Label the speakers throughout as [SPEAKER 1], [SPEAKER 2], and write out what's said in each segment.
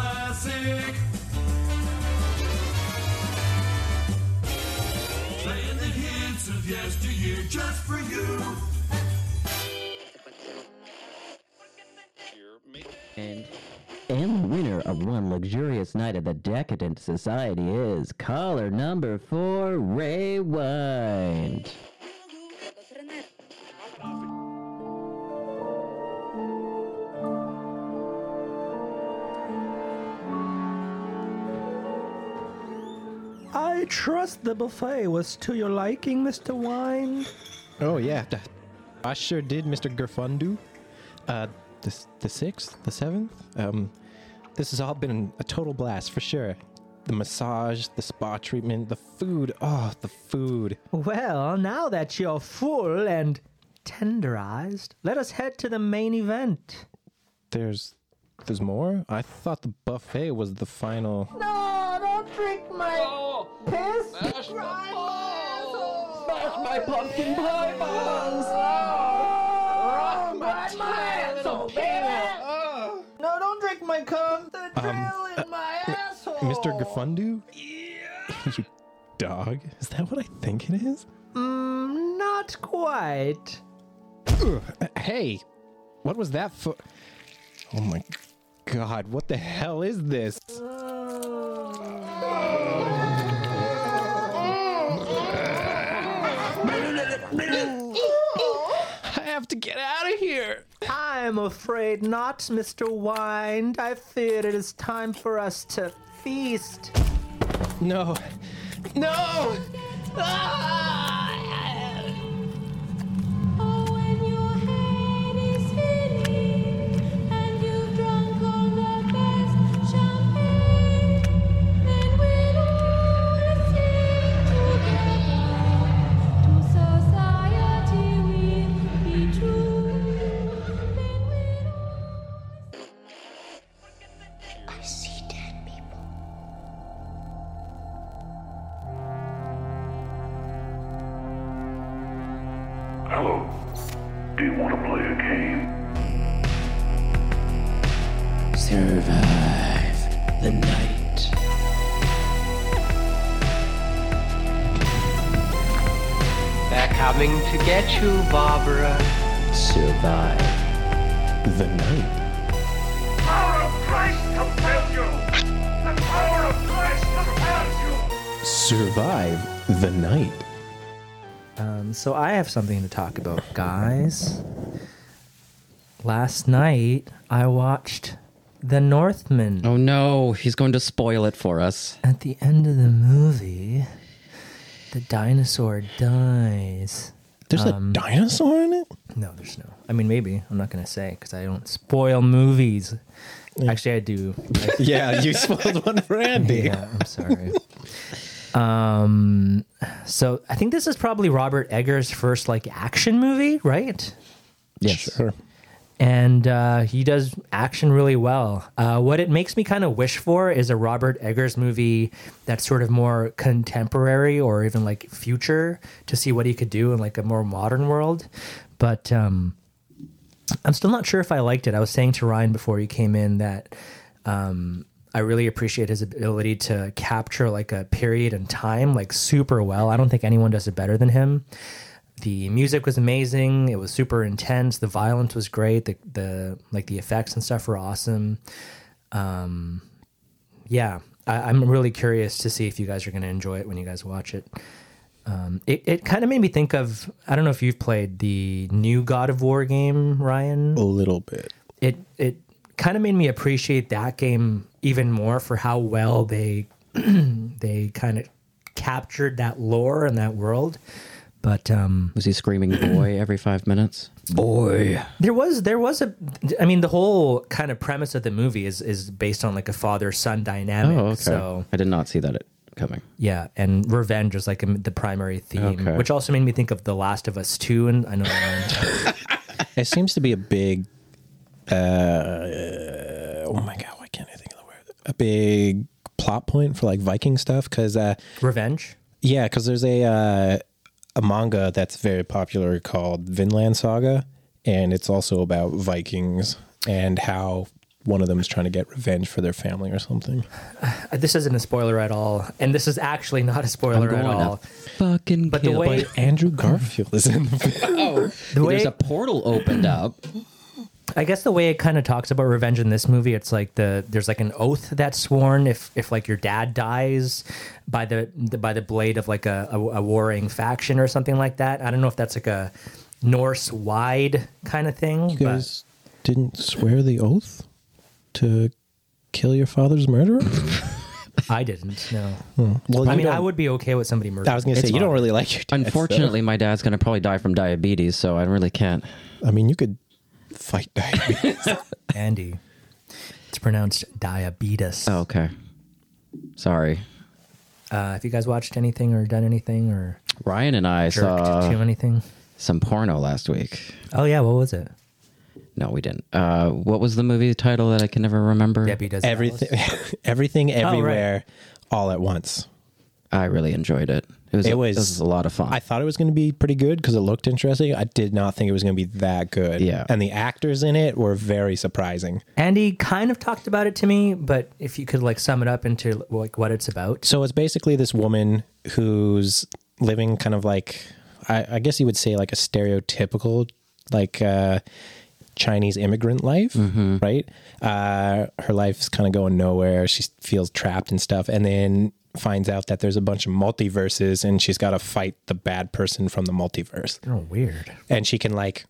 [SPEAKER 1] classic. Playing the hits of yesteryear just for you.
[SPEAKER 2] And
[SPEAKER 3] And the winner of one luxurious night at the Decadent Society is caller number four, Ray Wind.
[SPEAKER 4] I trust the buffet was to your liking, Mr. Wine.
[SPEAKER 5] Oh yeah, that- I sure did, Mister Gerfundu. Uh, the s- the sixth, the seventh. Um, this has all been a total blast for sure. The massage, the spa treatment, the food. Oh, the food.
[SPEAKER 4] Well, now that you're full and tenderized, let us head to the main event.
[SPEAKER 5] There's there's more. I thought the buffet was the final.
[SPEAKER 6] No, don't drink my piss. Smash my pumpkin pie balls. Oh, my, little Oh. No, don't drink my cum. The drill
[SPEAKER 5] Um, uh,
[SPEAKER 6] in my asshole.
[SPEAKER 5] Mr. Gerfundu. you dog. Is that what I think it is?
[SPEAKER 4] Not quite.
[SPEAKER 5] Hey, what was that for? Oh my god, what the hell is this? I have to get out of here.
[SPEAKER 4] I'm afraid not, Mr. Wind. I fear it is time for us to feast.
[SPEAKER 5] No. No!
[SPEAKER 7] Oh, when your head is spinning and you've drunk all the best champagne, then we'll all sing together. To society we'll be true. Then we'll
[SPEAKER 8] Hello. Do you want to play a game?
[SPEAKER 9] Survive the night.
[SPEAKER 10] They're coming to get you, Barbara.
[SPEAKER 9] Survive
[SPEAKER 5] The night.
[SPEAKER 1] Power of Christ compels you. The power of Christ compels you.
[SPEAKER 5] Survive the night.
[SPEAKER 4] Um, so I have something to talk about, guys. Last night I watched The Northman.
[SPEAKER 2] oh no, he's going to spoil it for us.
[SPEAKER 4] At the end of the movie, the dinosaur dies.
[SPEAKER 5] There's a dinosaur in it?
[SPEAKER 4] No, there's no. I mean, maybe I'm not gonna say because I don't spoil movies. Actually, I do. I
[SPEAKER 5] Yeah, you spoiled one for Andy.
[SPEAKER 4] Yeah, I'm sorry. um, so I think this is probably Robert Eggers' first like action movie, right?
[SPEAKER 5] Yes. Sure.
[SPEAKER 4] And uh, he does action really well. Uh, what it makes me kind of wish for is a Robert Eggers movie that's sort of more contemporary or even like future to see what he could do in like a more modern world. But um, I'm still not sure if I liked it. I was saying to Ryan before he came in that um, I really appreciate his ability to capture like a period in time like super well. I don't think anyone does it better than him. The music was amazing. It was super intense. The violence was great. The the like the effects and stuff were awesome. Um, yeah, I, I'm really curious to see if you guys are going to enjoy it when you guys watch it. Um, it it kind of made me think of I don't know if you've played the new God of War game, Ryan
[SPEAKER 5] A little bit.
[SPEAKER 4] it it kind of made me appreciate that game even more for how well they they kind of captured that lore and that world. But um,
[SPEAKER 2] Was he screaming boy every five minutes? Boy.
[SPEAKER 4] there was there was a I mean the whole kind of premise of the movie is is based on like a father son dynamic.
[SPEAKER 2] Oh, okay.
[SPEAKER 4] So
[SPEAKER 2] I did not see that it coming.
[SPEAKER 4] yeah, and revenge is like the primary theme,
[SPEAKER 2] Okay.
[SPEAKER 4] which also made me think of The Last of Us Two. And I know Ryan-
[SPEAKER 5] It seems to be a big. Uh, oh my god! Why can't I think of the word? A big plot point for like Viking stuff, because uh,
[SPEAKER 4] revenge.
[SPEAKER 5] yeah, because there's a uh, a manga that's very popular called Vinland Saga, and it's also about Vikings and how one of them is trying to get revenge for their family or something.
[SPEAKER 4] Uh, This isn't a spoiler at all, and this is actually not a spoiler at
[SPEAKER 2] going
[SPEAKER 4] all.
[SPEAKER 2] up. Fucking
[SPEAKER 4] But the
[SPEAKER 2] kill
[SPEAKER 4] way-
[SPEAKER 2] it.
[SPEAKER 5] Andrew Garfield is in the film.
[SPEAKER 2] oh,
[SPEAKER 4] The way-
[SPEAKER 2] there's a portal opened up.
[SPEAKER 4] I guess the way it kind of talks about revenge in this movie, it's like the there's like an oath that's sworn if if like your dad dies by the, the by the blade of like a, a, a warring faction or something like that. I don't know if that's like a Norse wide kind of thing.
[SPEAKER 5] You
[SPEAKER 4] but-
[SPEAKER 5] guys didn't swear the oath to kill your father's murderer?
[SPEAKER 4] I didn't. No.
[SPEAKER 5] Well,
[SPEAKER 4] I
[SPEAKER 5] you
[SPEAKER 4] mean, I
[SPEAKER 5] don't-
[SPEAKER 4] would be okay with somebody murdering.
[SPEAKER 5] I was going to say,
[SPEAKER 4] It's
[SPEAKER 5] you don't
[SPEAKER 4] fine.
[SPEAKER 5] really like
[SPEAKER 4] uh,
[SPEAKER 5] your dad. so-
[SPEAKER 2] Unfortunately, my dad's gonna probably die from diabetes, so I really can't.
[SPEAKER 5] I mean, you could fight diabetes.
[SPEAKER 4] Andy. It's pronounced diabetes.
[SPEAKER 2] Oh, okay. Sorry.
[SPEAKER 4] Uh, if you guys watched anything or done anything or
[SPEAKER 2] Ryan and I
[SPEAKER 4] jerked
[SPEAKER 2] saw
[SPEAKER 5] uh,
[SPEAKER 4] to anything.
[SPEAKER 2] some porno last week.
[SPEAKER 4] Oh yeah, what was it?
[SPEAKER 2] No, we didn't. Uh, what was the movie title that I can never remember?
[SPEAKER 4] Debbie does
[SPEAKER 2] Oh,
[SPEAKER 5] everything, everything, everywhere, all at once.
[SPEAKER 2] I really enjoyed it. It was,
[SPEAKER 5] It
[SPEAKER 2] it
[SPEAKER 5] was-
[SPEAKER 2] was, a lot of fun.
[SPEAKER 5] I thought it was going to be pretty good because it looked interesting. I did not think it was going to be that good.
[SPEAKER 2] Yeah.
[SPEAKER 5] And the actors in it were very surprising.
[SPEAKER 4] Andy kind of talked about it to me, but if you could like sum it up into like what it's about.
[SPEAKER 5] So it's basically this woman who's living kind of like, I, I guess you would say like a stereotypical, like, uh, Chinese immigrant life, right? Uh, her life's kind of going nowhere. She feels trapped and stuff, and then finds out that there's a bunch of multiverses, and she's got to fight the bad person from the multiverse.
[SPEAKER 4] Oh, weird.
[SPEAKER 5] and she can like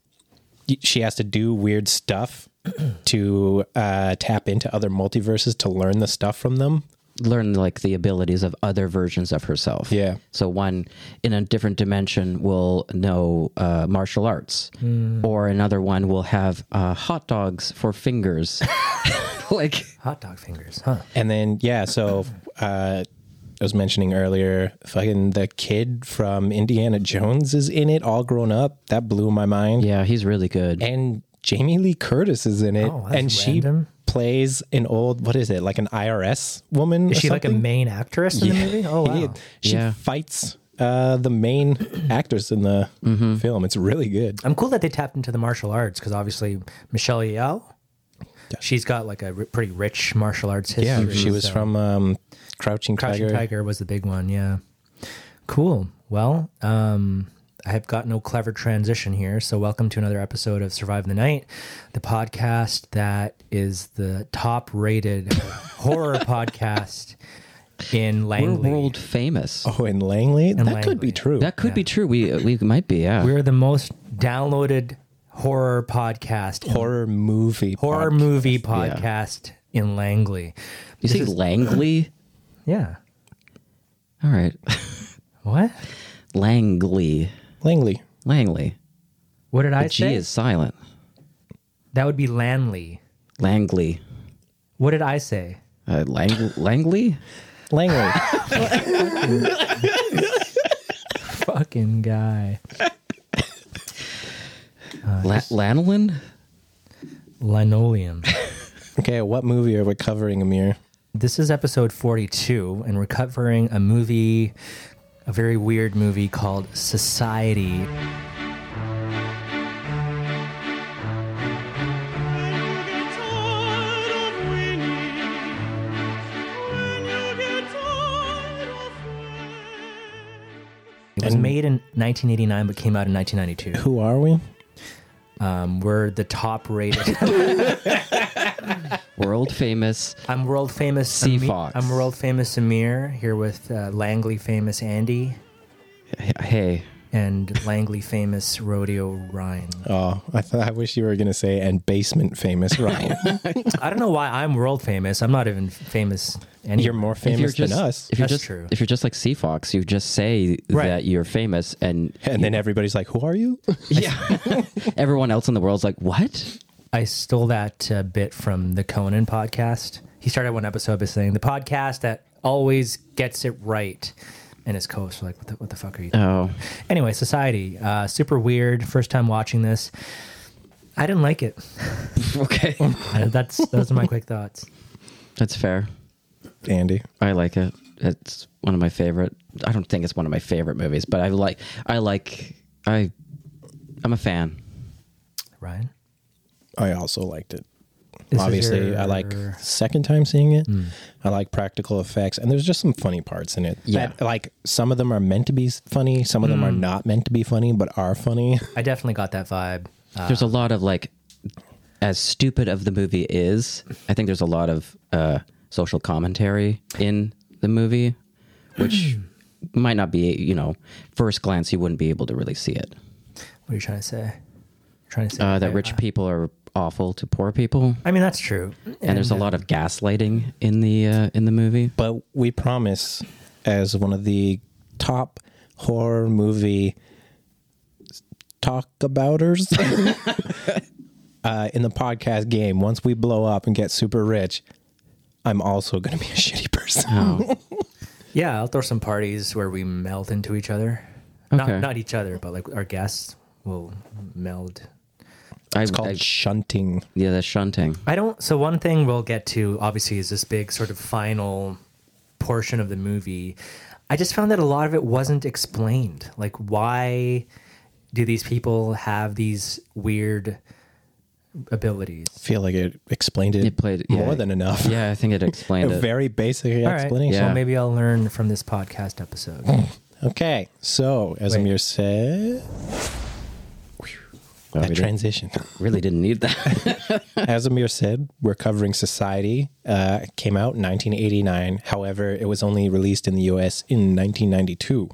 [SPEAKER 5] y- she has to do weird stuff to uh, tap into other multiverses to learn the stuff from them.
[SPEAKER 2] learn like the abilities of other versions of herself.
[SPEAKER 5] Yeah.
[SPEAKER 2] So one in a different dimension will know uh, martial arts, or another one will have uh, hot dogs for fingers. like
[SPEAKER 4] Hot dog fingers, huh?
[SPEAKER 5] And then yeah, so uh, I was mentioning earlier, fucking the kid from Indiana Jones is in it, all grown up. That blew my mind.
[SPEAKER 2] yeah, he's really good.
[SPEAKER 5] And Jamie Lee Curtis is in it,
[SPEAKER 4] Oh, that's
[SPEAKER 5] and she
[SPEAKER 4] random.
[SPEAKER 5] plays an old what is it like an IRS woman?
[SPEAKER 4] Is
[SPEAKER 5] or
[SPEAKER 4] she like a
[SPEAKER 5] something?
[SPEAKER 4] main actress in the movie? Oh wow.
[SPEAKER 5] She
[SPEAKER 2] Yeah.
[SPEAKER 5] fights uh, the main actress in the
[SPEAKER 4] Mm-hmm.
[SPEAKER 5] film. It's really good.
[SPEAKER 4] I'm cool that they tapped into the martial arts because obviously Michelle Yeoh, she's got like a r- pretty rich martial arts history.
[SPEAKER 5] Yeah, she was
[SPEAKER 4] so-
[SPEAKER 5] from um, Crouching,
[SPEAKER 4] Crouching
[SPEAKER 5] Tiger.
[SPEAKER 4] Tiger. was the big one. Yeah. Cool. Well, um, I have got no clever transition here. So, welcome to another episode of Survive the Night, the podcast that is the top rated horror podcast in
[SPEAKER 2] We're
[SPEAKER 4] Langley.
[SPEAKER 2] world famous.
[SPEAKER 5] Oh, in Langley? that could
[SPEAKER 4] Langley.
[SPEAKER 5] be true.
[SPEAKER 2] That could be true. We we might be. Yeah.
[SPEAKER 4] We're the most downloaded horror podcast, in-
[SPEAKER 5] horror movie.
[SPEAKER 4] horror
[SPEAKER 5] podcast.
[SPEAKER 4] movie podcast in Langley.
[SPEAKER 2] you see Langley.
[SPEAKER 4] Yeah.
[SPEAKER 2] All right,
[SPEAKER 4] What?
[SPEAKER 2] Langley,
[SPEAKER 5] Langley.
[SPEAKER 2] Langley.
[SPEAKER 4] What did I
[SPEAKER 2] The G
[SPEAKER 4] say?
[SPEAKER 2] is silent.
[SPEAKER 4] That would be Lanley.
[SPEAKER 2] Langley.
[SPEAKER 4] What did I say?
[SPEAKER 2] Uh, Lang- Langley?
[SPEAKER 5] Langley.
[SPEAKER 4] Fucking guy.
[SPEAKER 2] La- Lanolin?
[SPEAKER 4] linoleum.
[SPEAKER 5] okay, what movie are we covering, Amir?
[SPEAKER 4] this is episode 42, and we're covering a movie, a very weird movie called Society. It was made in 1989 but came out in 1992.
[SPEAKER 5] Who are we?
[SPEAKER 4] Um, we're the top rated.
[SPEAKER 2] World famous.
[SPEAKER 4] I'm world famous.
[SPEAKER 2] Sea
[SPEAKER 4] Ami-
[SPEAKER 2] Fox.
[SPEAKER 4] I'm world famous Amir here with uh, Langley famous Andy
[SPEAKER 2] H- Hey,
[SPEAKER 4] and Langley famous Rodeo Ryan.
[SPEAKER 5] Oh, I thought I wish you were going to say and basement famous Ryan.
[SPEAKER 4] I don't know why I'm world famous. I'm not even famous anymore.
[SPEAKER 5] You're more famous
[SPEAKER 2] just,
[SPEAKER 5] than us.
[SPEAKER 2] If you're
[SPEAKER 4] That's
[SPEAKER 2] just,
[SPEAKER 4] true.
[SPEAKER 2] If you're just like Sea Fox, you just say
[SPEAKER 4] Right.
[SPEAKER 2] that you're famous, and
[SPEAKER 5] and then everybody's like, "Who are you?"
[SPEAKER 2] everyone else in the world's like, "What?"
[SPEAKER 4] I stole that uh, bit from the Conan podcast. He started one episode by saying, "The podcast that always gets it right," and his co-hosts were like, "What the, what the fuck are you?"
[SPEAKER 2] Oh,
[SPEAKER 4] anyway, Society, uh, super weird. First time watching this, I didn't like it.
[SPEAKER 2] okay,
[SPEAKER 4] I- That's those are my quick thoughts.
[SPEAKER 2] that's fair.
[SPEAKER 5] Andy.
[SPEAKER 2] I like it. It's one of my favorite. I don't think it's one of my favorite movies, but I like. I like. I. I'm a fan.
[SPEAKER 4] Ryan,
[SPEAKER 5] I also liked it.
[SPEAKER 4] This is
[SPEAKER 5] obviously i like
[SPEAKER 4] your-
[SPEAKER 5] second time seeing it i like practical effects and there's just some funny parts in it
[SPEAKER 2] Yeah.
[SPEAKER 5] that, like some of them are meant to be funny some of them are not meant to be funny but are funny
[SPEAKER 4] I definitely got that vibe.
[SPEAKER 2] there's a lot of like, as stupid of the movie is, I think there's a lot of uh, social commentary in the movie, which
[SPEAKER 5] Hmm.
[SPEAKER 2] might not be, you know, first glance you wouldn't be able to really see it.
[SPEAKER 4] What are you trying to say? Trying to say
[SPEAKER 2] Uh, that rich people are awful to poor people,
[SPEAKER 4] I mean, that's true.
[SPEAKER 2] and there's a lot of gaslighting in the uh, in the movie.
[SPEAKER 5] but we promise as one of the top horror movie talk abouters uh, in the podcast game once we blow up and get super rich i'm also going to be a shitty person
[SPEAKER 2] Oh,
[SPEAKER 4] Yeah, I'll throw some parties where we meld into each other.
[SPEAKER 2] Okay.
[SPEAKER 4] Not not each other, but like our guests will meld.
[SPEAKER 2] I,
[SPEAKER 5] it's called
[SPEAKER 2] I-
[SPEAKER 5] shunting
[SPEAKER 2] yeah, that's shunting.
[SPEAKER 4] I don't. So one thing we'll get to obviously is this big sort of final portion of the movie. I just found that a lot of it wasn't explained. Like why do these people have these weird abilities?
[SPEAKER 5] feel like it explained it,
[SPEAKER 2] It played yeah.
[SPEAKER 5] more than enough
[SPEAKER 2] Yeah, I think it explained
[SPEAKER 5] a
[SPEAKER 2] it.
[SPEAKER 5] very basic explanation
[SPEAKER 2] Yeah.
[SPEAKER 4] So maybe I'll learn from this podcast episode.
[SPEAKER 5] okay so as
[SPEAKER 4] Wait.
[SPEAKER 5] amir said
[SPEAKER 2] Oh, we
[SPEAKER 5] that
[SPEAKER 2] didn't-
[SPEAKER 5] transition
[SPEAKER 2] really didn't need that.
[SPEAKER 5] As Amir said, we're covering Society. Uh, it came out in 1989. However, it was only released in the US in 1992.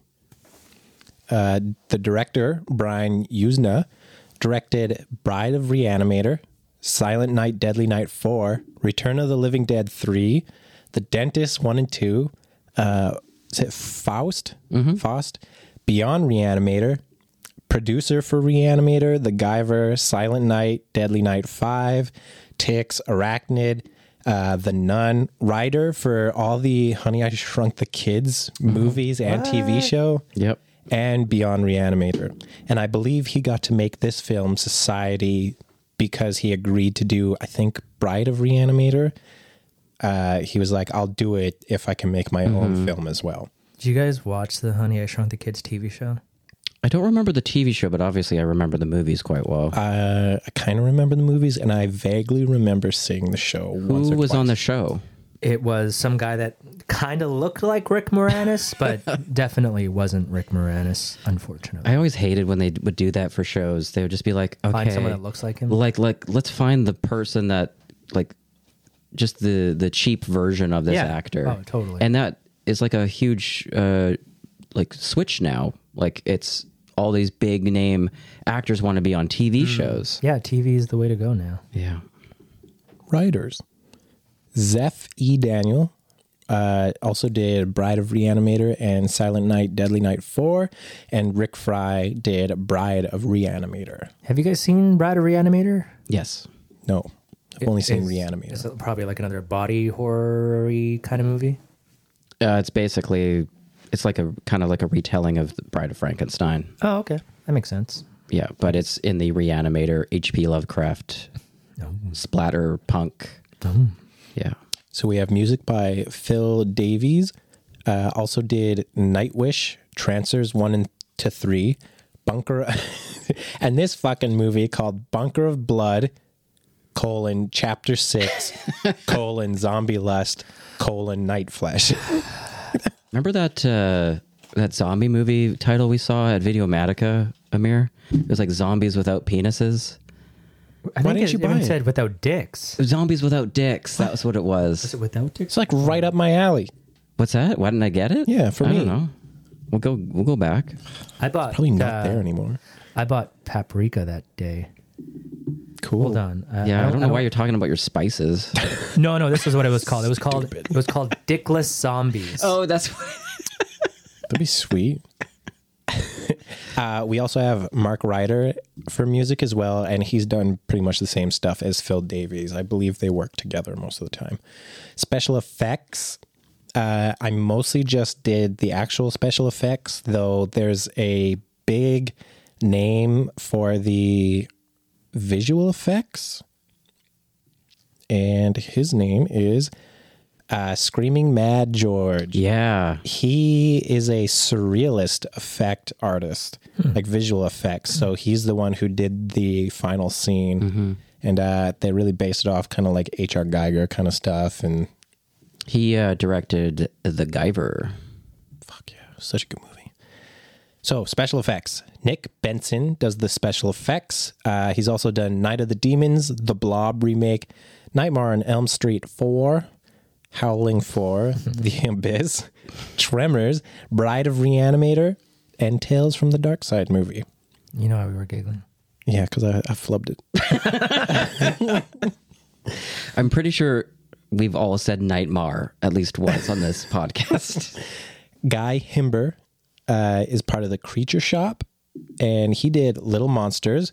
[SPEAKER 5] Uh, the director, Brian Usna, directed Bride of Reanimator, Silent Night, Deadly Night 4, Return of the Living Dead 3, The Dentist 1 and 2, uh, is it Faust? Faust, Beyond Reanimator, producer for Reanimator, The Guyver, Silent Night, Deadly Night 5, Ticks, Arachnid, uh, The Nun, writer for all the Honey I Shrunk the Kids movies and TV show.
[SPEAKER 2] Yep.
[SPEAKER 5] And Beyond Reanimator. And I believe he got to make this film, Society, because he agreed to do, I think, Bride of Reanimator. Uh, he was like, I'll do it if I can make my
[SPEAKER 2] Mm-hmm.
[SPEAKER 5] own film as well.
[SPEAKER 4] Do you guys watch the Honey I Shrunk the Kids TV show?
[SPEAKER 2] I don't remember the TV show, but obviously I remember the movies quite well.
[SPEAKER 5] Uh, I kind of remember the movies, and I vaguely remember seeing the show. once
[SPEAKER 2] Who
[SPEAKER 5] or
[SPEAKER 2] was
[SPEAKER 5] twice.
[SPEAKER 2] on the show?
[SPEAKER 4] It was some guy that kind of looked like Rick Moranis, but definitely wasn't Rick Moranis, unfortunately.
[SPEAKER 2] I always hated when they would do that for shows. They would just be like, okay,
[SPEAKER 4] Find someone that looks like him.
[SPEAKER 2] like like let's find the person that like just the the cheap version of this
[SPEAKER 4] Yeah.
[SPEAKER 2] actor.
[SPEAKER 4] Oh, totally.
[SPEAKER 2] And that is like a huge uh like switch now. Like it's all these big name actors want to be on TV shows.
[SPEAKER 4] Mm. yeah, TV is the way to go now.
[SPEAKER 2] Yeah.
[SPEAKER 5] writers. Zeph E. Daniel uh, also did Bride of Reanimator and Silent Night, Deadly Night 4, and Rick Fry did Bride of Reanimator.
[SPEAKER 4] Have you guys seen Bride of Reanimator?
[SPEAKER 2] Yes.
[SPEAKER 5] No, I've only seen
[SPEAKER 4] It's-
[SPEAKER 5] Reanimator.
[SPEAKER 4] It's probably like another body horror kind of movie.
[SPEAKER 2] Uh, it's basically it's like a kind of like a retelling of the Bride of Frankenstein.
[SPEAKER 4] Oh, okay. That makes sense.
[SPEAKER 2] Yeah, but it's in the Reanimator, H.P. Lovecraft, splatter punk. Yeah,
[SPEAKER 5] So we have music by Phil Davies. Uh, also did Nightwish, Trancers one and to three, Bunker, and this fucking movie called Bunker of Blood, colon Chapter six, colon Zombie Lust, colon Night Flesh.
[SPEAKER 2] remember that uh, that zombie movie title we saw at Videomatica, Amir? It was like zombies without penises,
[SPEAKER 4] I
[SPEAKER 5] Why
[SPEAKER 4] think
[SPEAKER 5] didn't
[SPEAKER 4] it
[SPEAKER 5] you buy
[SPEAKER 4] even
[SPEAKER 5] it?
[SPEAKER 4] said without dicks.
[SPEAKER 2] zombies without dicks. That was what it was.
[SPEAKER 4] Without
[SPEAKER 5] It's
[SPEAKER 4] dicks?
[SPEAKER 5] like right up my alley.
[SPEAKER 2] What's that? Why didn't I get it?
[SPEAKER 5] Yeah, for
[SPEAKER 2] I
[SPEAKER 5] me.
[SPEAKER 2] don't know. We'll go. We'll go back.
[SPEAKER 4] I bought
[SPEAKER 5] Probably not
[SPEAKER 4] uh,
[SPEAKER 5] there anymore.
[SPEAKER 4] I bought paprika that day.
[SPEAKER 5] Cool.
[SPEAKER 4] Hold on. Uh,
[SPEAKER 2] Oh. Yeah, I don't, know why you're talking about your spices.
[SPEAKER 4] No, no, this was what it was called. It was called it was called Dickless Zombies.
[SPEAKER 5] Oh,
[SPEAKER 2] that's
[SPEAKER 5] That'd be sweet. uh, we also have Mark Ryder for music as well, and he's done pretty much the same stuff as Phil Davies. I believe they work together most of the time. Special effects. Uh, I mostly just did the actual special effects, though there's a big name for the visual effects. And his name is uh, Screaming Mad George
[SPEAKER 2] yeah.
[SPEAKER 5] he is a surrealist effect artist, like visual effects. So he's the one who did the final scene and uh, they really based it off kind of like H.R. Geiger kind of stuff, and
[SPEAKER 2] He uh, directed The Giver.
[SPEAKER 5] fuck yeah, such a good movie. So special effects. Nick Benson does the special effects. Uh, he's also done Night of the Demons, The Blob remake, Nightmare on Elm Street Four, Howling Four, The Abyss, Tremors, Bride of Reanimator, and Tales from the Dark Side movie.
[SPEAKER 4] You know how we were giggling.
[SPEAKER 5] Yeah, because I, I flubbed it.
[SPEAKER 2] I'm pretty sure we've all said Nightmare at least once on this podcast.
[SPEAKER 5] Guy Himber uh, is part of the Creature Shop, and he did Little Monsters,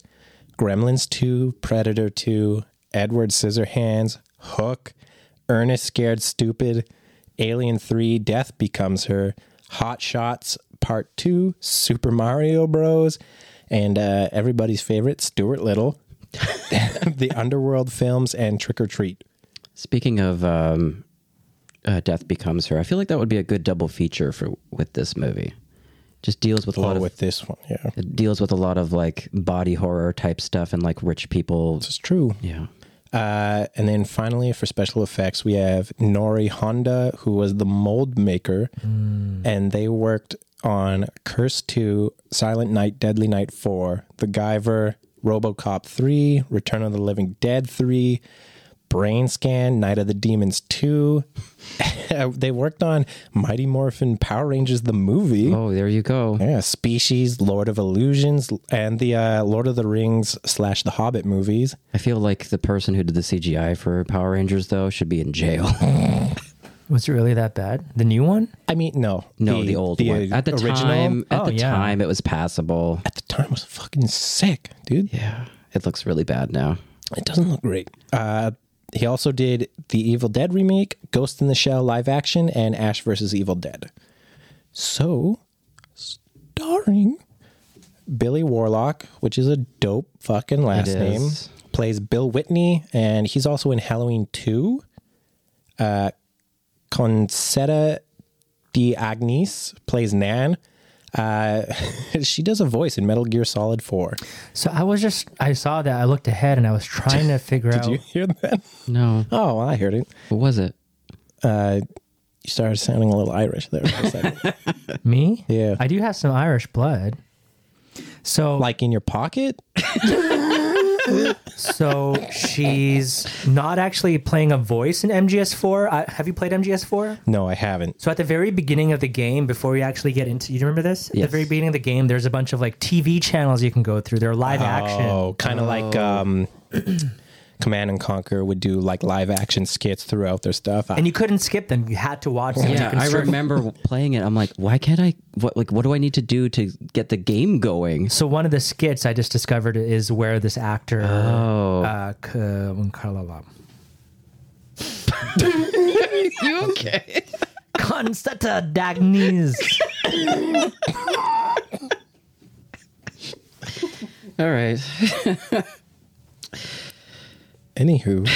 [SPEAKER 5] Gremlins 2, Predator 2, Edward Scissorhands, Hook, Ernest Scared Stupid, Alien 3, Death Becomes Her, Hot Shots Part 2, Super Mario Bros., and uh, everybody's favorite, Stuart Little, the Underworld films, and Trick or Treat.
[SPEAKER 2] Speaking of um, uh, Death Becomes Her, I feel like that would be a good double feature for with this movie. Just deals with a lot
[SPEAKER 5] Oh,
[SPEAKER 2] of
[SPEAKER 5] with this one, yeah.
[SPEAKER 2] it deals with a lot of like body horror type stuff and like rich people.
[SPEAKER 5] It's true.
[SPEAKER 2] Yeah.
[SPEAKER 5] Uh, and then finally, for special effects, we have Nori Honda, who was the mold maker, and they worked on Curse 2, Silent Night, Deadly Night 4, The Guyver, Robocop 3, Return of the Living Dead 3, Brain Scan, Night of the Demons 2. they worked on Mighty Morphin Power Rangers, the movie.
[SPEAKER 2] Oh, there you go.
[SPEAKER 5] Yeah, Species, Lord of Illusions, and the uh, Lord of the Rings slash The Hobbit movies.
[SPEAKER 2] I feel like the person who did the CGI for Power Rangers though should be in jail.
[SPEAKER 4] Was it really that bad? The new one?
[SPEAKER 5] I mean, no,
[SPEAKER 2] No, the, old one. At the time, at
[SPEAKER 4] Oh,
[SPEAKER 2] the
[SPEAKER 4] yeah.
[SPEAKER 2] time, it was passable.
[SPEAKER 5] at the time was fucking sick, dude.
[SPEAKER 2] Yeah, it looks really bad now.
[SPEAKER 5] It doesn't look great. Uh, he also did the Evil Dead remake, Ghost in the Shell live action, and Ash versus Evil Dead. So, starring Billy Warlock, which is a dope fucking last
[SPEAKER 2] It
[SPEAKER 5] name,
[SPEAKER 2] is.
[SPEAKER 5] plays Bill Whitney, and he's also in Halloween 2. Uh, Concetta de Agnes plays Nan. Uh, she does a voice in Metal Gear Solid 4.
[SPEAKER 4] So I was just I saw that I looked ahead and I was trying to figure
[SPEAKER 5] Did
[SPEAKER 4] out.
[SPEAKER 5] you hear that?
[SPEAKER 2] No,
[SPEAKER 5] Oh, well, I heard it.
[SPEAKER 2] what was it?
[SPEAKER 5] Uh, you started sounding a little Irish there for a second.
[SPEAKER 4] Me?
[SPEAKER 5] Yeah.
[SPEAKER 4] I do have some Irish blood. So
[SPEAKER 5] like in your pocket?
[SPEAKER 4] so she's not actually playing a voice in MGS4. I, have you played MGS4?
[SPEAKER 5] No, I haven't.
[SPEAKER 4] So at the very beginning of the game, before you actually get into, you remember this? At
[SPEAKER 2] Yes.
[SPEAKER 4] the very beginning of the game, there's a bunch of like TV channels you can go through. They're live action.
[SPEAKER 5] Oh, kind of like um, Command and Conquer would do like live action skits throughout their stuff. I,
[SPEAKER 4] And you couldn't skip them. You had to watch them.
[SPEAKER 2] Yeah,
[SPEAKER 4] You can
[SPEAKER 2] I
[SPEAKER 4] search-
[SPEAKER 2] remember playing it. I'm like, why can't I? What like, what do I need to do to get the game going?
[SPEAKER 4] So one of the skits I just discovered is where this actor, oh. uh, K- uh, Kalala.
[SPEAKER 2] You okay?
[SPEAKER 4] Constata Dagnes.
[SPEAKER 2] All right.
[SPEAKER 5] Anywho,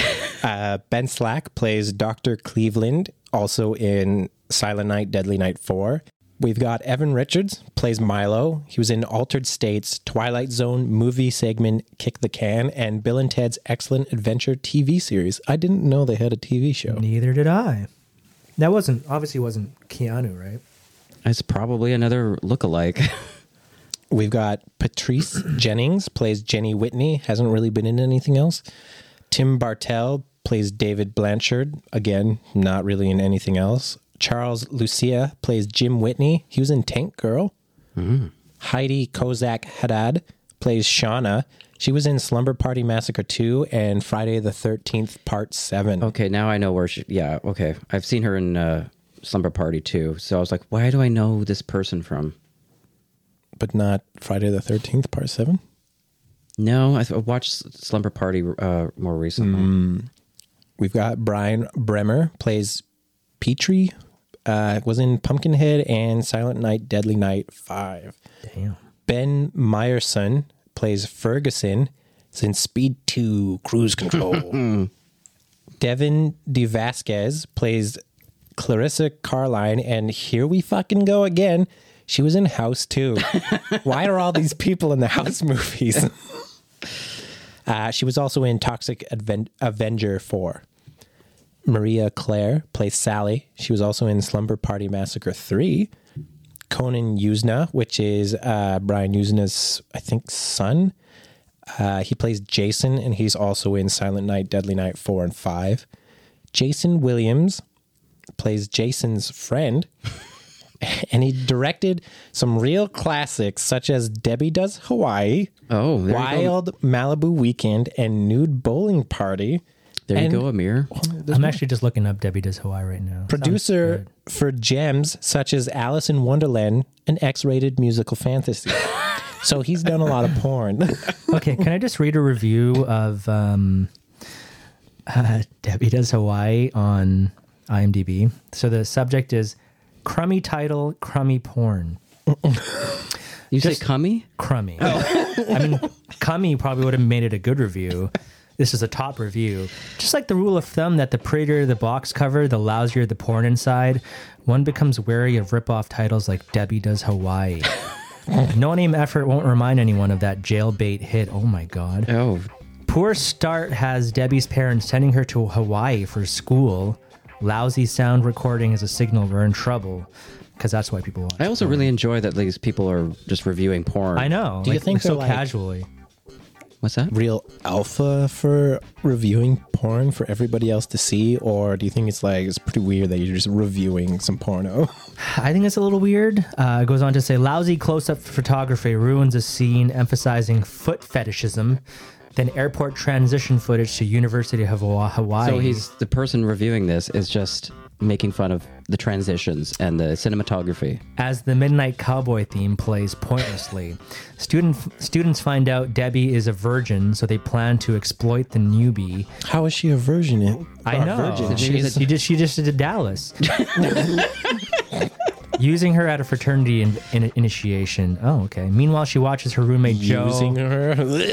[SPEAKER 5] uh, Ben Slack plays Dr. Cleveland, also in Silent Night, Deadly Night 4. We've got Evan Richards plays Milo. He was in Altered States, Twilight Zone movie segment Kick the Can, and Bill and Ted's Excellent Adventure TV series. I didn't know they had a TV show.
[SPEAKER 4] Neither did I. That wasn't obviously wasn't Keanu, right?
[SPEAKER 2] It's probably another look-alike.
[SPEAKER 5] We've got Patrice Jennings plays Jenny Whitney, hasn't really been in anything else. Tim Bartell plays David Blanchard, again, not really in anything else. Charles Lucia plays Jim Whitney, he was in Tank Girl. Heidi Kozak Haddad plays Shauna. She was in Slumber Party Massacre 2 and Friday the 13th, Part 7.
[SPEAKER 2] Okay, now I know where she. Yeah, okay. I've seen her in uh, Slumber Party too. So I was like, why do I know this person from?
[SPEAKER 5] But not Friday the 13th, Part 7?
[SPEAKER 2] No, I, th- I watched Slumber Party uh, more recently.
[SPEAKER 5] We've got Brian Bremer plays Petrie. Uh, was in Pumpkinhead and Silent Night, Deadly Night Five.
[SPEAKER 4] Damn.
[SPEAKER 5] Ben Meyerson plays Ferguson. It's in Speed Two, Cruise Control. Devin DeVasquez plays Clarissa Carline, and here we fucking go again. She was in House too. Why are all these people in the House movies? Uh, she was also in Toxic Adven- Avenger 4. Maria Claire plays Sally. She was also in Slumber Party Massacre 3. Conan Yuzna, which is uh, Brian Yuzna's, I think, son. Uh, he plays Jason, and he's also in Silent Night, Deadly Night 4 and 5. Jason Williams plays Jason's friend, and he directed some real classics such as Debbie Does Hawaii,
[SPEAKER 2] Oh, there you go.
[SPEAKER 5] Wild Malibu Weekend, and Nude Bowling Party.
[SPEAKER 2] There you
[SPEAKER 5] and-
[SPEAKER 2] go, Amir.
[SPEAKER 4] I'm actually just looking up Debbie Does Hawaii right now.
[SPEAKER 5] producer for gems such as Alice in Wonderland and X-rated musical fantasy. so he's done a lot of porn.
[SPEAKER 4] okay, can I just read a review of um, uh, Debbie Does Hawaii on IMDb? So the subject is crummy title, crummy porn.
[SPEAKER 2] You say cummy?
[SPEAKER 4] Crummy. I mean, cummy probably would have made it a good review. This is a top review. Just like the rule of thumb that the prettier the box cover, the lousier the porn inside, one becomes wary of rip-off titles like Debbie Does Hawaii. no name effort won't remind anyone of that jailbait hit. Oh my god.
[SPEAKER 2] Oh,
[SPEAKER 4] Poor start has Debbie's parents sending her to Hawaii for school. Lousy sound recording is a signal we're in trouble, because that's why people watch.
[SPEAKER 2] I also really enjoy that these people are just reviewing porn.
[SPEAKER 4] I know.
[SPEAKER 5] Do you
[SPEAKER 4] like,
[SPEAKER 5] think
[SPEAKER 4] so?
[SPEAKER 5] they're like-
[SPEAKER 4] casually,
[SPEAKER 2] What's that?
[SPEAKER 5] Real alpha for reviewing porn for everybody else to see or do you think it's like it's pretty weird that you're just reviewing some porno?
[SPEAKER 4] I think it's a little weird. Uh, it goes on to say, lousy close-up photography ruins a scene, emphasizing foot fetishism. Then airport transition footage to University of Hawa- Hawaii.
[SPEAKER 2] So he's the person reviewing this is just making fun of the transitions and the cinematography.
[SPEAKER 4] as the Midnight Cowboy theme plays pointlessly. Student, students find out Debbie is a virgin, so they plan to exploit the newbie.
[SPEAKER 5] How is she a virgin? In,
[SPEAKER 4] I
[SPEAKER 5] a
[SPEAKER 4] know.
[SPEAKER 5] Virgin?
[SPEAKER 4] She,
[SPEAKER 2] She's-
[SPEAKER 4] she just, she just did Dallas. Using her at a fraternity in, in, initiation. Oh, okay. Meanwhile, she watches her roommate Joe.
[SPEAKER 5] Using her.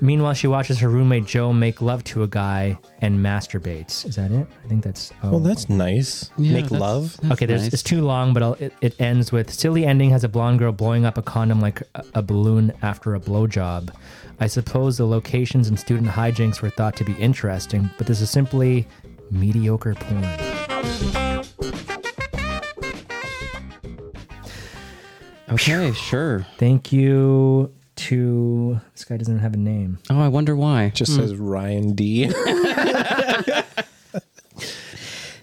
[SPEAKER 4] Meanwhile, she watches her roommate Joe make love to a guy and masturbates. Is that it? I think that's. Oh.
[SPEAKER 5] well, that's nice. Make
[SPEAKER 2] that's-
[SPEAKER 5] love.
[SPEAKER 4] Okay, there's,
[SPEAKER 2] nice.
[SPEAKER 4] it's too long, but I'll, it, it ends with silly ending has a blonde girl blowing up a condom like a, a balloon after a blowjob. I suppose the locations and student hijinks were thought to be interesting, but this is simply mediocre porn.
[SPEAKER 2] Okay, sure.
[SPEAKER 4] Thank you to this guy doesn't have a name.
[SPEAKER 2] Oh, I wonder why.
[SPEAKER 5] Just says Ryan D.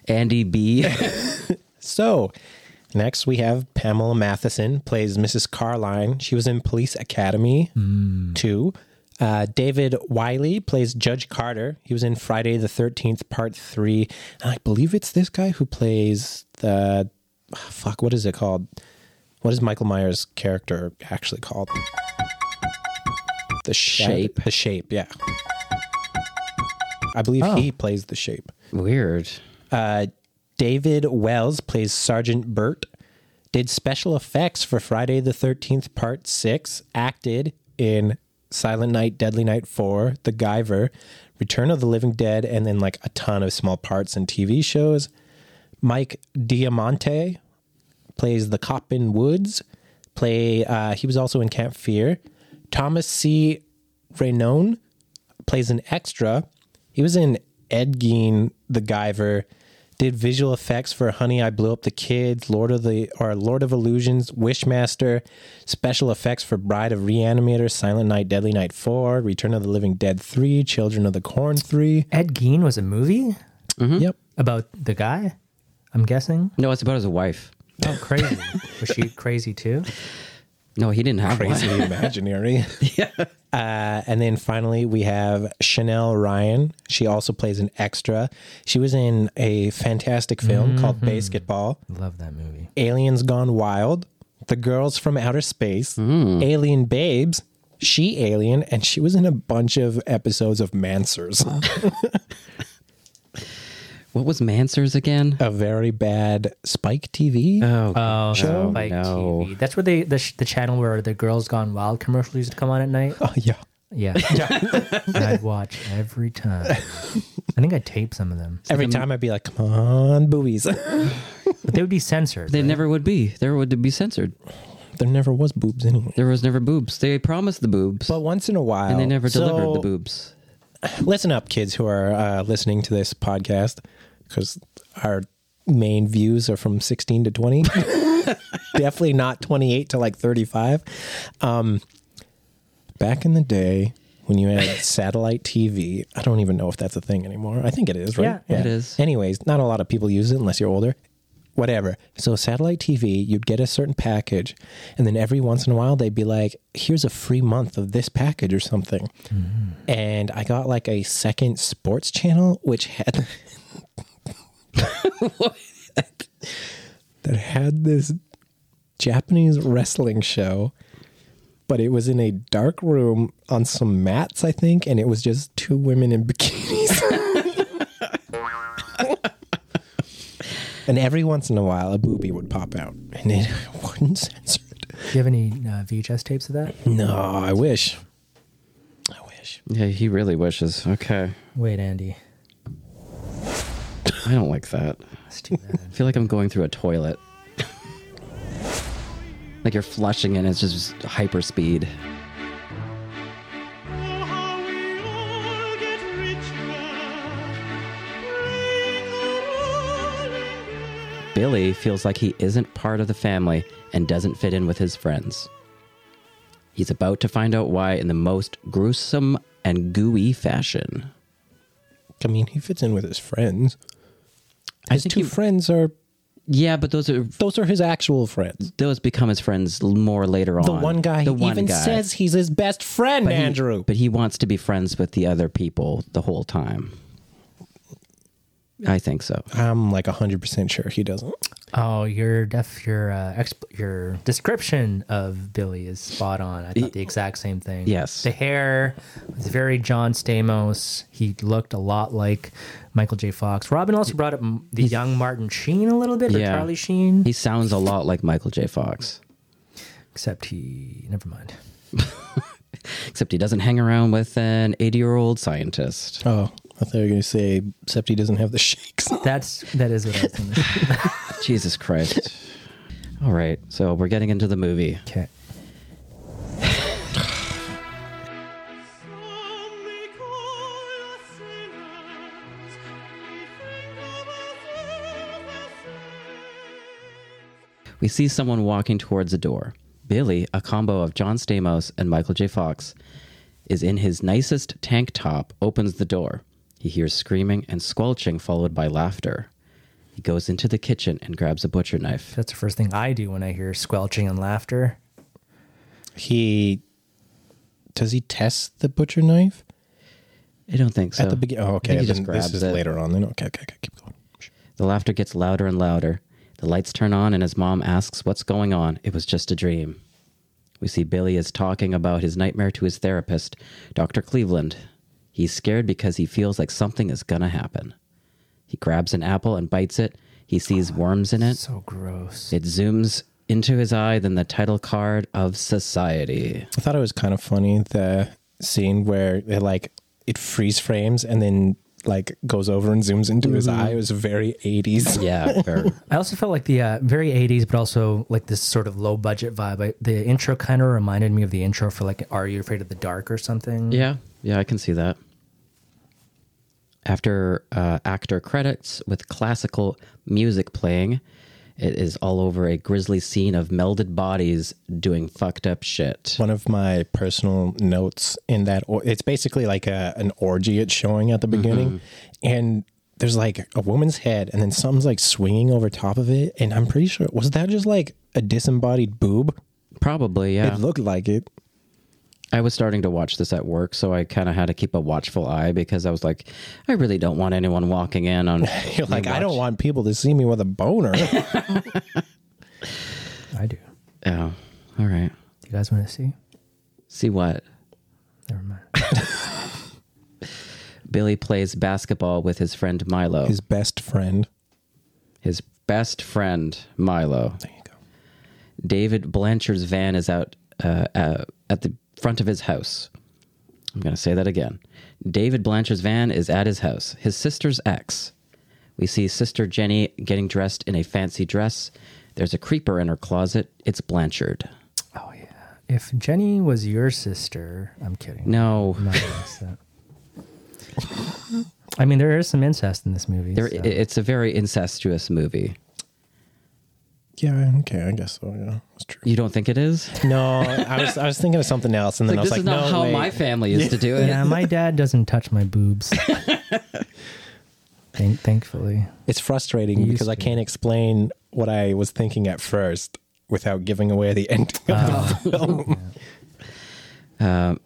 [SPEAKER 2] Andy B.
[SPEAKER 5] So, next we have Pamela Matheson plays Mrs. Carline. She was in Police Academy 2. Uh, David Wiley plays Judge Carter. He was in Friday the 13th, Part 3. And I believe it's this guy who plays the. ah, Fuck, what is it called? What is Michael Myers' character actually called? The
[SPEAKER 2] Shape.
[SPEAKER 5] The shape, yeah. I believe he plays the shape.
[SPEAKER 2] Weird.
[SPEAKER 5] Uh, David Wells plays Sergeant Burt. Did special effects for Friday the 13th, Part 6. Acted in Silent Night, Deadly Night 4, The Guyver, Return of the Living Dead, and then like a ton of small parts in TV shows. Mike Diamante plays the cop in Woods. Play uh, he was also in Camp Fear. Thomas C. Renone plays an extra. He was in Ed Gein, The Guyver. Did visual effects for Honey, I Blew Up the Kids, Lord of the or Lord of Illusions, Wishmaster, special effects for Bride of Reanimator, Silent Night, Deadly Night Four, Return of the Living Dead Three, Children of the Corn Three.
[SPEAKER 4] Ed Gein was a movie
[SPEAKER 5] Yep.
[SPEAKER 4] about the guy. I'm guessing.
[SPEAKER 2] No, it's about his wife.
[SPEAKER 4] Oh, crazy! was she crazy too?
[SPEAKER 2] No, he didn't have
[SPEAKER 5] crazy
[SPEAKER 2] one.
[SPEAKER 5] imaginary. Uh, and then finally, we have Chanel Ryan. She also plays an extra. She was in a fantastic film called Basketball,
[SPEAKER 4] Love that movie.
[SPEAKER 5] Aliens Gone Wild, The Girls from Outer Space, Alien Babes, She Alien, and she was in a bunch of episodes of Mansers,
[SPEAKER 2] What was Mansers again?
[SPEAKER 5] a very bad Spike TV.
[SPEAKER 2] Oh,
[SPEAKER 4] Oh,
[SPEAKER 2] no,
[SPEAKER 4] Spike
[SPEAKER 2] no.
[SPEAKER 4] TV. That's where they the, sh- the channel where the Girls Gone Wild commercials used to come on at night.
[SPEAKER 5] Oh, yeah.
[SPEAKER 4] Yeah, And I'd watch every time. I think I taped some of them,
[SPEAKER 5] Every time I'd be like, come on, boobies.
[SPEAKER 4] but they would be censored.
[SPEAKER 2] They
[SPEAKER 4] right?
[SPEAKER 2] never would be. There would be censored.
[SPEAKER 5] There never was boobs anyway.
[SPEAKER 2] There was never boobs. They promised the boobs,
[SPEAKER 5] But once in a while,
[SPEAKER 2] and they never
[SPEAKER 5] So,
[SPEAKER 2] delivered the boobs.
[SPEAKER 5] Listen up, kids who are uh, listening to this podcast, because our main views are from 16 to 20. Definitely not 28 to like 35. Um, back in the day when you had satellite TV, I don't even know if that's a thing anymore. I think it is, right?
[SPEAKER 2] Yeah, it is.
[SPEAKER 5] Anyways, not a lot of people use it unless you're older. Whatever. So, satellite TV, you'd get a certain package, and then every once in a while, they'd be like, here's a free month of this package or something.
[SPEAKER 2] Mm-hmm.
[SPEAKER 5] And I got like a second sports channel, which had. that had this Japanese wrestling show, but it was in a dark room on some mats, I think, and it was just two women in bikinis. and every once in a while, a boobie would pop out, and it wasn't censored.
[SPEAKER 4] Do you have any uh, VHS tapes of that?
[SPEAKER 5] No, I wish. I wish.
[SPEAKER 2] Yeah, he really wishes. Okay,
[SPEAKER 4] Wait, Andy.
[SPEAKER 2] I don't like that.
[SPEAKER 4] That's too bad.
[SPEAKER 2] I feel like I'm going through a toilet. like you're flushing and it's just hyper speed. Billy feels like he isn't part of the family and doesn't fit in with his friends. He's about to find out why in the most gruesome and gooey fashion.
[SPEAKER 5] I mean, he fits in with his friends.
[SPEAKER 2] I
[SPEAKER 5] His
[SPEAKER 2] think
[SPEAKER 5] two
[SPEAKER 2] he-
[SPEAKER 5] friends are
[SPEAKER 2] Yeah, but those are
[SPEAKER 5] those are his actual friends.
[SPEAKER 2] those become his friends l- more later on.
[SPEAKER 5] The one guy
[SPEAKER 2] the
[SPEAKER 5] he even says he's his best friend,
[SPEAKER 2] But he-
[SPEAKER 5] Andrew.
[SPEAKER 2] but he wants to be friends with the other people the whole time. I think so.
[SPEAKER 5] I'm like 100% sure he doesn't.
[SPEAKER 4] Oh, your def your uh, exp- your description of Billy is spot on. I thought the exact same thing.
[SPEAKER 2] Yes.
[SPEAKER 4] the hair was very John Stamos. He looked a lot like Michael J. Fox. Robin also brought up m- the young Martin Sheen a little bit, or
[SPEAKER 2] Yeah.
[SPEAKER 4] Charlie Sheen.
[SPEAKER 2] He sounds a lot like Michael J. Fox,
[SPEAKER 4] Except he, never mind.
[SPEAKER 2] except he doesn't hang around with an 80 year old scientist.
[SPEAKER 5] Oh, I thought you were going to say, except he doesn't have the shakes.
[SPEAKER 4] That's that is what I was thinking.
[SPEAKER 2] Jesus Christ. All right, so we're getting into the movie.
[SPEAKER 4] okay.
[SPEAKER 2] We see someone walking towards a door. Billy, a combo of John Stamos and Michael J. Fox, is in his nicest tank top, opens the door. He hears screaming and squelching, followed by laughter. He goes into the kitchen and grabs a butcher knife.
[SPEAKER 4] That's the first thing I do when I hear squelching and laughter.
[SPEAKER 5] He. Does he test the butcher knife?
[SPEAKER 2] I don't think so.
[SPEAKER 5] At the beginning. Oh,
[SPEAKER 2] I
[SPEAKER 5] okay.
[SPEAKER 2] think he
[SPEAKER 5] then
[SPEAKER 2] just grabs
[SPEAKER 5] this is
[SPEAKER 2] it.
[SPEAKER 5] later on. Then okay, okay, okay. Keep going.
[SPEAKER 2] The laughter gets louder and louder. The lights turn on, and his mom asks what's going on. It was just a dream. We see Billy is talking about his nightmare to his therapist, Dr. Cleveland. He's scared because he feels like something is gonna happen. He grabs an apple and bites it. He sees worms in it.
[SPEAKER 4] So gross.
[SPEAKER 2] It zooms into his eye, then the title card of Society.
[SPEAKER 5] I thought it was kind of funny the scene where it like it freeze frames and then like goes over and zooms into his eye. It was very 80s.
[SPEAKER 2] Mm-hmm. Yeah, very-
[SPEAKER 4] I also felt like the uh, very 80s, but also like this sort of low budget vibe. I, the intro kind of reminded me of the intro for like Are You Afraid of the Dark or something.
[SPEAKER 2] Yeah, yeah, I can see that. After uh, actor credits with classical music playing, it is all over a grisly scene of melded bodies doing fucked up shit.
[SPEAKER 5] One of my personal notes in that or it's basically like a an orgy it's showing at the beginning and there's like a woman's head and then something's like swinging over top of it and I'm pretty sure was that just like a disembodied boob?
[SPEAKER 2] Probably, yeah.
[SPEAKER 5] It looked like it.
[SPEAKER 2] I was starting to watch this at work, so I kind of had to keep a watchful eye because I was like, I really don't want anyone walking in on.
[SPEAKER 5] You're like I don't want people to see me with a boner.
[SPEAKER 4] I do.
[SPEAKER 2] Oh, all right.
[SPEAKER 4] Do you guys want to see?
[SPEAKER 2] See what?
[SPEAKER 4] Never mind.
[SPEAKER 2] Billy plays basketball with his friend Milo,
[SPEAKER 5] His best friend.
[SPEAKER 2] his best friend Milo.
[SPEAKER 5] There you go.
[SPEAKER 2] David Blanchard's van is out uh, uh, at the front of his house. I'm going to say that again. David Blanchard's van is at his house, his sister's ex. We see sister Jenny getting dressed in a fancy dress. There's a creeper in her closet. It's Blanchard.
[SPEAKER 4] Oh, If Jenny was your sister, I'm kidding.
[SPEAKER 2] No.
[SPEAKER 4] I'm not gonna ask that. I mean, there is some incest in this movie.
[SPEAKER 2] There,
[SPEAKER 4] so-
[SPEAKER 2] i- It's a very incestuous movie.
[SPEAKER 5] Yeah, okay, I guess so. Yeah, that's true.
[SPEAKER 2] You don't think it is?
[SPEAKER 5] No, I was I was thinking of something else, and then
[SPEAKER 2] Like, this
[SPEAKER 5] I was
[SPEAKER 2] is
[SPEAKER 5] like,
[SPEAKER 2] not
[SPEAKER 5] no,
[SPEAKER 2] how
[SPEAKER 5] wait.
[SPEAKER 2] my family is to do it.
[SPEAKER 4] yeah, my dad doesn't touch my boobs. Thank, thankfully.
[SPEAKER 5] It's frustrating
[SPEAKER 4] Used
[SPEAKER 5] because I
[SPEAKER 4] to.
[SPEAKER 5] can't explain what I was thinking at first without giving away the ending
[SPEAKER 2] Ah.
[SPEAKER 5] of the film.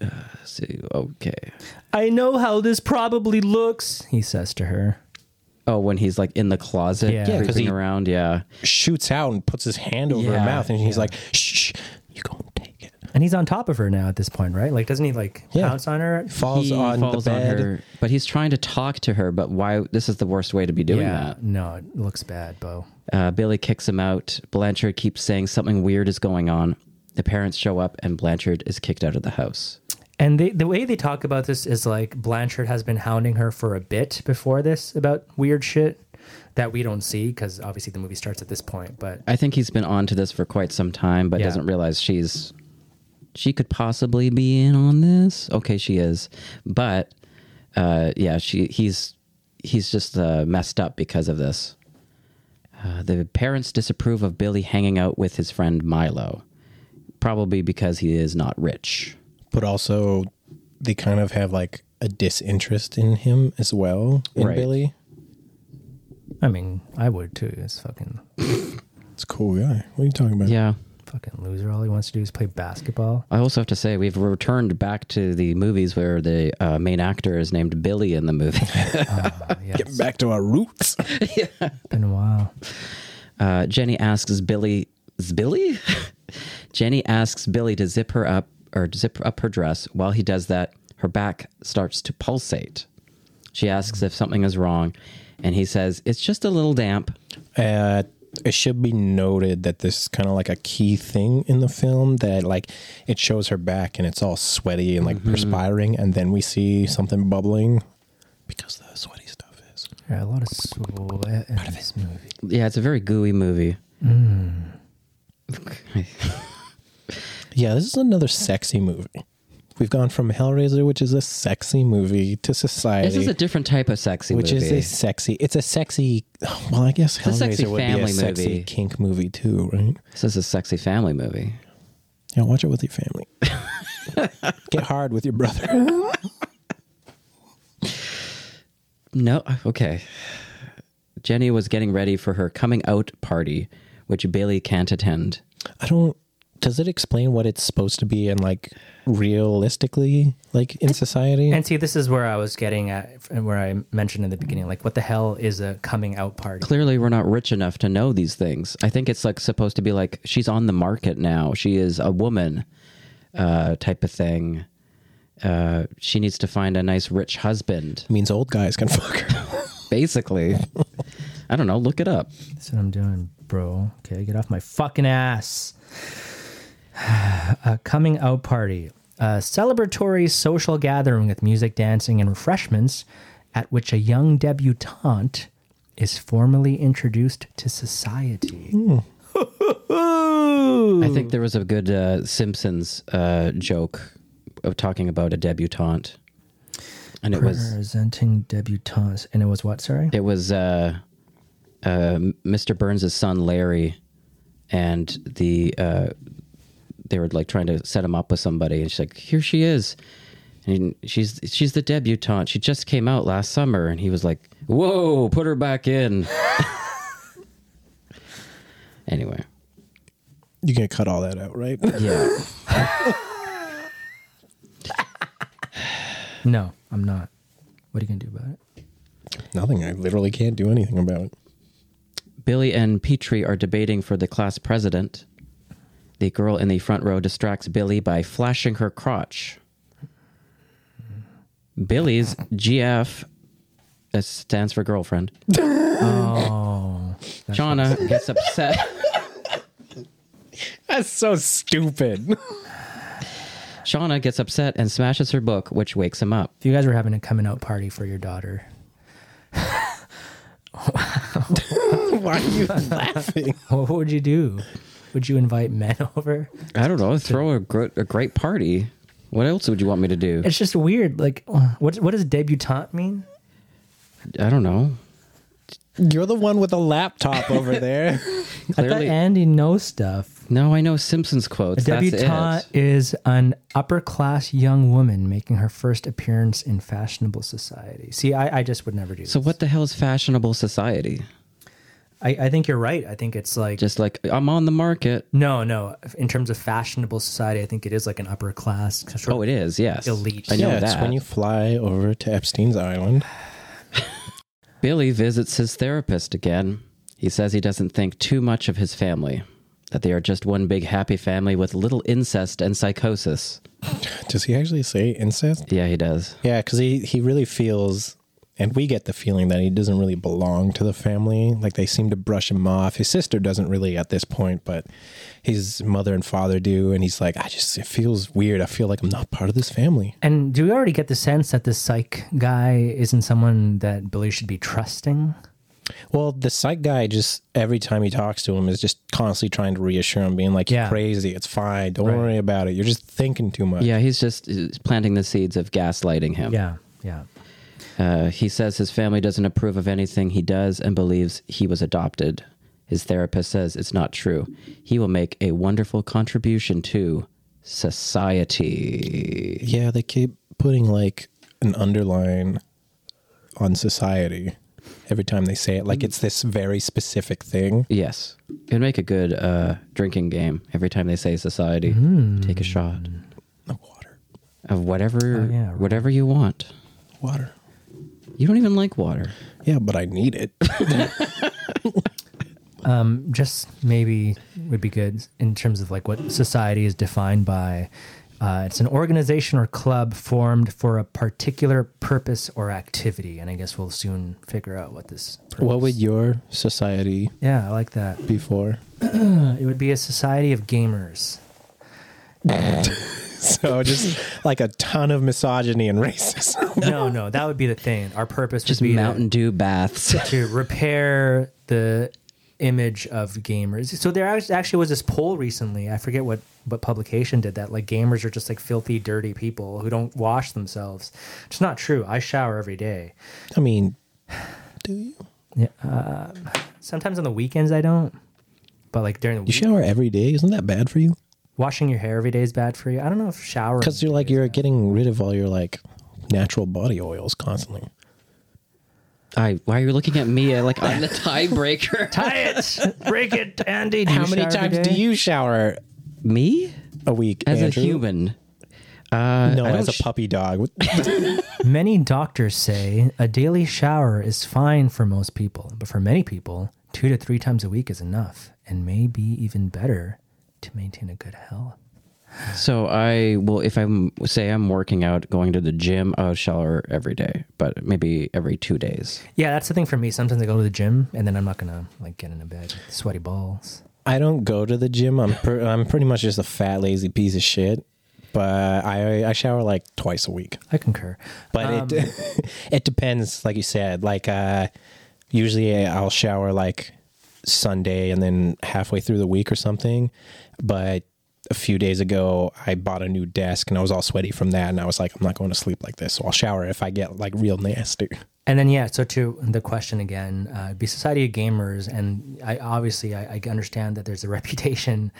[SPEAKER 2] Let's see. Okay.
[SPEAKER 4] I know how this probably looks, he says to her.
[SPEAKER 2] Oh, when he's like in the closet,
[SPEAKER 4] Yeah. Yeah, 'cause
[SPEAKER 2] creeping
[SPEAKER 5] he-
[SPEAKER 2] around. Yeah.
[SPEAKER 5] Shoots out and puts his hand over
[SPEAKER 2] Yeah,
[SPEAKER 5] her mouth, and he's like, "Shh, shh, you gonna take it."
[SPEAKER 4] And he's on top of her now at this point, right? Like, doesn't he like
[SPEAKER 5] Yeah.
[SPEAKER 4] pounce on her?
[SPEAKER 5] Falls
[SPEAKER 2] he
[SPEAKER 5] on
[SPEAKER 2] falls
[SPEAKER 5] the
[SPEAKER 2] on
[SPEAKER 5] bed.
[SPEAKER 2] her, but he's trying to talk to her. But why? This is the worst way to be doing
[SPEAKER 4] yeah. No, it looks bad, Bo.
[SPEAKER 2] that. Uh, Billy kicks him out. Blanchard keeps saying something weird is going on. The parents show up, and Blanchard is kicked out of the house.
[SPEAKER 4] And they, the way they talk about this is like Blanchard has been hounding her for a bit before this about weird shit that we don't see because obviously the movie starts at this point. But
[SPEAKER 2] I think he's been on to this for quite some time, but
[SPEAKER 4] Yeah.
[SPEAKER 2] doesn't realize she's she could possibly be in on this. Okay, she is, but uh, yeah, she he's he's just uh, messed up because of this. Uh, the parents disapprove of Billy hanging out with his friend Milo, probably because he is not rich.
[SPEAKER 5] but also they kind of have like a disinterest in him as well in
[SPEAKER 2] Right.
[SPEAKER 5] Billy.
[SPEAKER 4] I mean, I would too. It's fucking
[SPEAKER 5] It's a cool guy. What are you talking about?
[SPEAKER 2] Yeah.
[SPEAKER 4] fucking loser. All he wants to do is play basketball.
[SPEAKER 2] I also have to say we've returned back to the movies where the uh, main actor is named Billy in the movie.
[SPEAKER 4] Oh, yeah,
[SPEAKER 5] Get back to our roots.
[SPEAKER 4] it's been a while.
[SPEAKER 2] Uh, Jenny asks Billy, is Billy? Jenny asks Billy to zip her up or zip up her dress. While he does that, her back starts to pulsate. She asks if something is wrong, and he says, It's just a little damp.
[SPEAKER 5] Uh, it should be noted that this is kind of like a key thing in the film that like it shows her back and it's all sweaty and like
[SPEAKER 2] Mm-hmm.
[SPEAKER 5] perspiring, and then we see something bubbling because the sweaty stuff is.
[SPEAKER 4] Yeah, a lot of sweat in this movie.
[SPEAKER 2] Yeah, it's a very gooey movie.
[SPEAKER 5] Yeah, this is another sexy movie. We've gone from Hellraiser, which is a sexy movie, to Society.
[SPEAKER 2] This is a different type of sexy
[SPEAKER 5] which
[SPEAKER 2] movie.
[SPEAKER 5] is a sexy. It's a sexy. Well, I guess
[SPEAKER 2] a sexy
[SPEAKER 5] Hellraiser would be a
[SPEAKER 2] family
[SPEAKER 5] sexy
[SPEAKER 2] movie.
[SPEAKER 5] kink movie too, right?
[SPEAKER 2] this is a sexy family movie.
[SPEAKER 5] Yeah, watch it with your family. Get hard with your brother.
[SPEAKER 2] No, okay. Jenny was getting ready for her coming out party, which Billy can't attend.
[SPEAKER 5] I don't. Does it explain what it's supposed to be and like realistically, like in society?
[SPEAKER 4] And see, this is where I was getting at, and where I mentioned in the beginning, like, what the hell is a coming out party?
[SPEAKER 2] clearly we're not rich enough to know these things. I think it's like supposed to be like she's on the market now. She is a woman, uh, type of thing. Uh, she needs to find a nice rich husband,
[SPEAKER 5] means old guys can fuck her.
[SPEAKER 2] basically. I don't know. Look it up.
[SPEAKER 4] That's what I'm doing, bro. Okay, get off my fucking ass. a coming out party, a celebratory social gathering with music, dancing, and refreshments, at which a young debutante is formally introduced to society.
[SPEAKER 2] I think there was a good uh, Simpsons uh, joke of talking about a debutante, and it was
[SPEAKER 4] Presenting debutantes, and it was what? Sorry,
[SPEAKER 2] it was uh, uh, Mr. Burns' son Larry, and the uh, they were like trying to set him up with somebody, and she's like, "Here she is," and she's she's the debutante. She just came out last summer, and he was like, "Whoa, put her back in." anyway,
[SPEAKER 5] You can cut all that out, right?
[SPEAKER 2] yeah,
[SPEAKER 4] no, I'm not. What are you gonna do about it?
[SPEAKER 5] Nothing. I literally can't do anything about it.
[SPEAKER 2] Billy and Petrie are debating for the class president. The girl in the front row distracts Billy by flashing her crotch. Billy's GF that stands for girlfriend. Oh,
[SPEAKER 4] Oh,
[SPEAKER 2] Shauna gets upset.
[SPEAKER 5] That's so stupid.
[SPEAKER 2] Shauna gets upset and smashes her book, which wakes him up.
[SPEAKER 4] If you guys were having a coming out party for your daughter,
[SPEAKER 5] Why are you laughing?
[SPEAKER 4] what would you do? Would you invite men over?
[SPEAKER 2] I don't know. Throw a, gr- a great party. What else would you want me to do?
[SPEAKER 4] It's just weird. Like, what what does debutante mean?
[SPEAKER 2] I don't know.
[SPEAKER 5] You're the one with the laptop over there.
[SPEAKER 4] I
[SPEAKER 2] Clearly,
[SPEAKER 4] thought Andy knows stuff.
[SPEAKER 2] no. I know Simpsons
[SPEAKER 4] A
[SPEAKER 2] quotes.
[SPEAKER 4] debutante
[SPEAKER 2] That's it.
[SPEAKER 4] is an upper class young woman making her first appearance in fashionable society. See, I, I just would never do.
[SPEAKER 2] So
[SPEAKER 4] this.
[SPEAKER 2] what the hell is fashionable society?
[SPEAKER 4] I, I think you're right. I think it's like
[SPEAKER 2] Just like I'm on the market.
[SPEAKER 4] no, no. In terms of fashionable society, I think it is like an upper class. sort
[SPEAKER 2] Oh,
[SPEAKER 4] of-
[SPEAKER 2] it is. Yes,
[SPEAKER 4] Elite.
[SPEAKER 2] I know
[SPEAKER 5] yeah,
[SPEAKER 2] that.
[SPEAKER 5] it's when you fly over to Epstein's Island.
[SPEAKER 2] Billy visits his therapist again. He says he doesn't think too much of his family, that they are just one big happy family with little incest and psychosis.
[SPEAKER 5] Does he actually say incest?
[SPEAKER 2] Yeah, he does.
[SPEAKER 5] Yeah, because he, he really feels, and we get the feeling that he doesn't really belong to the family. Like they seem to brush him off. His sister doesn't really at this point, but his mother and father do. And he's like, I just, it feels weird. I feel like I'm not part of this family.
[SPEAKER 4] And do we already get the sense that this psych guy isn't someone that Billy should be trusting?
[SPEAKER 5] Well, the psych guy just every time he talks to him is just constantly trying to reassure him, being like,
[SPEAKER 4] Yeah.
[SPEAKER 5] You're crazy. It's fine. Don't
[SPEAKER 4] Right.
[SPEAKER 5] worry about it. You're just thinking too much.
[SPEAKER 2] Yeah, he's just uh, planting the seeds of gaslighting him.
[SPEAKER 4] Yeah, yeah.
[SPEAKER 2] Uh, he says his family doesn't approve of anything he does and believes he was adopted. His therapist says it's not true. He will make a wonderful contribution to society.
[SPEAKER 5] Yeah, they keep putting like an underline on society every time they say it. Like it's this very specific thing.
[SPEAKER 2] Yes. It'd make a good uh, drinking game every time they say society.
[SPEAKER 4] Hmm.
[SPEAKER 2] Take a shot
[SPEAKER 5] Water.
[SPEAKER 2] of whatever
[SPEAKER 4] Oh, yeah, right.
[SPEAKER 2] whatever you want.
[SPEAKER 5] Water.
[SPEAKER 2] You don't even like water.
[SPEAKER 5] Yeah, but I need it.
[SPEAKER 4] Just maybe would be good in terms of like what society is defined by. Uh, it's an organization or club formed for a particular purpose or activity, and I guess we'll soon figure out what this. Purpose.
[SPEAKER 5] what would your society
[SPEAKER 4] Yeah, I like that. Uh,
[SPEAKER 5] be for?
[SPEAKER 4] It would be a society of gamers.
[SPEAKER 5] So just like a ton of misogyny and racism.
[SPEAKER 4] No, no, that would be the thing. Our purpose
[SPEAKER 2] Just
[SPEAKER 4] would be to-
[SPEAKER 2] Mountain Dew baths.
[SPEAKER 4] to repair the image of gamers. So there act- actually was this poll recently. I forget what what publication did that. Like gamers are just like filthy, dirty people who don't wash themselves. It's not true. I shower every day.
[SPEAKER 5] I mean, do you?
[SPEAKER 4] Sometimes on the weekends I don't. But like during the
[SPEAKER 5] You
[SPEAKER 4] week,
[SPEAKER 5] shower every day. Isn't that bad for you?
[SPEAKER 4] washing your hair every day is bad for you. I don't know if showering
[SPEAKER 5] Because you're like you're getting rid of all your like natural body oils constantly.
[SPEAKER 2] I why are you looking at me uh, like I'm the tiebreaker?
[SPEAKER 4] tie it, break it, Andy. Do you shower every day?
[SPEAKER 5] you shower
[SPEAKER 2] me?
[SPEAKER 5] a week
[SPEAKER 2] As
[SPEAKER 5] Andrew?
[SPEAKER 2] a human.
[SPEAKER 5] No,
[SPEAKER 2] don't
[SPEAKER 5] as a
[SPEAKER 2] sh-
[SPEAKER 5] puppy dog.
[SPEAKER 4] Many doctors say a daily shower is fine for most people, but for many people, two to three times a week is enough and may be even better to maintain a good health.
[SPEAKER 2] So I will if I'm say I'm working out, going to the gym, I'll shower every day, but maybe every two days.
[SPEAKER 4] Yeah, that's the thing for me. Sometimes I go to the gym and then I'm not gonna like get in a bed, sweaty balls.
[SPEAKER 5] I don't go to the gym. I'm per- I'm pretty much just a fat, lazy piece of shit. But I I shower like twice a week.
[SPEAKER 4] I concur.
[SPEAKER 5] But it it depends, like you said. Like uh, usually I'll shower like Sunday and then halfway through the week or something. But a few days ago, I bought a new desk and I was all sweaty from that, and I was like, I'm not going to sleep like this, so I'll shower if I get like real nasty.
[SPEAKER 4] And then yeah, so to the question again, uh, it'd be Society of Gamers, and I obviously I, I understand that there's a reputation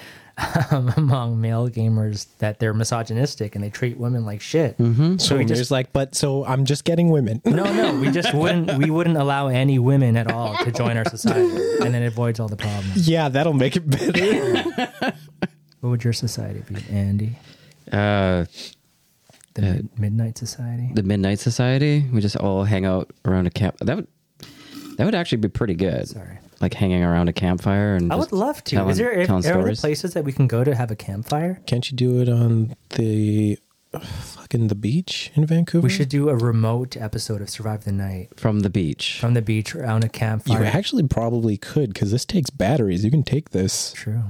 [SPEAKER 4] um, among male gamers that they're misogynistic and they treat women like shit. Mm-hmm.
[SPEAKER 5] So
[SPEAKER 4] we
[SPEAKER 5] there's
[SPEAKER 4] just-
[SPEAKER 5] like, but so I'm just getting women.
[SPEAKER 4] No, no, we just wouldn't. We wouldn't allow any women at all to join our society, and then it avoids all the problems.
[SPEAKER 5] yeah, that'll make it better.
[SPEAKER 4] What would your society be, Andy?
[SPEAKER 2] Uh
[SPEAKER 4] The mid- Midnight Society.
[SPEAKER 2] the Midnight Society. We just all hang out around a camp. That would that would actually be pretty good.
[SPEAKER 4] Sorry.
[SPEAKER 2] like hanging around a campfire and
[SPEAKER 4] I would
[SPEAKER 2] just
[SPEAKER 4] love to.
[SPEAKER 2] telling-
[SPEAKER 4] Is there,
[SPEAKER 2] telling
[SPEAKER 4] if, are there
[SPEAKER 2] stories.
[SPEAKER 4] places that we can go to have a campfire?
[SPEAKER 5] Can't you do it on the fucking the beach in Vancouver?
[SPEAKER 4] We should do a remote episode of Survive the Night
[SPEAKER 2] from the beach?
[SPEAKER 4] from the beach around a
[SPEAKER 5] You
[SPEAKER 4] campfire.
[SPEAKER 5] actually probably could because this takes batteries. You can take this.
[SPEAKER 4] True.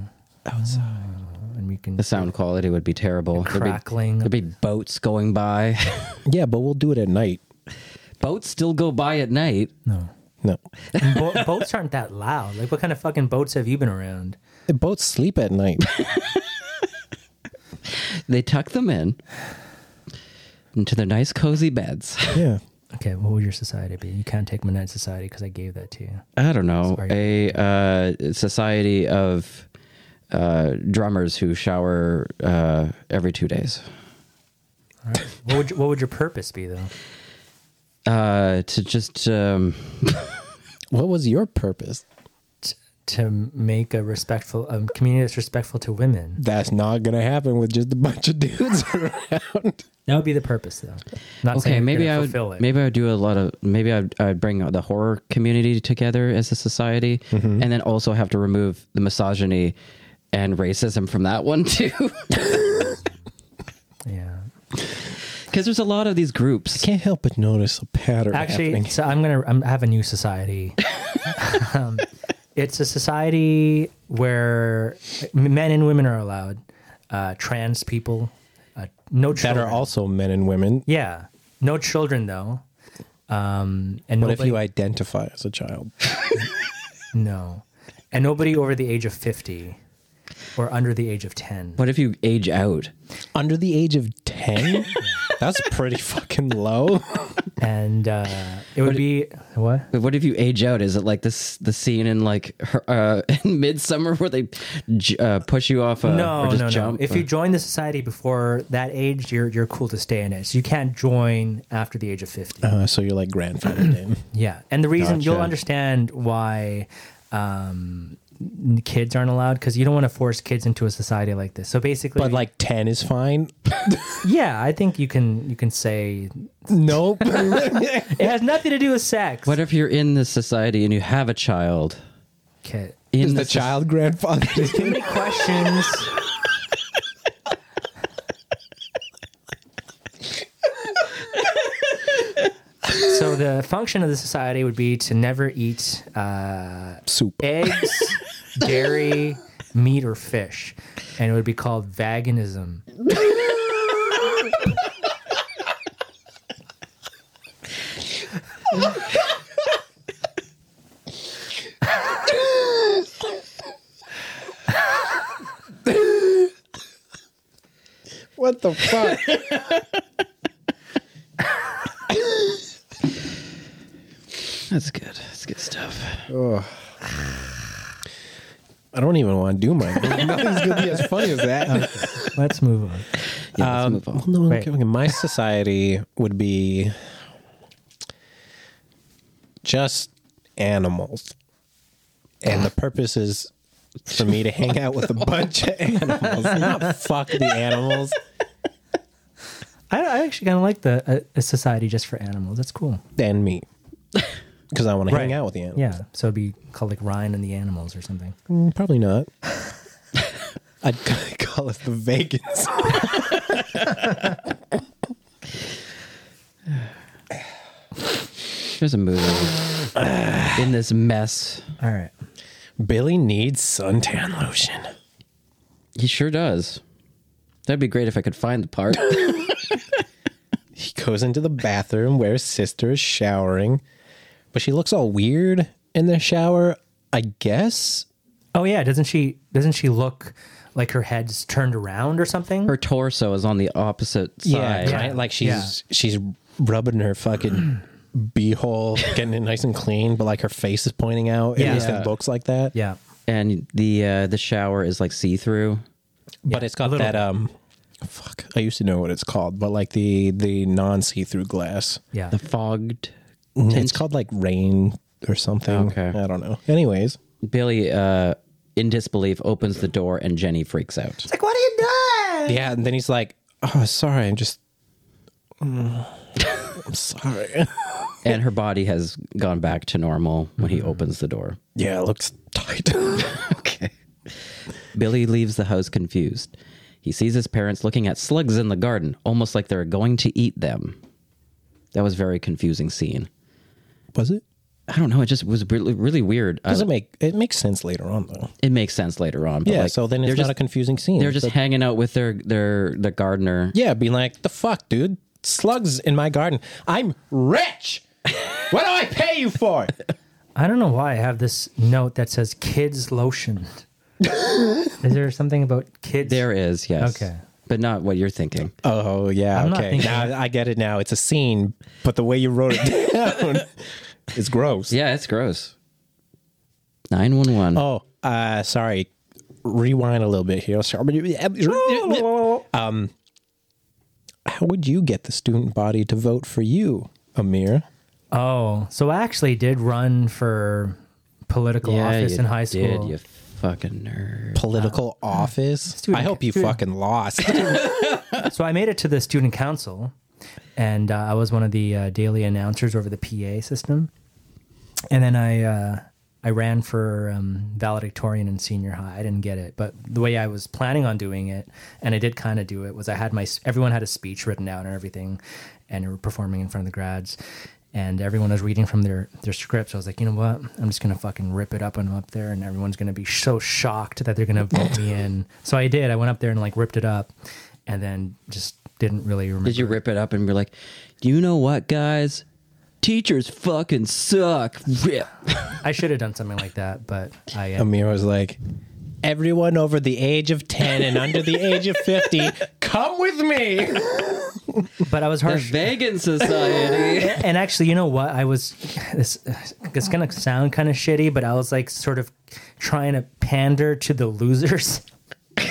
[SPEAKER 4] Outside, and we can.
[SPEAKER 2] the sound quality would be terrible. There'd be-
[SPEAKER 4] crackling.
[SPEAKER 2] There'd be, boats going by.
[SPEAKER 5] Yeah, but we'll do it at night.
[SPEAKER 2] boats still go by at night.
[SPEAKER 4] No.
[SPEAKER 5] No.
[SPEAKER 4] Bo- boats aren't that loud. Like, what kind of fucking boats have you been around?
[SPEAKER 5] They both sleep at night.
[SPEAKER 2] They tuck them in into their nice cozy beds.
[SPEAKER 5] yeah.
[SPEAKER 4] Okay, what would your society be? You can't take Monette society because I gave that to you.
[SPEAKER 2] I don't know
[SPEAKER 4] Sorry.
[SPEAKER 2] a uh, society of uh, drummers who shower uh, every two days
[SPEAKER 4] All right. What would what would your purpose be though?
[SPEAKER 2] uh, to just um,
[SPEAKER 5] What was your purpose?
[SPEAKER 4] To make a respectful um, community that's respectful to women.
[SPEAKER 5] That's not gonna happen with just a bunch of dudes around.
[SPEAKER 4] That would be the purpose though. Not saying
[SPEAKER 2] okay
[SPEAKER 4] you're
[SPEAKER 2] maybe
[SPEAKER 4] gonna
[SPEAKER 2] I would
[SPEAKER 4] fulfill it.
[SPEAKER 2] maybe I would do a lot of maybe I'd, I'd bring the horror community together as a society and then also have to remove the misogyny and racism from that one too
[SPEAKER 4] Yeah.
[SPEAKER 2] because there's a lot of these groups
[SPEAKER 5] Can't help but notice a pattern.
[SPEAKER 4] Actually,
[SPEAKER 5] happening.
[SPEAKER 4] so I'm gonna I'm, I have a new society. um, it's a society where men and women are allowed. Uh, trans people, uh, no
[SPEAKER 5] that
[SPEAKER 4] children.
[SPEAKER 5] are also men and women.
[SPEAKER 4] yeah, no children though. Um, and
[SPEAKER 5] What if
[SPEAKER 4] nobody,
[SPEAKER 5] you identify as a child?
[SPEAKER 4] No. And nobody over the age of 50 or under the age of 10.
[SPEAKER 2] what if you age out
[SPEAKER 5] Under the age of ten? That's pretty fucking low.
[SPEAKER 4] And uh, it would be what?
[SPEAKER 2] But What if you age out? Is it like this the scene in like her, uh, in Midsummer where they j- uh, push you off? Uh, or
[SPEAKER 4] No,
[SPEAKER 2] just
[SPEAKER 4] no, no.
[SPEAKER 2] jump
[SPEAKER 4] If
[SPEAKER 2] or-
[SPEAKER 4] you join the society before that age, you're you're cool to stay in it. So you can't join after the age of 50.
[SPEAKER 5] Uh, so you're like grandfather name.
[SPEAKER 4] Yeah, and the reason you'll
[SPEAKER 5] Gotcha.
[SPEAKER 4] understand why um, n- kids aren't allowed because you don't want to force kids into a society like this. So basically,
[SPEAKER 5] But like ten is fine.
[SPEAKER 4] yeah, I think you can you can say
[SPEAKER 5] Nope.
[SPEAKER 4] it has nothing to do with sex.
[SPEAKER 2] what if you're in this society and you have a child?
[SPEAKER 4] Kid.
[SPEAKER 2] In
[SPEAKER 5] is the
[SPEAKER 2] this soc-
[SPEAKER 5] child grandfather?
[SPEAKER 4] Too many questions. so the function of the society would be to never eat uh,
[SPEAKER 5] soup.
[SPEAKER 4] eggs, dairy, meat, or fish, and it would be called veganism.
[SPEAKER 5] What the fuck?
[SPEAKER 2] That's good. That's good stuff.
[SPEAKER 5] I don't even want to do mine. Nothing's gonna be as funny as that.
[SPEAKER 4] Let's move on.
[SPEAKER 2] Yeah, let's move on.
[SPEAKER 5] No, I'm
[SPEAKER 4] Right.
[SPEAKER 5] kidding. My society would be just animals. And the purpose is for me to hang out with a bunch of animals, not fuck the animals.
[SPEAKER 4] I, I actually kind of like the a, a society just for animals. That's cool.
[SPEAKER 5] and me. Because I want to hang
[SPEAKER 4] Right.
[SPEAKER 5] out with the animals.
[SPEAKER 4] Yeah, so it'd be called like Ryan and the Animals or something.
[SPEAKER 5] Mm, Probably not. I'd c- call it the vegans.
[SPEAKER 2] There's a movie in this mess.
[SPEAKER 4] All right.
[SPEAKER 5] Billy needs suntan lotion.
[SPEAKER 2] He sure does. That'd be great if I could find the part.
[SPEAKER 5] He goes into the bathroom where his sister is showering, but she looks all weird in the shower, I guess.
[SPEAKER 4] Oh yeah, doesn't she doesn't she look like her head's turned around or something?
[SPEAKER 2] Her torso is on the opposite side.
[SPEAKER 5] Yeah, kind- like she's she's rubbing her fucking beehole, getting it nice and clean, but like her face is pointing out. At
[SPEAKER 4] Yeah.
[SPEAKER 5] least
[SPEAKER 4] Yeah.
[SPEAKER 5] in books like that.
[SPEAKER 4] yeah.
[SPEAKER 2] And the uh, the shower is like see through.
[SPEAKER 5] but it's got
[SPEAKER 4] little
[SPEAKER 5] that
[SPEAKER 4] bit.
[SPEAKER 5] um fuck i used to know what it's called but like the the non see-through glass
[SPEAKER 4] Yeah.
[SPEAKER 2] The fogged
[SPEAKER 5] Mm-hmm. it's called like rain or something
[SPEAKER 2] Okay.
[SPEAKER 5] i don't know anyways
[SPEAKER 2] Billy, uh, in disbelief, opens the door and Jenny freaks out.
[SPEAKER 4] like what are you doing?
[SPEAKER 5] yeah and then he's like oh sorry i'm just Mm. i'm sorry
[SPEAKER 2] And her body has gone back to normal when he opens the door.
[SPEAKER 5] yeah it looks tight
[SPEAKER 2] Okay. Billy leaves the house confused. He sees his parents looking at slugs in the garden, almost like they're going to eat them. That was a very confusing scene.
[SPEAKER 5] was it
[SPEAKER 2] I don't know. It just was really, really weird.
[SPEAKER 5] does
[SPEAKER 2] Uh,
[SPEAKER 5] it make it makes sense later on though
[SPEAKER 2] it makes sense later on. but,
[SPEAKER 5] yeah
[SPEAKER 2] like,
[SPEAKER 5] so then
[SPEAKER 2] they're
[SPEAKER 5] it's not
[SPEAKER 2] just,
[SPEAKER 5] a confusing scene
[SPEAKER 2] They're just
[SPEAKER 5] But-
[SPEAKER 2] hanging out with their their their gardener.
[SPEAKER 5] yeah being like the fuck dude slugs in my garden i'm rich what do i pay you for
[SPEAKER 4] I don't know why I have this note that says kids lotion. Is there something about kids?
[SPEAKER 2] There is, yes.
[SPEAKER 4] Okay.
[SPEAKER 2] But not what you're thinking.
[SPEAKER 5] Oh yeah,
[SPEAKER 4] I'm not
[SPEAKER 5] okay.
[SPEAKER 4] thinking-
[SPEAKER 5] Now I get it. Now it's a scene, but the way you wrote it down is gross.
[SPEAKER 2] Yeah, it's gross. 911.
[SPEAKER 5] Oh, uh, sorry. Rewind a little bit here. Sorry. Um, how would you get the student body to vote for you, Amir?
[SPEAKER 4] Oh, so I actually did run for political
[SPEAKER 2] yeah,
[SPEAKER 4] office
[SPEAKER 2] you
[SPEAKER 4] in high school.
[SPEAKER 2] Did, you fucking nerd.
[SPEAKER 5] Political
[SPEAKER 2] Uh,
[SPEAKER 5] office. I hope you fucking lost.
[SPEAKER 4] so I made it to the student council, and uh, I was one of the uh, daily announcers over the PA system. And then I uh, I ran for um, valedictorian in senior high. I didn't get it, but the way I was planning on doing it, and I did kind of do it, was I had my everyone had a speech written down and everything, and we were performing in front of the grads. And everyone was reading from their, their scripts. I was like, you know what? I'm just gonna fucking rip it up and I'm up there, and everyone's gonna be so shocked that they're gonna vote me in. So I did. I went up there and like ripped it up, and then just didn't really remember.
[SPEAKER 2] Did you rip it up and be like, you know what, guys? Teachers fucking suck. Rip.
[SPEAKER 4] I should have done something like that, but I
[SPEAKER 2] Um,
[SPEAKER 4] uh,
[SPEAKER 5] Amir was like, everyone over the age of 10 and under the age of 50, come with me.
[SPEAKER 4] but I was
[SPEAKER 2] The
[SPEAKER 4] harsh.
[SPEAKER 2] vegan society.
[SPEAKER 4] and actually, you know what? I was this. It's gonna sound kind of shitty, but I was like sort of trying to pander to the losers. I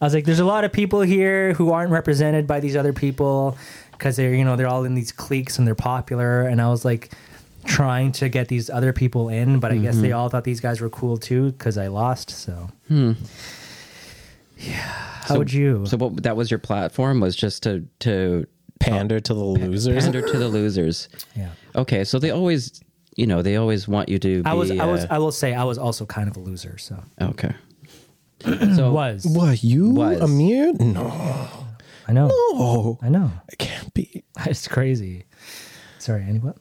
[SPEAKER 4] was like, there's a lot of people here who aren't represented by these other people because they're you know they're all in these cliques and they're popular. And I was like trying to get these other people in, but I guess
[SPEAKER 2] Mm-hmm.
[SPEAKER 4] they all thought these guys were cool too because I lost. So. Yeah. How would you?
[SPEAKER 2] Hmm. so what that was your platform was just to to
[SPEAKER 5] Pander to the losers.
[SPEAKER 2] pander to the losers.
[SPEAKER 4] yeah.
[SPEAKER 2] Okay, so they always you know, they always want you to be
[SPEAKER 4] I was, I was,
[SPEAKER 2] uh,
[SPEAKER 4] I will say, I was also kind of a loser. So
[SPEAKER 2] Okay. So
[SPEAKER 4] was
[SPEAKER 5] What, you,
[SPEAKER 2] Was.
[SPEAKER 5] Amir? No.
[SPEAKER 4] I know,
[SPEAKER 5] Oh,
[SPEAKER 4] I know,
[SPEAKER 5] it can't be.
[SPEAKER 4] it's crazy. Sorry, any what?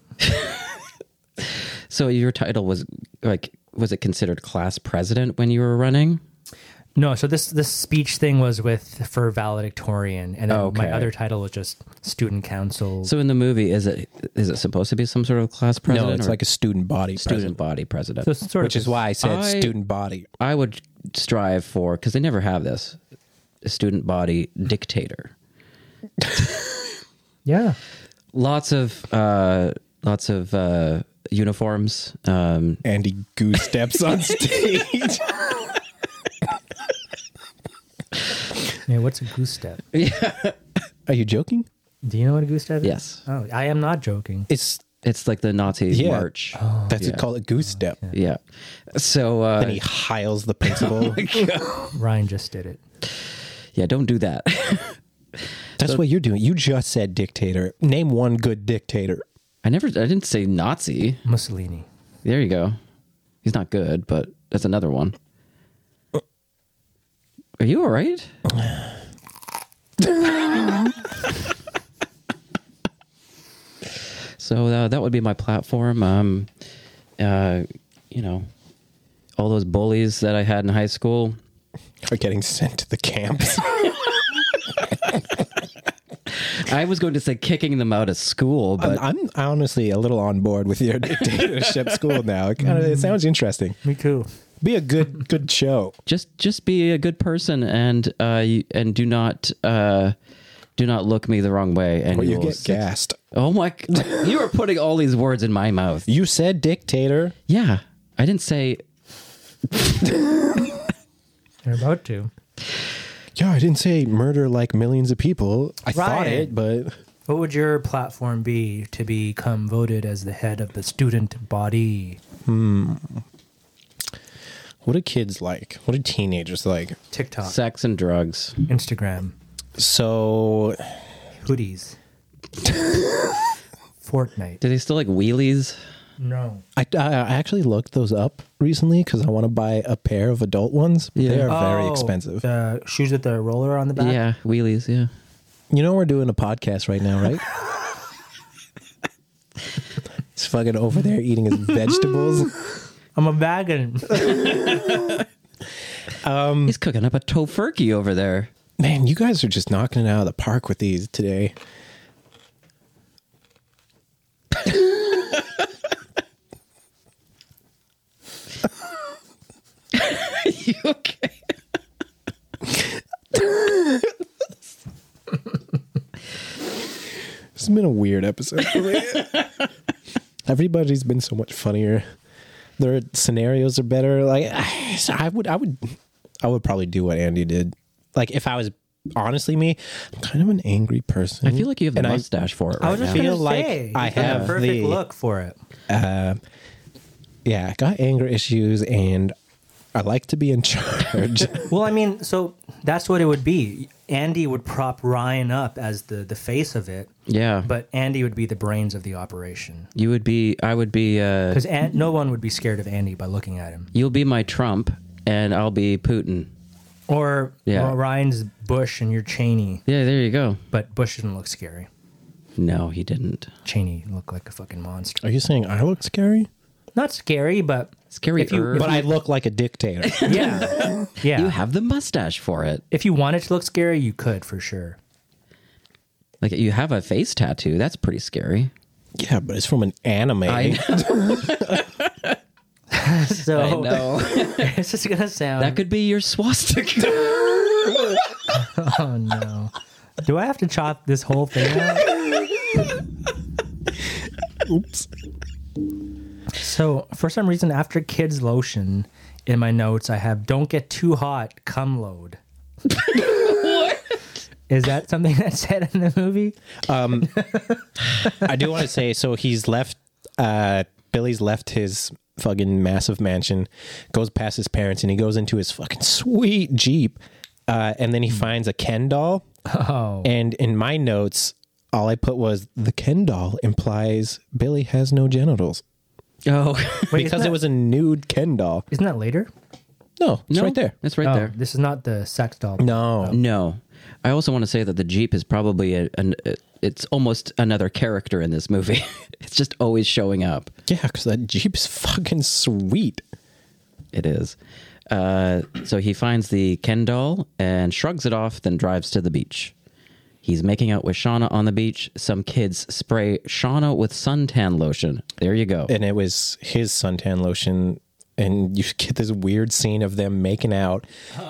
[SPEAKER 2] so your title was like was it considered class president when you were running?
[SPEAKER 4] No, so this this speech thing was with for valedictorian, and then
[SPEAKER 2] Okay.
[SPEAKER 4] my other title was just student council.
[SPEAKER 2] So in the movie is it is it supposed to be some sort of class president?
[SPEAKER 5] No, it's
[SPEAKER 2] or
[SPEAKER 5] like a student body president,
[SPEAKER 2] student body president.
[SPEAKER 4] So it's sort
[SPEAKER 5] which
[SPEAKER 4] of
[SPEAKER 5] is why I said
[SPEAKER 2] I-
[SPEAKER 5] student body.
[SPEAKER 2] I would strive for because they never have this student body dictator.
[SPEAKER 4] yeah,
[SPEAKER 2] Lots of uh, lots of uh, uniforms. Um,
[SPEAKER 5] Andy Goose steps on stage.
[SPEAKER 4] yeah. What's a goose step?
[SPEAKER 5] Are you joking?
[SPEAKER 4] Do you know what a goose step is?
[SPEAKER 2] yes,
[SPEAKER 4] Oh, I am not joking.
[SPEAKER 5] It's
[SPEAKER 2] it's like the Nazi
[SPEAKER 5] Yeah.
[SPEAKER 2] march.
[SPEAKER 5] that's
[SPEAKER 2] yeah.
[SPEAKER 5] what called a goose step.
[SPEAKER 2] Yeah. So uh,
[SPEAKER 5] Then he hiles the principal.
[SPEAKER 4] Ryan just did it.
[SPEAKER 2] yeah, don't do that.
[SPEAKER 5] that's what you're doing. You just said dictator. Name one good dictator.
[SPEAKER 2] I never. I didn't say Nazi.
[SPEAKER 4] Mussolini.
[SPEAKER 2] There you go. He's not good, but that's another one. Are you all right? so uh, that would be my platform. Um, uh, you know, all those bullies that I had in high school.
[SPEAKER 5] Are getting sent to the camps.
[SPEAKER 2] I was going to say kicking them out of school, but
[SPEAKER 5] I'm, I'm honestly a little on board with your dictatorship school now. It, kinda, it sounds interesting.
[SPEAKER 4] Me too.
[SPEAKER 5] Be a good good show.
[SPEAKER 2] just just be a good person and uh, you- and do not uh, do not look me the wrong way. And
[SPEAKER 5] Or you
[SPEAKER 2] will
[SPEAKER 5] get
[SPEAKER 2] suc-
[SPEAKER 5] gassed.
[SPEAKER 2] Oh my! you are putting all these words in my mouth.
[SPEAKER 5] You said dictator.
[SPEAKER 2] Yeah, I didn't say.
[SPEAKER 4] You're about to.
[SPEAKER 5] Yeah, I didn't say murder like millions of people. I thought
[SPEAKER 4] Ryan.
[SPEAKER 5] it, but
[SPEAKER 4] What would your platform be to become voted as the head of the student body?
[SPEAKER 5] what do kids like? What do teenagers like?
[SPEAKER 4] TikTok,
[SPEAKER 2] Sex and drugs.
[SPEAKER 4] Instagram,
[SPEAKER 5] So
[SPEAKER 4] hoodies, Fortnite.
[SPEAKER 2] Do they still like wheelies?
[SPEAKER 4] No.
[SPEAKER 5] I, I actually looked those up recently because I want to buy a pair of adult ones. But They
[SPEAKER 2] Yeah.
[SPEAKER 5] are very
[SPEAKER 4] Oh,
[SPEAKER 5] expensive.
[SPEAKER 4] The shoes with the roller on the back.
[SPEAKER 2] Yeah, wheelies. Yeah.
[SPEAKER 5] You know we're doing a podcast right now, right? He's fucking over there eating his vegetables.
[SPEAKER 4] I'm a vegan.
[SPEAKER 5] Hmm.
[SPEAKER 2] He's cooking up a tofurkey over there.
[SPEAKER 5] Man, you guys are just knocking it out of the park with these today. been a weird episode for me. Everybody's been so much funnier. Their scenarios are better. Like so I would I would I would probably do what Andy did. Like if I was honestly me, I'm kind of an angry person.
[SPEAKER 2] I feel like you have the
[SPEAKER 5] And I-
[SPEAKER 2] mustache for it
[SPEAKER 5] I
[SPEAKER 2] right
[SPEAKER 5] was just
[SPEAKER 2] now.
[SPEAKER 5] feel
[SPEAKER 4] gonna
[SPEAKER 5] like
[SPEAKER 4] say,
[SPEAKER 5] I
[SPEAKER 4] you've got
[SPEAKER 5] have
[SPEAKER 4] a perfect
[SPEAKER 5] the-
[SPEAKER 4] look for it.
[SPEAKER 5] yeah, I got anger issues and I like to be in charge.
[SPEAKER 4] Well, I mean, so that's what it would be. Andy would prop Ryan up as the the face of it,
[SPEAKER 2] yeah, but
[SPEAKER 4] but Andy would be the brains of the operation
[SPEAKER 2] you would be. I would be. Uh,
[SPEAKER 4] because An- no one would be scared of Andy by looking at him.
[SPEAKER 2] you'll be my Trump, and I'll be Putin.
[SPEAKER 4] Or
[SPEAKER 2] Yeah.
[SPEAKER 4] or Ryan's Bush and you're Cheney,
[SPEAKER 2] Yeah, there you go.
[SPEAKER 4] but Bush didn't look scary.
[SPEAKER 2] No, he didn't.
[SPEAKER 4] Cheney looked like a fucking monster.
[SPEAKER 5] Are you saying I look scary?
[SPEAKER 4] Not scary, but
[SPEAKER 2] Scary.
[SPEAKER 4] If you-
[SPEAKER 5] But I look like a dictator.
[SPEAKER 4] yeah, yeah.
[SPEAKER 2] you have the mustache for it.
[SPEAKER 4] if you wanted to look scary, you could for sure.
[SPEAKER 2] Like you have a face tattoo. That's pretty scary.
[SPEAKER 5] yeah, but it's from an anime.
[SPEAKER 4] So
[SPEAKER 5] Oh,
[SPEAKER 2] know.
[SPEAKER 4] this is gonna sound.
[SPEAKER 2] that could be your swastika.
[SPEAKER 4] oh no. Do I have to chop this whole thing out?
[SPEAKER 5] Oops.
[SPEAKER 4] So, for some reason, after kids lotion in my notes, I have don't get too hot, cum load. what? Is that something that's said in the movie?
[SPEAKER 5] I do want to say so he's left uh Billy's left his fucking massive mansion, goes past his parents and he goes into his fucking sweet Jeep. Uh and then he finds a Ken doll.
[SPEAKER 4] Oh.
[SPEAKER 5] And in my notes, all I put was the Ken doll implies Billy has no genitals.
[SPEAKER 2] oh,
[SPEAKER 5] because
[SPEAKER 4] Wait, isn't
[SPEAKER 5] it
[SPEAKER 4] that-
[SPEAKER 5] was a nude Ken doll.
[SPEAKER 4] Isn't that later?
[SPEAKER 5] No, it's
[SPEAKER 2] no,
[SPEAKER 5] right there.
[SPEAKER 2] It's right
[SPEAKER 4] oh,
[SPEAKER 2] there.
[SPEAKER 4] This is not the sex doll. Oh.
[SPEAKER 5] No.
[SPEAKER 2] No, I also want to say that the Jeep is probably a, an. uh, It's almost another character in this movie. it's just always showing up.
[SPEAKER 5] Yeah, because that Jeep's fucking sweet.
[SPEAKER 2] It is. Uh, so he finds the Ken doll and shrugs it off, then drives to the beach. He's making out with Shauna on the beach. Some kids spray Shauna with suntan lotion. There you go.
[SPEAKER 5] and it was his suntan lotion and you get this weird scene of them making out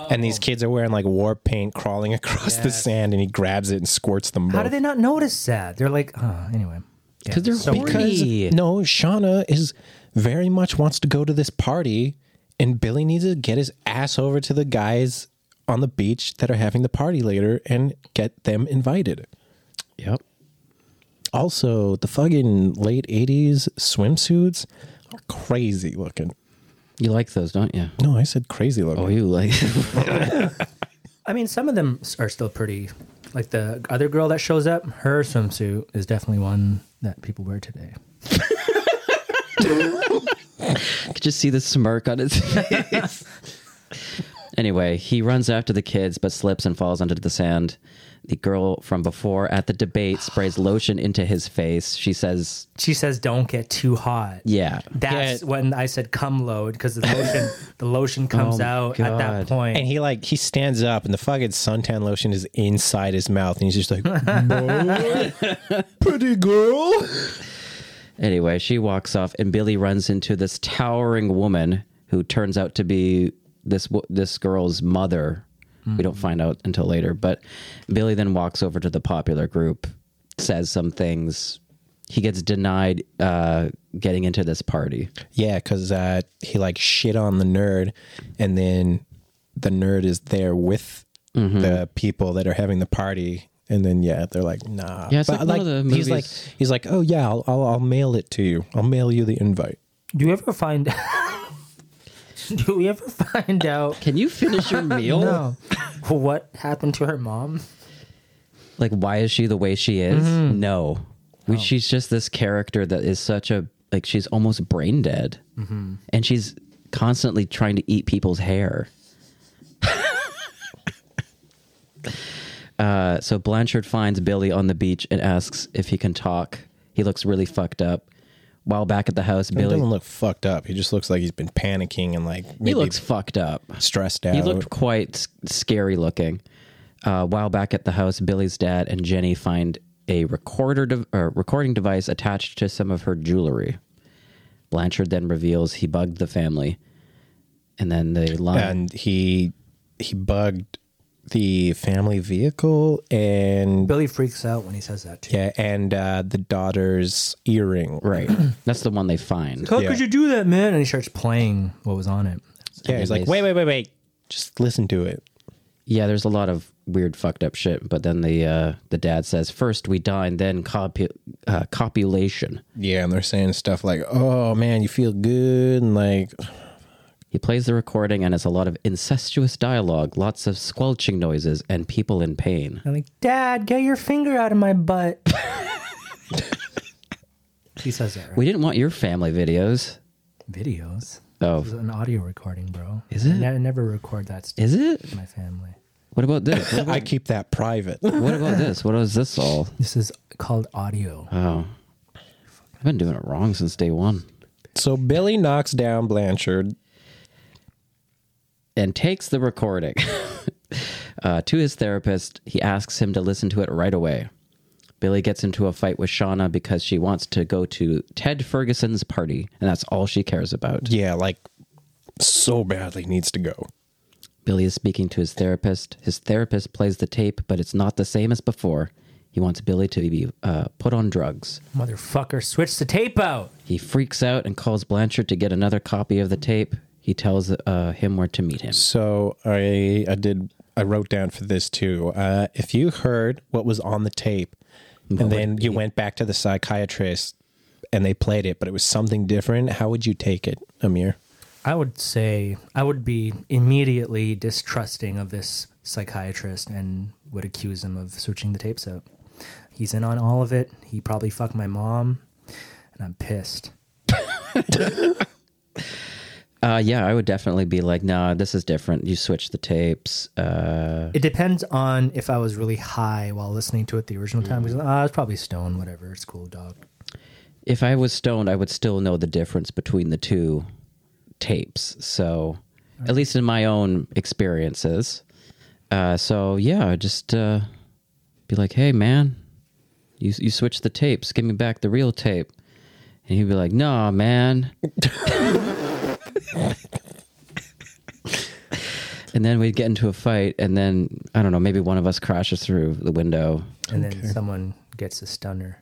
[SPEAKER 5] and these kids are wearing like war paint crawling across the sand and he grabs it and squirts them
[SPEAKER 4] How
[SPEAKER 5] both.
[SPEAKER 4] did they not notice that? They're like, oh, anyway. Yeah,
[SPEAKER 2] 'Cause they're horny.
[SPEAKER 5] because no shauna is very much wants to go to this party and billy needs to get his ass over to the guys on the beach that are having the party later and get them invited
[SPEAKER 2] Yep.
[SPEAKER 5] also the fucking late 80s swimsuits are crazy looking
[SPEAKER 2] You like those, don't you?
[SPEAKER 5] no i said crazy looking
[SPEAKER 2] Oh, you like.
[SPEAKER 4] I mean, some of them s- are still pretty. Like the other girl that shows up, her swimsuit is definitely one that people wear today.
[SPEAKER 2] I could just see the smirk on his face. anyway, he runs after the kids but slips and falls onto the sand. The girl from before at the debate sprays lotion into his face. She says,
[SPEAKER 4] She says, "Don't get too hot."
[SPEAKER 2] Yeah.
[SPEAKER 4] That's
[SPEAKER 5] Yeah.
[SPEAKER 4] when I said cum load because the lotion the lotion comes
[SPEAKER 2] Oh,
[SPEAKER 4] out at
[SPEAKER 2] God.
[SPEAKER 4] that point.
[SPEAKER 5] And he like he stands up and the fucking suntan lotion is inside his mouth and he's just like "Boy, pretty girl.
[SPEAKER 2] Anyway, she walks off, and Billy runs into this towering woman who turns out to be this wo- this girl's mother. We don't find out until later, but Billy then walks over to the popular group, says some things. He gets denied uh, getting into this party.
[SPEAKER 5] Yeah, because uh, he like shit on the nerd and then the nerd is there with
[SPEAKER 2] Mm-hmm.
[SPEAKER 5] the people that are having the party. And then yeah, they're like, nah.
[SPEAKER 2] Yeah, it's like one of the
[SPEAKER 5] he's like
[SPEAKER 2] movies-
[SPEAKER 5] he's like, Oh yeah, I'll, I'll I'll mail it to you. I'll mail you the invite.
[SPEAKER 4] do you ever find? do we ever find out?
[SPEAKER 2] Can you finish your meal?
[SPEAKER 4] No. what happened to her mom?
[SPEAKER 2] Like, why is she the way she is? No, We- she's just this character that is such a like she's almost brain dead, and she's constantly trying to eat people's hair. Uh, so Blanchard finds Billy on the beach and asks if he can talk. He looks really fucked up. While back at the house,
[SPEAKER 5] He
[SPEAKER 2] Billy
[SPEAKER 5] doesn't look fucked up. He just looks like he's been panicking and like maybe
[SPEAKER 2] he looks fucked up.
[SPEAKER 5] stressed out.
[SPEAKER 2] He looked quite s- scary looking. Uh, while back at the house, Billy's dad and Jenny find a recorder de- or recording device attached to some of her jewelry. Blanchard then reveals he bugged the family, and then they line.
[SPEAKER 5] and he he bugged the family vehicle and
[SPEAKER 4] Billy freaks out when he says that too.
[SPEAKER 5] yeah, and uh, the daughter's earring.
[SPEAKER 2] Right. That's the one they find.
[SPEAKER 4] How
[SPEAKER 5] Yeah.
[SPEAKER 4] could you do that, man? And he starts playing what was on it.
[SPEAKER 5] Yeah, he's like, wait, wait, wait, wait. Just listen to it.
[SPEAKER 2] Yeah, there's a lot of weird fucked up shit, but then the uh, the dad says, first we dine, then copu- uh, copulation.
[SPEAKER 5] Yeah, and they're saying stuff like, "Oh man, you feel good," and like,
[SPEAKER 2] He plays the recording and it's a lot of incestuous dialogue, lots of squelching noises, and people in pain.
[SPEAKER 4] I'm like, Dad, get your finger out of my butt. he says that, right?
[SPEAKER 2] We didn't want your family videos.
[SPEAKER 4] Videos.
[SPEAKER 2] Oh,
[SPEAKER 4] This is an audio recording, bro.
[SPEAKER 2] Is it?
[SPEAKER 4] I ne- never record that stuff
[SPEAKER 2] is it?
[SPEAKER 4] with my family.
[SPEAKER 2] What about this? What about,
[SPEAKER 5] I keep that private.
[SPEAKER 2] what about this? What is this all?
[SPEAKER 4] This is called audio.
[SPEAKER 2] Oh, I've been doing it wrong since day one.
[SPEAKER 5] so Billy knocks down Blanchard.
[SPEAKER 2] and takes the recording uh, to his therapist. He asks him to listen to it right away. Billy gets into a fight with Shauna because she wants to go to Ted Ferguson's party, and that's all she cares about.
[SPEAKER 5] Yeah, like so badly needs to go.
[SPEAKER 2] Billy is speaking to his therapist. His therapist plays the tape, but it's not the same as before. He wants Billy to be uh, put on drugs.
[SPEAKER 4] Motherfucker, switch the tape out.
[SPEAKER 2] He freaks out and calls Blanchard to get another copy of the tape. He tells uh, him where to meet him.
[SPEAKER 5] So I I did I wrote down for this too. Uh, if you heard what was on the tape, and then you went back to the psychiatrist, and they played it, but it was something different, how would you take it, Amir?
[SPEAKER 4] I would say I would be immediately distrusting of this psychiatrist and would accuse him of switching the tapes out. He's in on all of it. He probably fucked my mom, and I'm pissed.
[SPEAKER 2] Uh, yeah, I would definitely be like, nah, this is different. You switch the tapes.
[SPEAKER 4] It depends on if I was really high while listening to it the original time. Because, ah, I was probably stoned, whatever. It's cool, dog.
[SPEAKER 2] if I was stoned, I would still know the difference between the two tapes. So, at least in my own experiences. Uh, so yeah, I'd just uh, be like, "Hey, man, you you switched the tapes. Give me back the real tape." And he'd be like, "Nah, man." and then we'd get into a fight, and then I don't know, maybe one of us crashes through the window.
[SPEAKER 4] And then someone gets a stunner.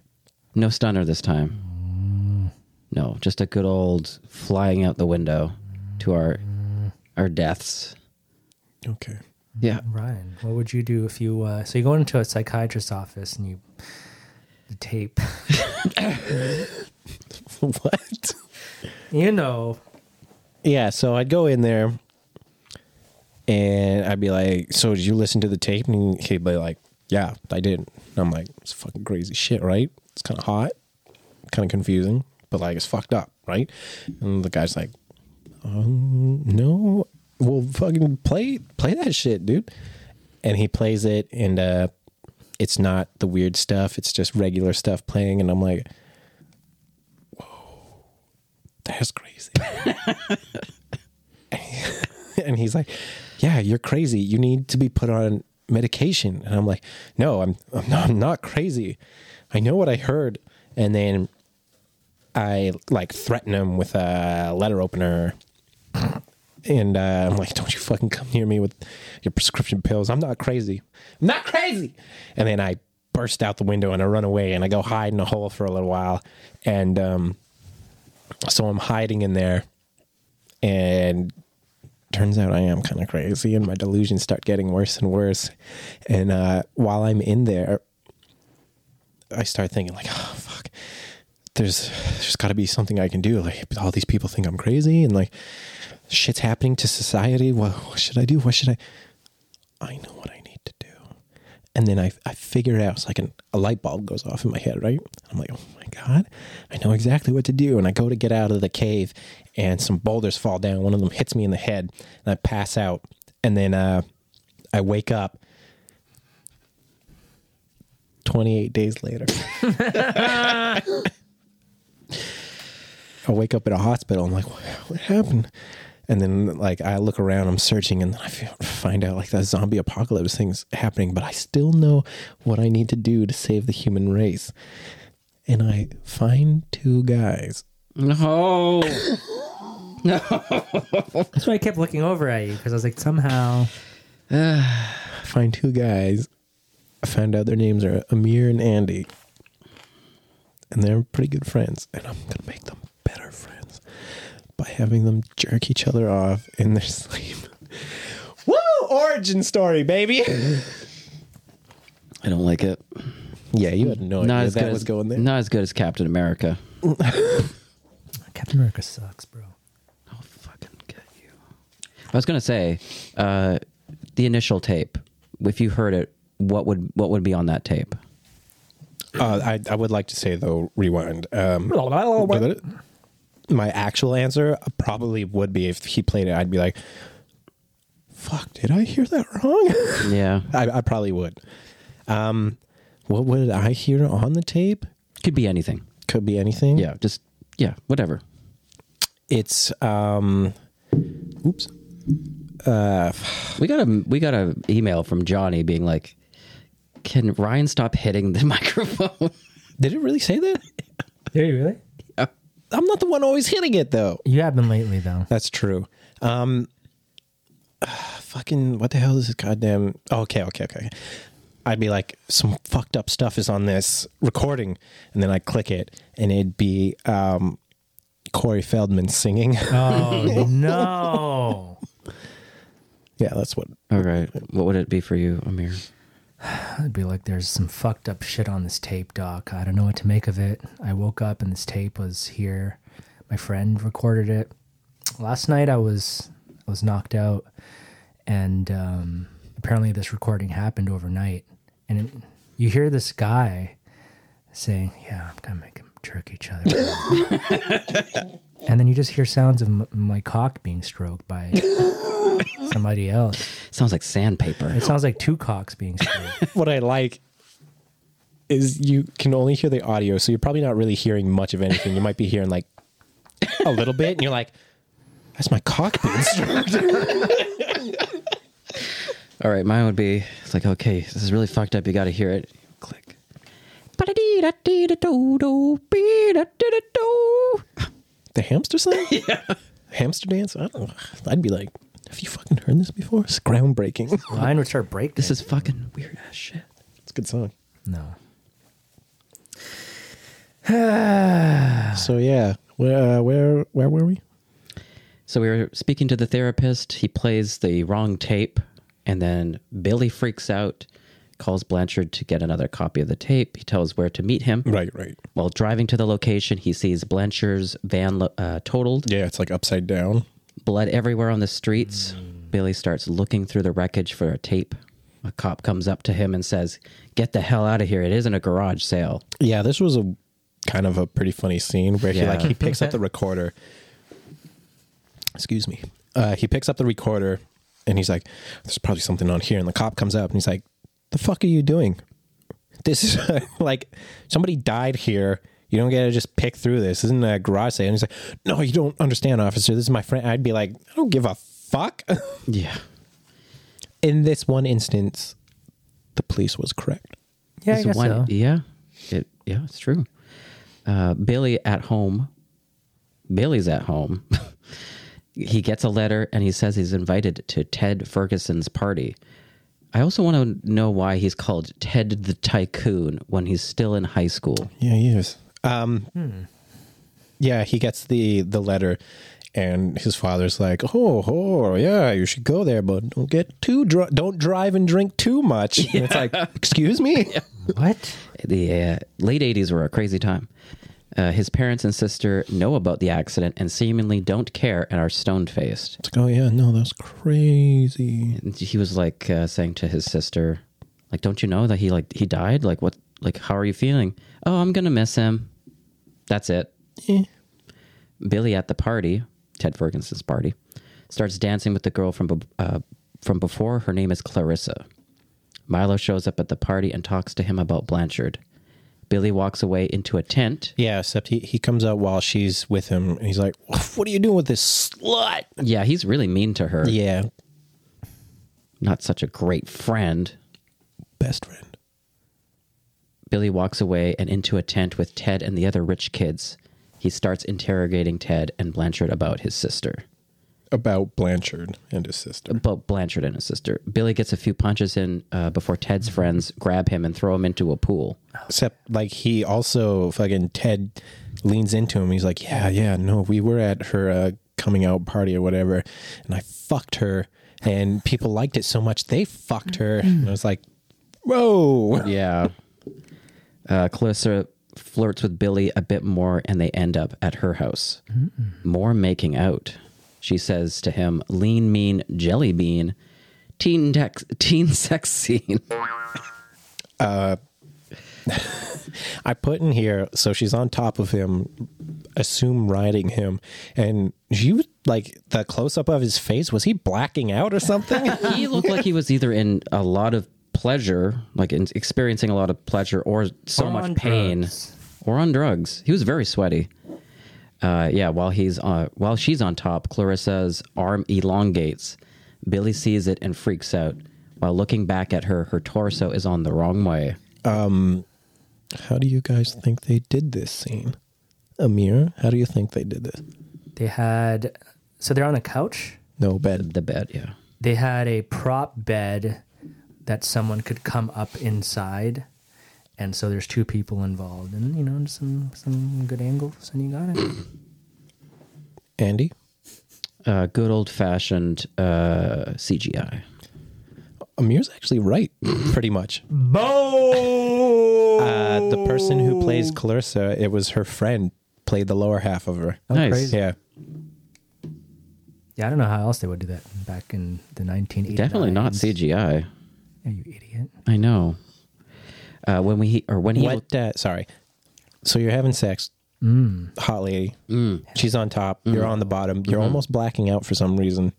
[SPEAKER 2] No stunner this time. No, just a good old flying out the window to our our deaths.
[SPEAKER 5] Okay.
[SPEAKER 2] Yeah.
[SPEAKER 4] Ryan, what would you do if you? Uh, so you go into a psychiatrist's office and you the tape.
[SPEAKER 5] what?
[SPEAKER 4] you know,
[SPEAKER 5] Yeah, so I'd go in there and I'd be like, So did you listen to the tape? And he'd be like, Yeah, I did. And I'm like, It's fucking crazy shit, right? It's kind of hot, kind of confusing, but like it's fucked up, right? And the guy's like, um, No, well, fucking play, play that shit, dude. And he plays it, and uh, it's not the weird stuff, it's just regular stuff playing. And I'm like, Whoa, that's crazy and he's like, "Yeah, you're crazy. You need to be put on medication." And I'm like, "No, I'm I'm not, I'm not crazy. I know what I heard." And then I like threaten him with a letter opener. And uh, I'm like, don't you fucking come near me with your prescription pills. I'm not crazy. I'm not crazy. And then I burst out the window and I run away and I go hide in a hole for a little while. And um, so I'm hiding in there. And turns out I am kind of crazy, and my delusions start getting worse and worse. And uh, while I'm in there, I start thinking like, oh fuck, there's there's got to be something I can do. Like all these people think I'm crazy, and like shit's happening to society. What, what should I do? What should I? I know what I need to do. And then I, I figure it out. It's like an, a light bulb goes off in my head, right? I'm like, oh my God, I know exactly what to do. And I go to get out of the cave, and some boulders fall down. One of them hits me in the head, and I pass out. And then uh, I wake up 28 days later. I wake up at a hospital. I'm like, what, what happened? And then like I look around, I'm searching, and then I feel, find out like that zombie apocalypse thing's happening. But I still know what I need to do to save the human race. And I find two guys.
[SPEAKER 2] No.
[SPEAKER 4] that's why I kept looking over at you because I was like, somehow
[SPEAKER 5] find two guys. I found out their names are Amir and Andy. And they're pretty good friends. And I'm going to make them better friends by having them jerk each other off in their sleep. Woo! Origin story, baby.
[SPEAKER 2] I don't like it.
[SPEAKER 5] Oh, Yeah, you had no idea that
[SPEAKER 2] as,
[SPEAKER 5] was going there.
[SPEAKER 2] Not as good as Captain America.
[SPEAKER 4] Captain America sucks, bro.
[SPEAKER 2] I'll fucking get you. I was gonna say, uh, the initial tape. If you heard it, what would what would be on that tape?
[SPEAKER 5] Uh, I, I would like to say though, rewind. Um, my actual answer probably would be if he played it, I'd be like, "Fuck, did I hear that wrong?"
[SPEAKER 2] Yeah,
[SPEAKER 5] I, I probably would. Um, what would I hear on the tape?
[SPEAKER 2] could be anything.
[SPEAKER 5] Could be anything.
[SPEAKER 2] Yeah, just yeah, whatever.
[SPEAKER 5] it's um, oops.
[SPEAKER 2] We got a we got a email from Johnny being like, "Can Ryan stop hitting the microphone?"
[SPEAKER 5] Did it really say that?
[SPEAKER 4] Did you really?
[SPEAKER 5] I'm not the one always hitting it though.
[SPEAKER 4] You have been lately, though.
[SPEAKER 5] That's true. Um, ah, fucking what the hell is this goddamn? oh, Okay, okay, okay. I'd be like, some fucked up stuff is on this recording, and then I click it, and it'd be um, Corey Feldman singing.
[SPEAKER 4] Oh no!
[SPEAKER 5] yeah, that's what.
[SPEAKER 2] All right, what would it be for you, Amir?
[SPEAKER 4] I'd be like, "There's some fucked up shit on this tape, Doc. I don't know what to make of it. I woke up and this tape was here. My friend recorded it last night. I was I was knocked out, and um, apparently this recording happened overnight. And it, you hear this guy saying, "Yeah, I'm gonna make him jerk each other." around." and then you just hear sounds of m- my cock being stroked by somebody else.
[SPEAKER 2] Sounds like sandpaper.
[SPEAKER 4] It sounds like two cocks being stroked.
[SPEAKER 5] What I like is you can only hear the audio, so you're probably not really hearing much of anything. You might be hearing like a little bit, and you're like, "That's my cock being stroked."
[SPEAKER 2] All right, mine would be it's like, okay, this is really fucked up. You got to hear it. Click.
[SPEAKER 5] The hamster song? yeah. Hamster dance? I don't know. I'd be like, have you fucking heard this before? It's groundbreaking.
[SPEAKER 4] Mine would start breaking.
[SPEAKER 2] This is fucking weird ass shit.
[SPEAKER 5] it's a good song.
[SPEAKER 4] no.
[SPEAKER 5] So yeah, where uh, where where were we?
[SPEAKER 2] So we were speaking to the therapist. He plays the wrong tape, and then Billy freaks out, calls Blanchard to get another copy of the tape. He tells where to meet him.
[SPEAKER 5] Right, right.
[SPEAKER 2] While driving to the location, he sees Blanchard's van lo- uh, totaled,
[SPEAKER 5] Yeah, it's like upside down.
[SPEAKER 2] blood everywhere on the streets. Billy starts looking through the wreckage for a tape. A cop comes up to him and says, Get the hell out of here. It isn't a garage sale.
[SPEAKER 5] Yeah, this was a kind of a pretty funny scene where he
[SPEAKER 2] Yeah.
[SPEAKER 5] like he picks up the recorder. Excuse me. Uh, he picks up the recorder and he's like, "There's probably something on here." And the cop comes up and he's like, "The fuck are you doing? This is like somebody died here. You don't get to just pick through this. This isn't a garage sale." And he's like, "No, you don't understand, officer. This is my friend." I'd be like, "I don't give a fuck."
[SPEAKER 2] Yeah.
[SPEAKER 5] In this one instance, the police was correct.
[SPEAKER 4] Yeah,
[SPEAKER 2] It's one- Yeah, it, yeah, it's true. Uh, Billy at home. Billy's at home. he gets a letter and he says he's invited to Ted Ferguson's party. I also want to know why he's called Ted the Tycoon when he's still in high school.
[SPEAKER 5] Yeah, he is. Um, Yeah, he gets the the letter, and his father's like, "Oh, oh, yeah, you should go there, but don't get too drunk. Don't drive and drink too much." And it's like, "Excuse me."
[SPEAKER 4] What?
[SPEAKER 2] The uh, late 80s were a crazy time. Uh, his parents and sister know about the accident and seemingly don't care and are stone faced.
[SPEAKER 5] It's like, "Oh yeah, no, that's crazy."
[SPEAKER 2] And he was like uh, saying to his sister like don't you know that he like he died like what like how are you feeling oh i'm gonna miss him that's it billy at the party ted ferguson's party starts dancing with the girl from be- uh, from before her name is clarissa milo shows up at the party and talks to him about blanchard billy walks away into a tent
[SPEAKER 5] Yeah, except he he comes out while she's with him, and he's like, "What are you doing with this slut?"
[SPEAKER 2] yeah he's really mean to her
[SPEAKER 5] Yeah,
[SPEAKER 2] not such a great friend
[SPEAKER 5] best friend.
[SPEAKER 2] Billy walks away and into a tent with Ted and the other rich kids. He starts interrogating Ted and Blanchard about his sister.
[SPEAKER 5] about Blanchard and his sister.
[SPEAKER 2] But Blanchard and his sister. Billy gets a few punches in uh, before Ted's friends grab him and throw him into a pool.
[SPEAKER 5] Except, like, he also fucking Ted leans into him. He's like, Yeah, yeah, no, we were at her uh, coming out party or whatever, and I fucked her, and people liked it so much they fucked her. And I was like, Whoa.
[SPEAKER 2] Yeah. Uh, Clarissa flirts with Billy a bit more and they end up at her house. More making out. She says to him, lean, mean, jelly bean, teen, tex- teen sex scene.
[SPEAKER 5] I put in here, so she's on top of him, assume riding him, and she was like, the close up of his face, was he blacking out or something?
[SPEAKER 2] he looked like he was either in a lot of pleasure, like in experiencing a lot of pleasure, or so
[SPEAKER 4] Or
[SPEAKER 2] much
[SPEAKER 4] on
[SPEAKER 2] pain,
[SPEAKER 4] drugs.
[SPEAKER 2] or on drugs. He was very sweaty. Uh, yeah, while he's uh, while she's on top, Clarissa's arm elongates. Billy sees it and freaks out. While looking back at her, her torso is on the wrong way.
[SPEAKER 5] How do you guys think they did this scene? Amir, how do you think they did this?
[SPEAKER 4] They had so they're on a couch.
[SPEAKER 5] No bed.
[SPEAKER 2] The bed, yeah.
[SPEAKER 4] They had a prop bed that someone could come up inside. And so there's two people involved, and you know some some good angles, and you got it.
[SPEAKER 5] Andy?
[SPEAKER 2] Uh, good old fashioned uh, CGI.
[SPEAKER 5] Amir's actually right, pretty much.
[SPEAKER 4] Bo!
[SPEAKER 5] Uh, the person who plays Clarissa, it was her friend, played the lower half of her.
[SPEAKER 2] nice.
[SPEAKER 4] crazy.
[SPEAKER 5] Yeah.
[SPEAKER 4] yeah, I don't know how else they would do that back in the 1980s.
[SPEAKER 2] Definitely not CGI.
[SPEAKER 4] Yeah, you idiot.
[SPEAKER 2] I know. Uh, when we or when he
[SPEAKER 5] What? Uh, sorry. So you're having sex, hot lady. She's on top. You're on the bottom. You're almost blacking out for some reason.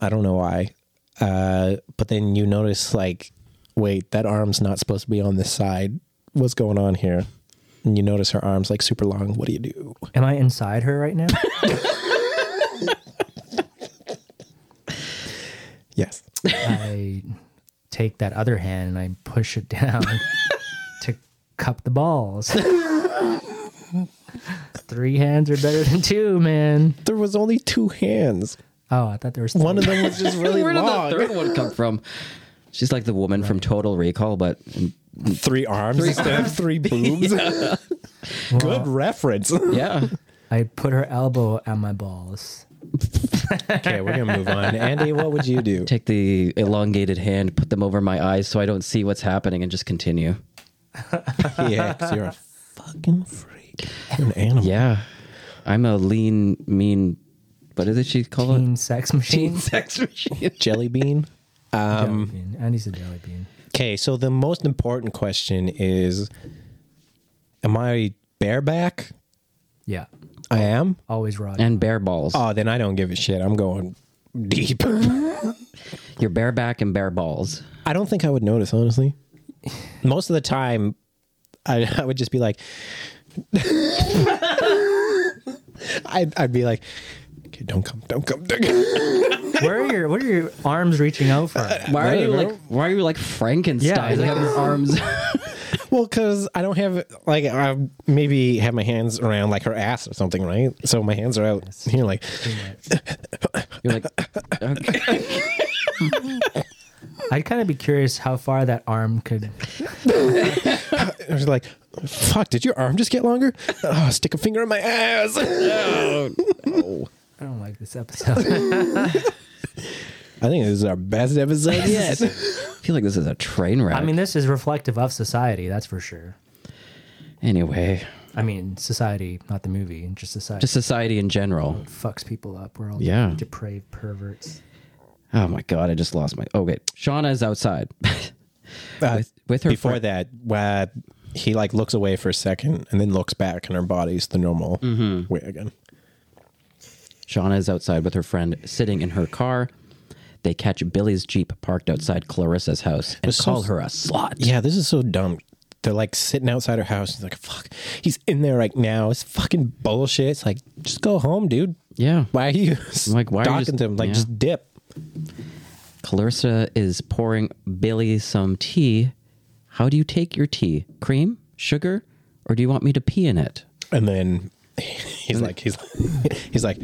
[SPEAKER 5] I don't know why. Uh, but then you notice, like, wait, that arm's not supposed to be on this side. What's going on here? And you notice her arms like super long. What do you do?
[SPEAKER 4] Am I inside her right now?
[SPEAKER 5] Yes.
[SPEAKER 4] I take that other hand and I push it down to cup the balls. Three hands are better than two, man.
[SPEAKER 5] There was only two hands.
[SPEAKER 4] Oh, I thought there was three.
[SPEAKER 5] One of them was just really
[SPEAKER 2] Where did
[SPEAKER 5] long.
[SPEAKER 2] that third one come from? She's like the woman from Total Recall, but
[SPEAKER 5] Three arms instead of three boobs. Good reference.
[SPEAKER 2] yeah,
[SPEAKER 4] I put her elbow at my balls.
[SPEAKER 5] okay, we're gonna move on. Andy, what would you do?
[SPEAKER 2] take the elongated hand, put them over my eyes so I don't see what's happening, and just continue.
[SPEAKER 5] Yeah, 'cause you're a fucking freak. You're an animal.
[SPEAKER 2] Yeah, I'm a lean, mean. What did she call
[SPEAKER 4] Teen
[SPEAKER 2] it?
[SPEAKER 4] sex machine.
[SPEAKER 2] sex machine.
[SPEAKER 5] Jelly bean.
[SPEAKER 4] jelly bean. Andy's a jelly bean.
[SPEAKER 5] Okay, so the most important question is Am I bareback?
[SPEAKER 4] Yeah,
[SPEAKER 5] I am?
[SPEAKER 4] always raw.
[SPEAKER 2] And bare balls.
[SPEAKER 5] Oh, then I don't give a shit. I'm going deep.
[SPEAKER 2] Your bare back and bare balls.
[SPEAKER 5] I don't think I would notice, honestly. Most of the time, I, I would just be like, I'd, I'd be like, okay, don't come, don't come, don't come.
[SPEAKER 4] Where are your What are your arms reaching out for?
[SPEAKER 2] Why are
[SPEAKER 5] No,
[SPEAKER 2] you
[SPEAKER 5] no.
[SPEAKER 2] like? Why are you like
[SPEAKER 4] Yeah,
[SPEAKER 2] Frankenstein? you have your arms.
[SPEAKER 5] Well, because I don't have like I maybe have my hands around like her ass or something, right? So my hands are out here, like
[SPEAKER 2] You're like. Okay.
[SPEAKER 4] I'd kind of be curious how far that arm could.
[SPEAKER 5] I was like, "Fuck! Did your arm just get longer? Oh, stick a finger in my ass."
[SPEAKER 4] I don't like this episode.
[SPEAKER 5] I think this is our best episode yet.
[SPEAKER 2] I feel like this is a train wreck.
[SPEAKER 4] I mean, this is reflective of society, that's for sure.
[SPEAKER 2] anyway,
[SPEAKER 4] I mean, society, not the movie, just society.
[SPEAKER 2] just society in general.
[SPEAKER 4] fucks people up. We're all
[SPEAKER 2] Yeah.
[SPEAKER 4] depraved perverts.
[SPEAKER 2] Oh my god, I just lost my. Oh wait, Shauna is outside.
[SPEAKER 5] Uh,
[SPEAKER 2] With- with her
[SPEAKER 5] before
[SPEAKER 2] friend-
[SPEAKER 5] that, uh, he like looks away for a second and then looks back, and her body's the normal
[SPEAKER 2] Mm-hmm.
[SPEAKER 5] way again.
[SPEAKER 2] Shauna is outside with her friend, sitting in her car. They catch Billy's jeep parked outside Clarissa's house and
[SPEAKER 5] was so-
[SPEAKER 2] call her a slut.
[SPEAKER 5] Yeah, this is so dumb. They're like sitting outside her house. He's like, "Fuck, he's in there right now." It's fucking bullshit. It's like, just go home, dude.
[SPEAKER 2] Yeah.
[SPEAKER 5] Why are you like
[SPEAKER 2] like, why are you
[SPEAKER 5] talking
[SPEAKER 2] just-
[SPEAKER 5] to him? Like,
[SPEAKER 2] yeah.
[SPEAKER 5] just dip.
[SPEAKER 2] Clarissa is pouring Billy some tea. How do you take your tea? Cream, sugar, or do you want me to pee in it?
[SPEAKER 5] And then he's like, he's he's like,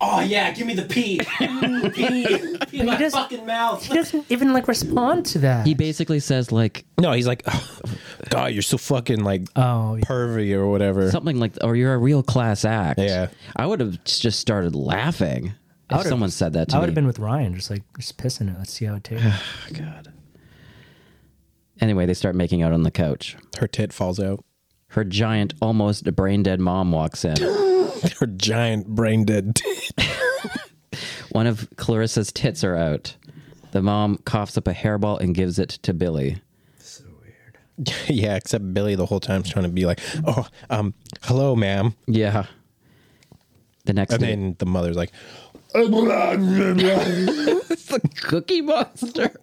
[SPEAKER 11] Oh yeah, give me the pee. Ooh, pee. Pee in my
[SPEAKER 4] just-
[SPEAKER 11] fucking mouth.
[SPEAKER 4] He doesn't even like respond to that.
[SPEAKER 2] He basically says like
[SPEAKER 5] No, he's like, "Oh, God, you're so fucking like
[SPEAKER 4] oh,
[SPEAKER 5] pervy or whatever.
[SPEAKER 2] something like, "Or you're a real class act."
[SPEAKER 5] Yeah.
[SPEAKER 2] I would have just started laughing
[SPEAKER 4] I
[SPEAKER 2] if
[SPEAKER 4] would've-
[SPEAKER 2] someone said that to
[SPEAKER 4] I
[SPEAKER 2] me.
[SPEAKER 4] would have been with Ryan, just like just pissing it. Let's see how it takes.
[SPEAKER 2] God. Anyway, they start making out on the couch.
[SPEAKER 5] Her tit falls out.
[SPEAKER 2] Her giant, almost brain dead mom walks in.
[SPEAKER 5] Her giant brain dead. tit.
[SPEAKER 2] One of Clarissa's tits are out. The mom coughs up a hairball and gives it to Billy.
[SPEAKER 5] yeah, except Billy the whole time's trying to be like, oh, um, hello, ma'am.
[SPEAKER 2] Yeah. The next
[SPEAKER 5] And
[SPEAKER 2] day,
[SPEAKER 5] then the mother's like,
[SPEAKER 2] Cookie Monster.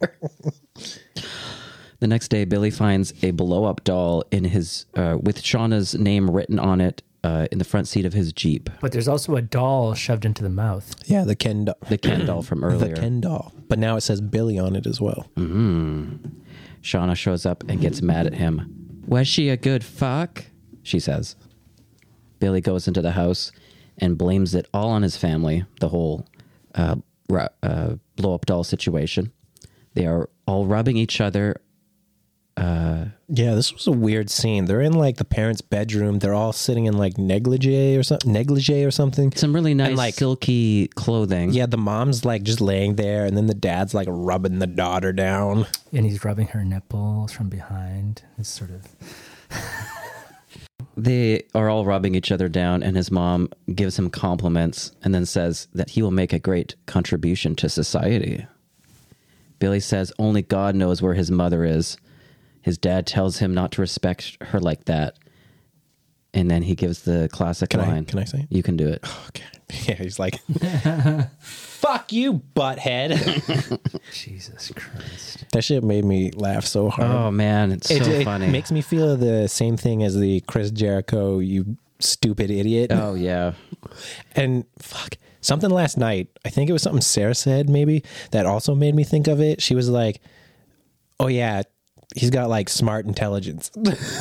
[SPEAKER 2] the next day, Billy finds a blow up doll in his uh, with Shauna's name written on it uh, in the front seat of his Jeep.
[SPEAKER 4] But there's also a doll shoved into the mouth.
[SPEAKER 5] yeah, the Ken doll.
[SPEAKER 2] The Ken doll from earlier.
[SPEAKER 5] The Ken doll. But now it says Billy on it as well.
[SPEAKER 2] Shauna shows up and gets mad at him. Was she a good fuck? She says. Billy goes into the house and blames it all on his family, the whole uh, ru- uh, blow up doll situation. They are all rubbing each other.
[SPEAKER 5] Yeah, this was a weird scene. They're in like the parents' bedroom. They're all sitting in like negligee or something, negligee or something.
[SPEAKER 2] Some really nice,
[SPEAKER 5] like-
[SPEAKER 2] silky clothing.
[SPEAKER 5] Yeah, the mom's like just laying there, and then the dad's like rubbing the daughter down.
[SPEAKER 4] And he's rubbing her nipples from behind. It's sort of
[SPEAKER 2] They are all rubbing each other down, and his mom gives him compliments and then says that he will make a great contribution to society. Billy says only God knows where his mother is. His dad tells him not to respect her like that. And then he gives the classic
[SPEAKER 5] Can I-
[SPEAKER 2] line.
[SPEAKER 5] can I say it?
[SPEAKER 2] You can do it.
[SPEAKER 5] Okay. Yeah, he's like, "Fuck you, butthead."
[SPEAKER 4] Jesus Christ.
[SPEAKER 5] that shit made me laugh so hard.
[SPEAKER 2] Oh, man. It's
[SPEAKER 5] it,
[SPEAKER 2] so
[SPEAKER 5] it
[SPEAKER 2] funny.
[SPEAKER 5] makes me feel the same thing as the Chris Jericho, you stupid idiot.
[SPEAKER 2] oh, yeah.
[SPEAKER 5] And fuck, something last night, I think it was something Sarah said maybe that also made me think of it. She was like, oh yeah, he's got like smart intelligence.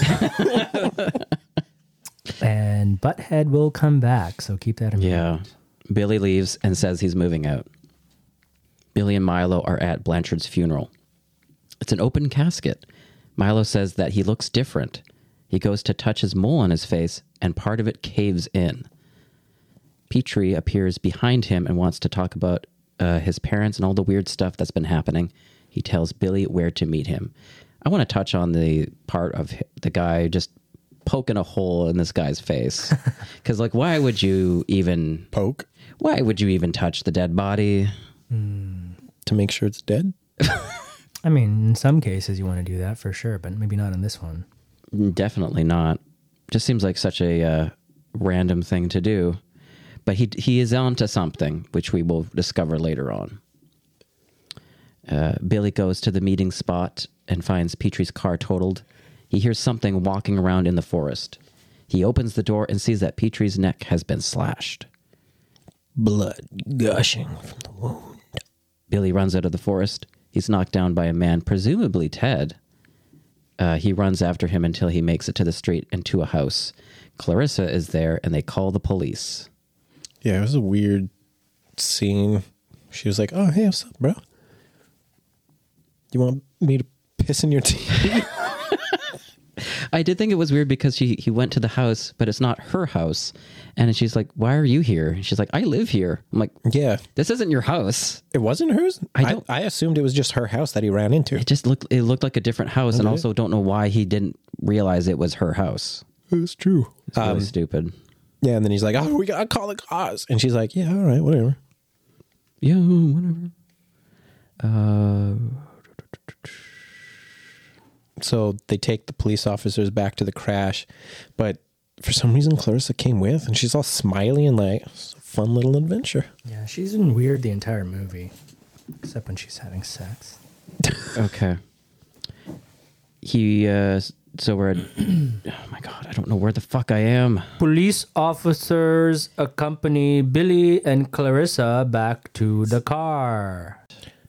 [SPEAKER 4] And Butthead will come back, so keep that in mind.
[SPEAKER 2] Yeah. Billy leaves and says he's moving out. Billy and Milo are at Blanchard's funeral. It's an open casket. Milo says that he looks different. He goes to touch his mole on his face, and part of it caves in. Petrie appears behind him and wants to talk about uh, his parents and all the weird stuff that's been happening. He tells Billy where to meet him. I want to touch on the part of hi- the guy just poking a hole in this guy's face. Because, like, why would you even
[SPEAKER 5] Poke
[SPEAKER 2] why would you even touch the dead body?
[SPEAKER 5] to make sure it's dead.
[SPEAKER 4] I mean, in some cases you want to do that for sure, but maybe not in this one.
[SPEAKER 2] Definitely not. Just seems like such a uh, random thing to do. But he he is onto something, which we will discover later on. Uh, Billy goes to the meeting spot and finds Petrie's car totaled. He hears something walking around in the forest. He opens the door and sees that Petrie's neck has been slashed.
[SPEAKER 5] Blood gushing from the wound.
[SPEAKER 2] Billy runs out of the forest. He's knocked down by a man, presumably Ted. Uh, he runs after him until he makes it to the street and to a house. Clarissa is there, and they call the police.
[SPEAKER 5] Yeah, it was a weird scene. She was like, oh, hey, what's up, bro? You want me to piss in your tea?
[SPEAKER 2] I did think it was weird because she he went to the house, but it's not her house, and she's like, "Why are you here?" And she's like, "I live here." I'm like,
[SPEAKER 5] yeah.
[SPEAKER 2] "This isn't your house."
[SPEAKER 5] It wasn't hers?
[SPEAKER 2] I don't-
[SPEAKER 5] I, assumed it was just her house that he ran into.
[SPEAKER 2] It just looked it looked like a different house, and
[SPEAKER 5] Okay.
[SPEAKER 2] also don't know why he didn't realize it was her house.
[SPEAKER 5] It's true. Um,
[SPEAKER 2] It's really stupid.
[SPEAKER 5] Yeah, and then he's like, "Oh, we gotta call the cops," and she's like, "Yeah, all right, whatever."
[SPEAKER 2] Yeah, whatever. Uh,
[SPEAKER 5] So they take the police officers back to the crash, but for some reason Clarissa came with, and she's all smiley and like, "It's a "Fun little adventure."
[SPEAKER 4] Yeah, she's in weird the entire movie, except when she's having sex.
[SPEAKER 2] Okay. He uh s- so we're at Oh my god, I don't know where the fuck I am.
[SPEAKER 4] Police officers accompany Billy and Clarissa back to the car.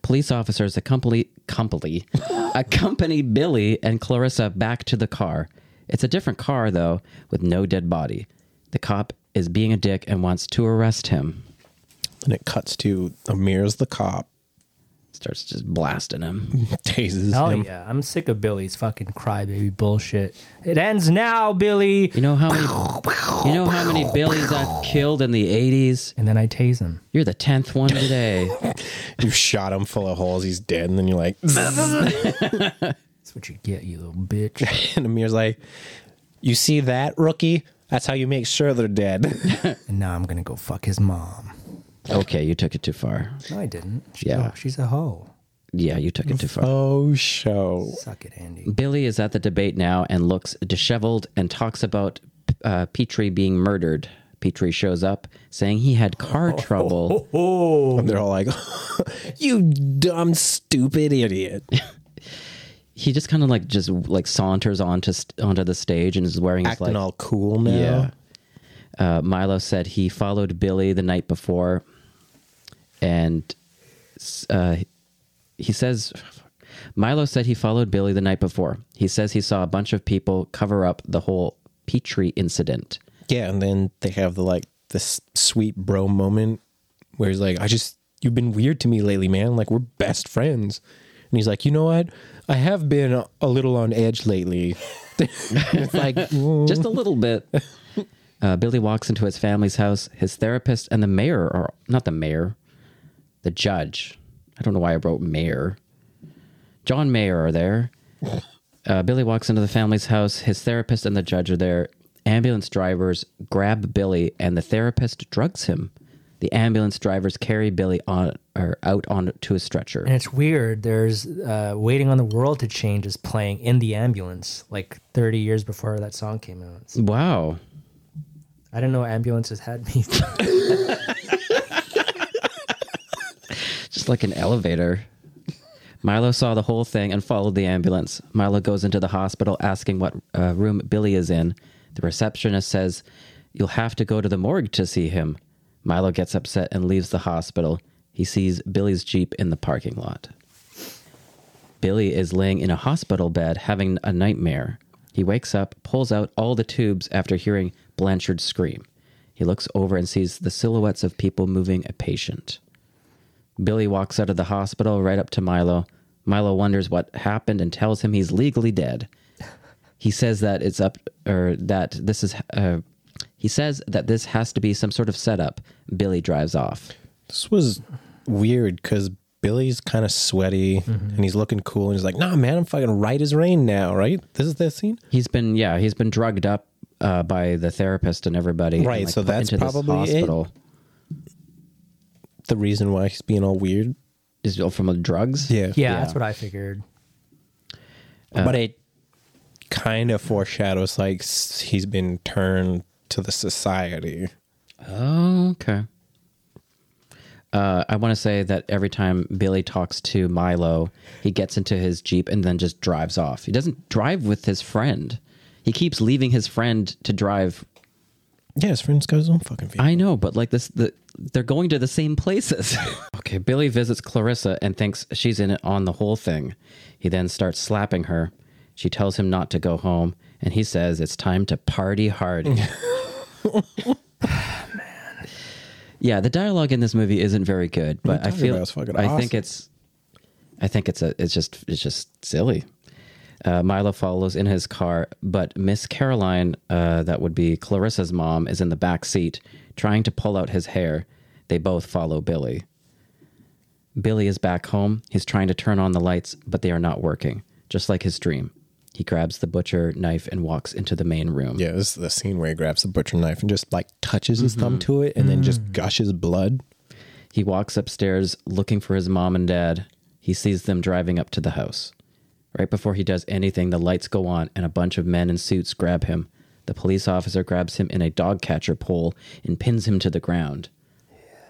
[SPEAKER 2] Police officers accompany company accompany Billy and Clarissa back to the car. It's a different car though, with no dead body. The cop is being a dick and wants to arrest him.
[SPEAKER 5] and it cuts to Amir's the cop.
[SPEAKER 2] Starts just blasting him.
[SPEAKER 5] Tases
[SPEAKER 4] Oh
[SPEAKER 5] him.
[SPEAKER 4] yeah, I'm sick of Billy's fucking crybaby bullshit. It ends now, Billy.
[SPEAKER 2] You know how many you know how many Billies I've killed in the eighties?
[SPEAKER 4] And then I tase him.
[SPEAKER 2] You're the tenth one today.
[SPEAKER 5] You shot him full of holes. He's dead, and then you're like,
[SPEAKER 4] That's what you get, you little bitch.
[SPEAKER 5] and Amir's like, "You see that rookie? That's how you make sure they're dead."
[SPEAKER 4] and now I'm gonna go fuck his mom.
[SPEAKER 2] okay, you took it too far.
[SPEAKER 4] No, I didn't. She's
[SPEAKER 2] Yeah.
[SPEAKER 4] a, she's a hoe.
[SPEAKER 2] Yeah, you took it too far.
[SPEAKER 5] oh, show.
[SPEAKER 4] Suck it, Andy.
[SPEAKER 2] Billy is at the debate now and looks disheveled and talks about uh, Petrie being murdered. Petrie shows up saying he had car trouble.
[SPEAKER 5] And they're all like, "You dumb, stupid idiot."
[SPEAKER 2] He just kind of like just like saunters onto st- onto the stage and is wearing his
[SPEAKER 5] Acting
[SPEAKER 2] like
[SPEAKER 5] all cool now.
[SPEAKER 2] Yeah. Uh, Milo said he followed Billy the night before, and uh, he says Milo said he followed Billy the night before. He says he saw a bunch of people cover up the whole Petrie incident.
[SPEAKER 5] Yeah, and then they have the like this sweet bro moment where he's like, I just you've been weird to me lately, man. Like we're best friends. And he's like, you know what? I have been a, a little on edge lately. it's like mm,
[SPEAKER 2] Just a little bit. Uh, Billy walks into his family's house. His therapist and the mayor are not the mayor, the judge. I don't know why I wrote mayor. John Mayer are there. Uh, Billy walks into the family's house. His therapist and the judge are there. Ambulance drivers grab Billy, and the therapist drugs him. The ambulance drivers carry Billy on or out on to a stretcher.
[SPEAKER 4] And it's weird. There's uh, "Waiting on the World to Change" is playing in the ambulance, like 30 years before that song came out. It's-
[SPEAKER 2] Wow.
[SPEAKER 4] I didn't know ambulances had me.
[SPEAKER 2] just like an elevator. Milo saw the whole thing and followed the ambulance. Milo goes into the hospital asking what uh, room Billy is in. The receptionist says, You'll have to go to the morgue to see him. Milo gets upset and leaves the hospital. He sees Billy's Jeep in the parking lot. Billy is laying in a hospital bed having a nightmare. He wakes up, pulls out all the tubes after hearing Blanchard scream. He looks over and sees the silhouettes of people moving a patient. Billy walks out of the hospital right up to Milo. Milo wonders what happened and tells him he's legally dead. He says that it's up or that this is uh, he says that this has to be some sort of setup. Billy drives off.
[SPEAKER 5] this was weird because Billy's kind of sweaty
[SPEAKER 2] Mm-hmm.
[SPEAKER 5] and he's looking cool and he's like, nah man, I'm fucking right as rain now, right? This is this scene?
[SPEAKER 2] He's been yeah, he's been drugged up uh, by the therapist and everybody. and,
[SPEAKER 5] Right,
[SPEAKER 2] like,
[SPEAKER 5] so
[SPEAKER 2] put
[SPEAKER 5] that's
[SPEAKER 2] into this
[SPEAKER 5] probably it.
[SPEAKER 2] hospital
[SPEAKER 5] The reason why he's being all weird.
[SPEAKER 2] is it from the drugs. Uh,
[SPEAKER 5] Yeah.
[SPEAKER 4] yeah, that's what I figured.
[SPEAKER 5] but it kind of foreshadows like s- he's been turned to the society.
[SPEAKER 2] Oh, okay. Uh, I want to say that every time Billy talks to Milo, he gets into his Jeep and then just drives off. He doesn't drive with his friend. He keeps leaving his friend to drive.
[SPEAKER 5] Yeah, his friends got his own fucking vehicle.
[SPEAKER 2] I know, but like this, the, they're going to the same places. okay, Billy visits Clarissa and thinks she's in it on the whole thing. He then starts slapping her. She tells him not to go home, and he says it's time to party hard. yeah the dialogue in this movie isn't very good
[SPEAKER 5] are you
[SPEAKER 2] but i
[SPEAKER 5] talking
[SPEAKER 2] feel
[SPEAKER 5] about? It's fucking
[SPEAKER 2] i think
[SPEAKER 5] awesome.
[SPEAKER 2] it's i think it's a it's just it's just silly uh, milo follows in his car but miss caroline uh, that would be clarissa's mom is in the back seat trying to pull out his hair they both follow billy billy is back home he's trying to turn on the lights but they are not working just like his dream he grabs the butcher knife and walks into the main room
[SPEAKER 5] yeah, this is the scene where he grabs the butcher knife and just like touches his thumb
[SPEAKER 2] Mm-hmm.
[SPEAKER 5] to it and then
[SPEAKER 2] Mm.
[SPEAKER 5] just gushes blood.
[SPEAKER 2] He walks upstairs looking for his mom and dad. He sees them driving up to the house. Right before he does anything, the lights go on and a bunch of men in suits grab him. The police officer grabs him in a dog catcher pole and pins him to the ground.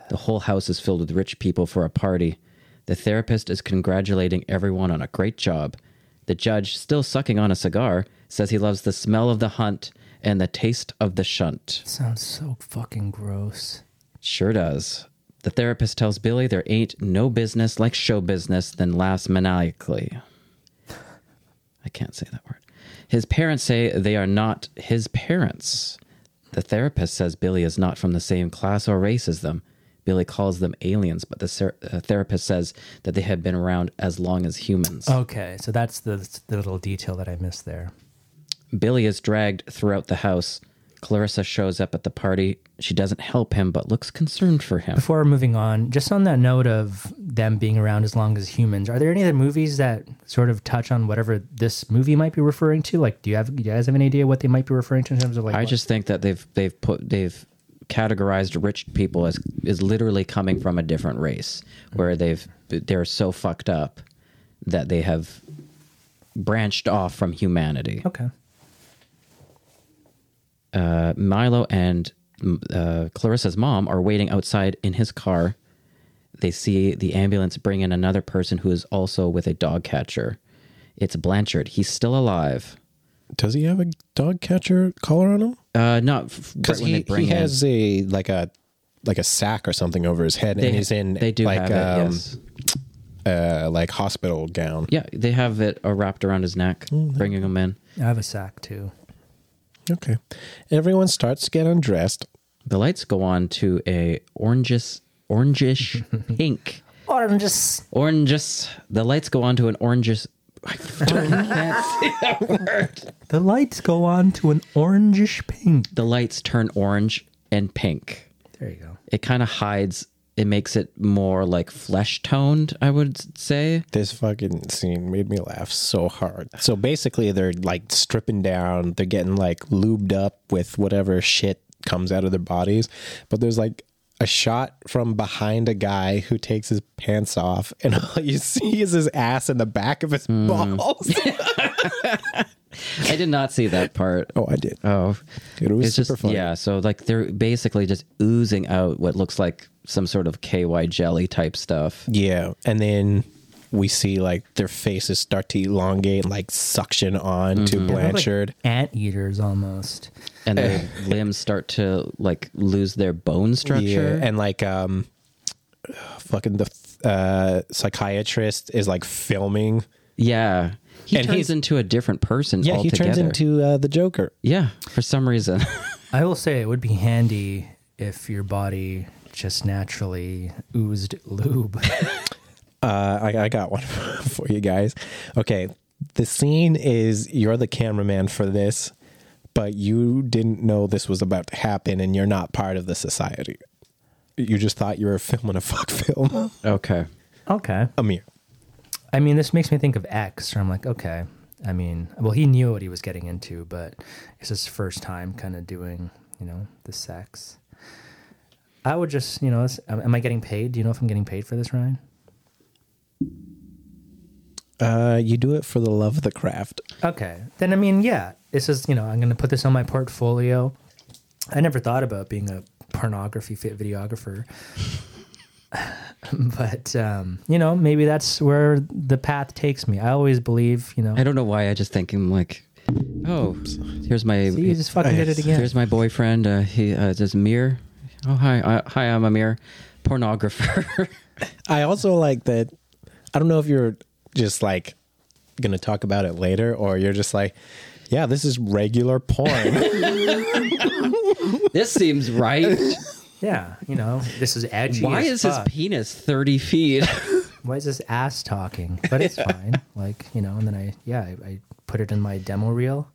[SPEAKER 2] The whole house is filled with rich people for a party. The therapist is congratulating everyone on a great job. The judge, still sucking on a cigar, says he loves the smell of the hunt and the taste of the shunt.
[SPEAKER 4] Sounds so fucking gross.
[SPEAKER 2] Sure does. The therapist tells Billy there ain't no business like show business, then laughs maniacally. I can't say that word. His parents say they are not his parents. The therapist says Billy is not from the same class or race as them. Billy calls them aliens, but the ser- uh, therapist says that they have been around as long as humans.
[SPEAKER 4] Okay, so that's the, the little detail that I missed there.
[SPEAKER 2] Billy is dragged throughout the house. Clarissa shows up at the party. She doesn't help him, but looks concerned for him.
[SPEAKER 4] Before moving on, just on that note of them being around as long as humans, are there any other movies that sort of touch on whatever this movie might be referring to? Like, do you have do you guys have any idea what they might be referring to in terms of like?
[SPEAKER 2] I
[SPEAKER 4] what-
[SPEAKER 2] just think that they've they've put they've categorized rich people as is literally coming from a different race where they've they're so fucked up that they have branched off from humanity.
[SPEAKER 4] okay.
[SPEAKER 2] Uh, Milo and mm, uh, Clarissa's mom are waiting outside in his car. They see the ambulance bring in another person who is also with a dog catcher. It's Blanchard. He's still alive.
[SPEAKER 5] Does he have a dog catcher collar on him?
[SPEAKER 2] Uh, not
[SPEAKER 5] Because he, he has a like a like a sack or something over his head,
[SPEAKER 2] They-
[SPEAKER 5] and he's in
[SPEAKER 2] they do
[SPEAKER 5] like um,
[SPEAKER 2] have it, yes.
[SPEAKER 5] uh, like hospital gown.
[SPEAKER 2] Yeah, they have it uh, wrapped around his neck,
[SPEAKER 5] Oh,
[SPEAKER 2] bringing him in.
[SPEAKER 4] I have a sack too.
[SPEAKER 5] Okay, everyone starts to get undressed.
[SPEAKER 2] The lights go on to a orangish, orangish pink.
[SPEAKER 4] I'm just
[SPEAKER 2] Orangish. The lights go on to an orangish.
[SPEAKER 4] the lights go on to an orangish pink.
[SPEAKER 2] The lights turn orange and pink.
[SPEAKER 4] There you go.
[SPEAKER 2] It kind of hides. It makes it more like flesh toned. I would say.
[SPEAKER 5] This fucking scene made me laugh so hard. So basically, they're like stripping down. They're getting like lubed up with whatever shit comes out of their bodies. But there's like a shot from behind a guy who takes his pants off, and all you see is his ass and the back of his balls.
[SPEAKER 2] I did not see that part.
[SPEAKER 5] Oh, I did.
[SPEAKER 2] Oh,
[SPEAKER 5] It was
[SPEAKER 2] it's
[SPEAKER 5] super
[SPEAKER 2] just
[SPEAKER 5] funny.
[SPEAKER 2] yeah. So like they're basically just oozing out what looks like some sort of KY jelly type stuff.
[SPEAKER 5] Yeah, and then we see like their faces start to elongate and like suction on to Blanchard.
[SPEAKER 4] Ant eaters almost.
[SPEAKER 2] and their limbs start to like lose their bone structure.
[SPEAKER 5] and like um, fucking the uh, psychiatrist is like filming.
[SPEAKER 2] Yeah. He
[SPEAKER 5] And
[SPEAKER 2] turns
[SPEAKER 5] he's-
[SPEAKER 2] into a different person
[SPEAKER 5] Yeah, he
[SPEAKER 2] altogether.
[SPEAKER 5] turns into uh, the Joker.
[SPEAKER 2] Yeah, for some reason.
[SPEAKER 4] I will say it would be handy if your body just naturally oozed lube.
[SPEAKER 5] Uh, I, I got one for you guys. Okay, the scene is you're the cameraman for this, but you didn't know this was about to happen, and you're not part of the society. You just thought you were filming a fuck film.
[SPEAKER 2] okay.
[SPEAKER 4] okay.
[SPEAKER 5] Amir.
[SPEAKER 4] I mean, this makes me think of X. Where I'm like, okay. I mean, well, he knew what he was getting into, but it's his first time kind of doing, you know, the sex. I would just, you know, it's- am am I getting paid? Do you know if I'm getting paid for this, Ryan?
[SPEAKER 5] Uh, you do it for the love of the craft.
[SPEAKER 4] Okay. Then I mean, yeah, this is you know I'm gonna put this on my portfolio. I never thought about being a pornography fit videographer, but um, you know maybe that's where the path takes me. I always believe you know.
[SPEAKER 2] I don't know why I just think I'm like, oh, here's my
[SPEAKER 4] See, you just fucking did it again.
[SPEAKER 2] here's my boyfriend. Uh, he uh, is Amir. Oh hi, uh, hi, I'm Amir, pornographer.
[SPEAKER 5] I also like that. I don't know if you're just like gonna talk about it later, or you're just like, yeah, this is regular porn.
[SPEAKER 2] this seems right.
[SPEAKER 4] Yeah, you know this is edgy.
[SPEAKER 2] why
[SPEAKER 4] as
[SPEAKER 2] is his
[SPEAKER 4] fuck.
[SPEAKER 2] penis thirty feet?
[SPEAKER 4] why is this ass talking? But it's fine. Like, you know, and then I, yeah, I, I put it in my demo reel.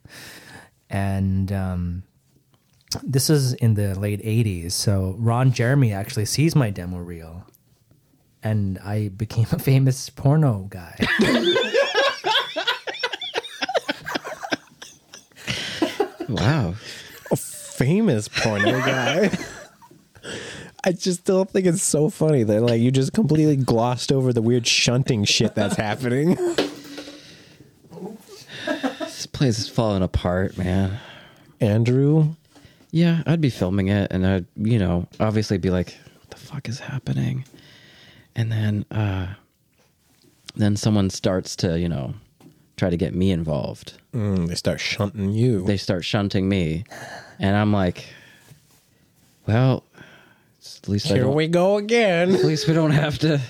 [SPEAKER 4] And um, this is in the late 80s. So Ron Jeremy actually sees my demo reel. And I became a famous porno guy.
[SPEAKER 2] wow.
[SPEAKER 5] a famous porno guy. I just still think it's so funny that like you just completely glossed over the weird shunting shit that's happening.
[SPEAKER 2] This place is falling apart, man.
[SPEAKER 5] Andrew,
[SPEAKER 2] Yeah, I'd be filming it and I'd, you know, obviously be like, what the fuck is happening? And then uh then someone starts to, you know, try to get me involved.
[SPEAKER 5] Mm, they start shunting you.
[SPEAKER 2] They start shunting me. And I'm like, well, at least I
[SPEAKER 5] Here
[SPEAKER 2] don't,
[SPEAKER 5] we go again.
[SPEAKER 2] at least we don't have to at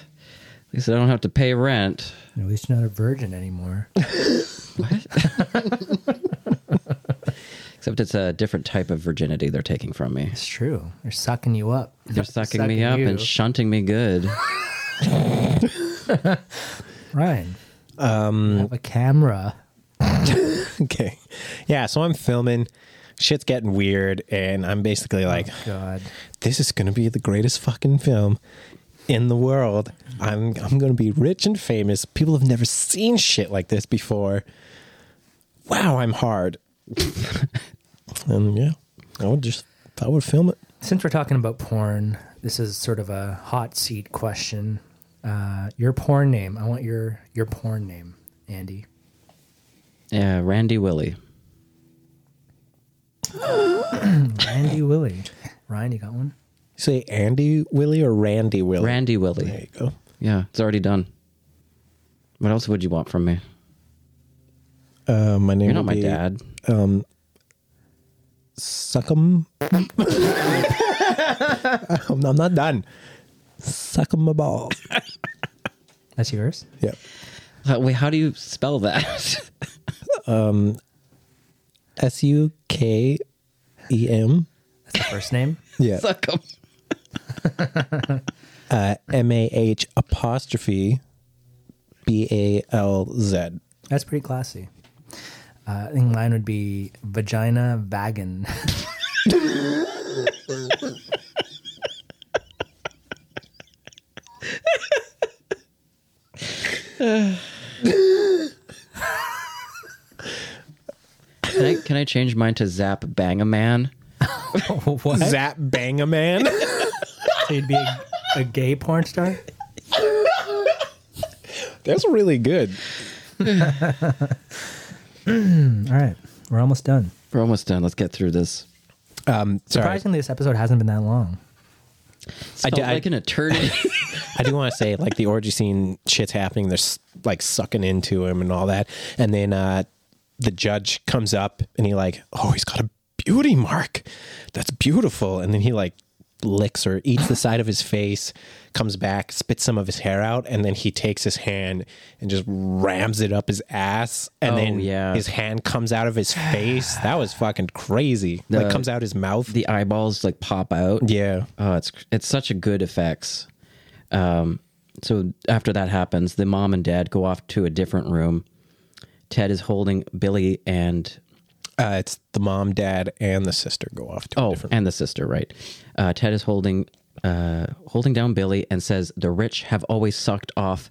[SPEAKER 2] least I don't have to pay rent.
[SPEAKER 4] At least you're not a virgin anymore.
[SPEAKER 2] What? Except it's a different type of virginity they're taking from me.
[SPEAKER 4] It's true. They're sucking you up.
[SPEAKER 2] They're sucking, me up
[SPEAKER 4] you.
[SPEAKER 2] and shunting me good.
[SPEAKER 4] Ryan,
[SPEAKER 5] Um,
[SPEAKER 4] have a camera.
[SPEAKER 5] okay. Yeah, so I'm filming. Shit's getting weird, and I'm basically like,
[SPEAKER 4] Oh, God.
[SPEAKER 5] this is gonna be the greatest fucking film in the world. I'm I'm gonna be rich and famous. People have never seen shit like this before. Wow, I'm hard. and yeah, I would just I would film it.
[SPEAKER 4] Since we're talking about porn, this is sort of a hot seat question. Uh, your porn name. I want your your porn name, Andy.
[SPEAKER 2] Yeah, Randy Willie.
[SPEAKER 4] Randy Willie. Ryan, you got one?
[SPEAKER 5] Say Andy Willie or Randy Willie?
[SPEAKER 2] Randy
[SPEAKER 5] There
[SPEAKER 2] Willie.
[SPEAKER 5] you go.
[SPEAKER 2] Yeah, it's already done. What else would you want from me?
[SPEAKER 5] Uh, my name.
[SPEAKER 2] You're not
[SPEAKER 5] would
[SPEAKER 2] my
[SPEAKER 5] be,
[SPEAKER 2] dad.
[SPEAKER 5] Um, Suckum. I'm, I'm not done. Suckum a ball.
[SPEAKER 4] That's yours.
[SPEAKER 5] Yep.
[SPEAKER 2] Uh, wait, how do you spell that?
[SPEAKER 5] S U K E M.
[SPEAKER 4] That's the first name.
[SPEAKER 5] Yeah.
[SPEAKER 2] Suck 'em.
[SPEAKER 5] Uh, M A H apostrophe B A L Z.
[SPEAKER 4] That's pretty classy. Uh, I think mine would be vagina wagon.
[SPEAKER 2] Can I, can I change mine to Zap Bang a Man?
[SPEAKER 4] what?
[SPEAKER 5] Zap bang a man.
[SPEAKER 4] So you'd be a, a gay porn star?
[SPEAKER 5] That's really good.
[SPEAKER 4] All right. We're almost done.
[SPEAKER 2] We're almost done. Let's get through this.
[SPEAKER 5] Um, sorry.
[SPEAKER 4] Surprisingly, this episode hasn't been that long.
[SPEAKER 2] I
[SPEAKER 5] I
[SPEAKER 2] do,
[SPEAKER 5] do- I-
[SPEAKER 2] like an eternity.
[SPEAKER 5] I do want to say, like, the orgy scene shit's happening. They're s- like sucking into him and all that. And then uh, the judge comes up and he, like, oh, he's got a beauty mark. That's beautiful. And then he, like, licks or eats the side of his face, comes back, spits some of his hair out. And then he takes his hand and just rams it up his ass. And
[SPEAKER 2] Oh,
[SPEAKER 5] then
[SPEAKER 2] yeah.
[SPEAKER 5] his hand comes out of his face. That was fucking crazy.
[SPEAKER 2] The-
[SPEAKER 5] like, comes out his mouth.
[SPEAKER 2] the eyeballs like pop out.
[SPEAKER 5] yeah.
[SPEAKER 2] Oh, it's it's such a good effects. Um, so after that happens, the mom and dad go off to a different room. Ted is holding Billy and
[SPEAKER 5] Uh, it's the mom, dad, and the sister go off to a
[SPEAKER 2] oh,
[SPEAKER 5] different
[SPEAKER 2] and the sister, right? Uh, Ted is holding uh, holding down Billy and says, "The rich have always sucked off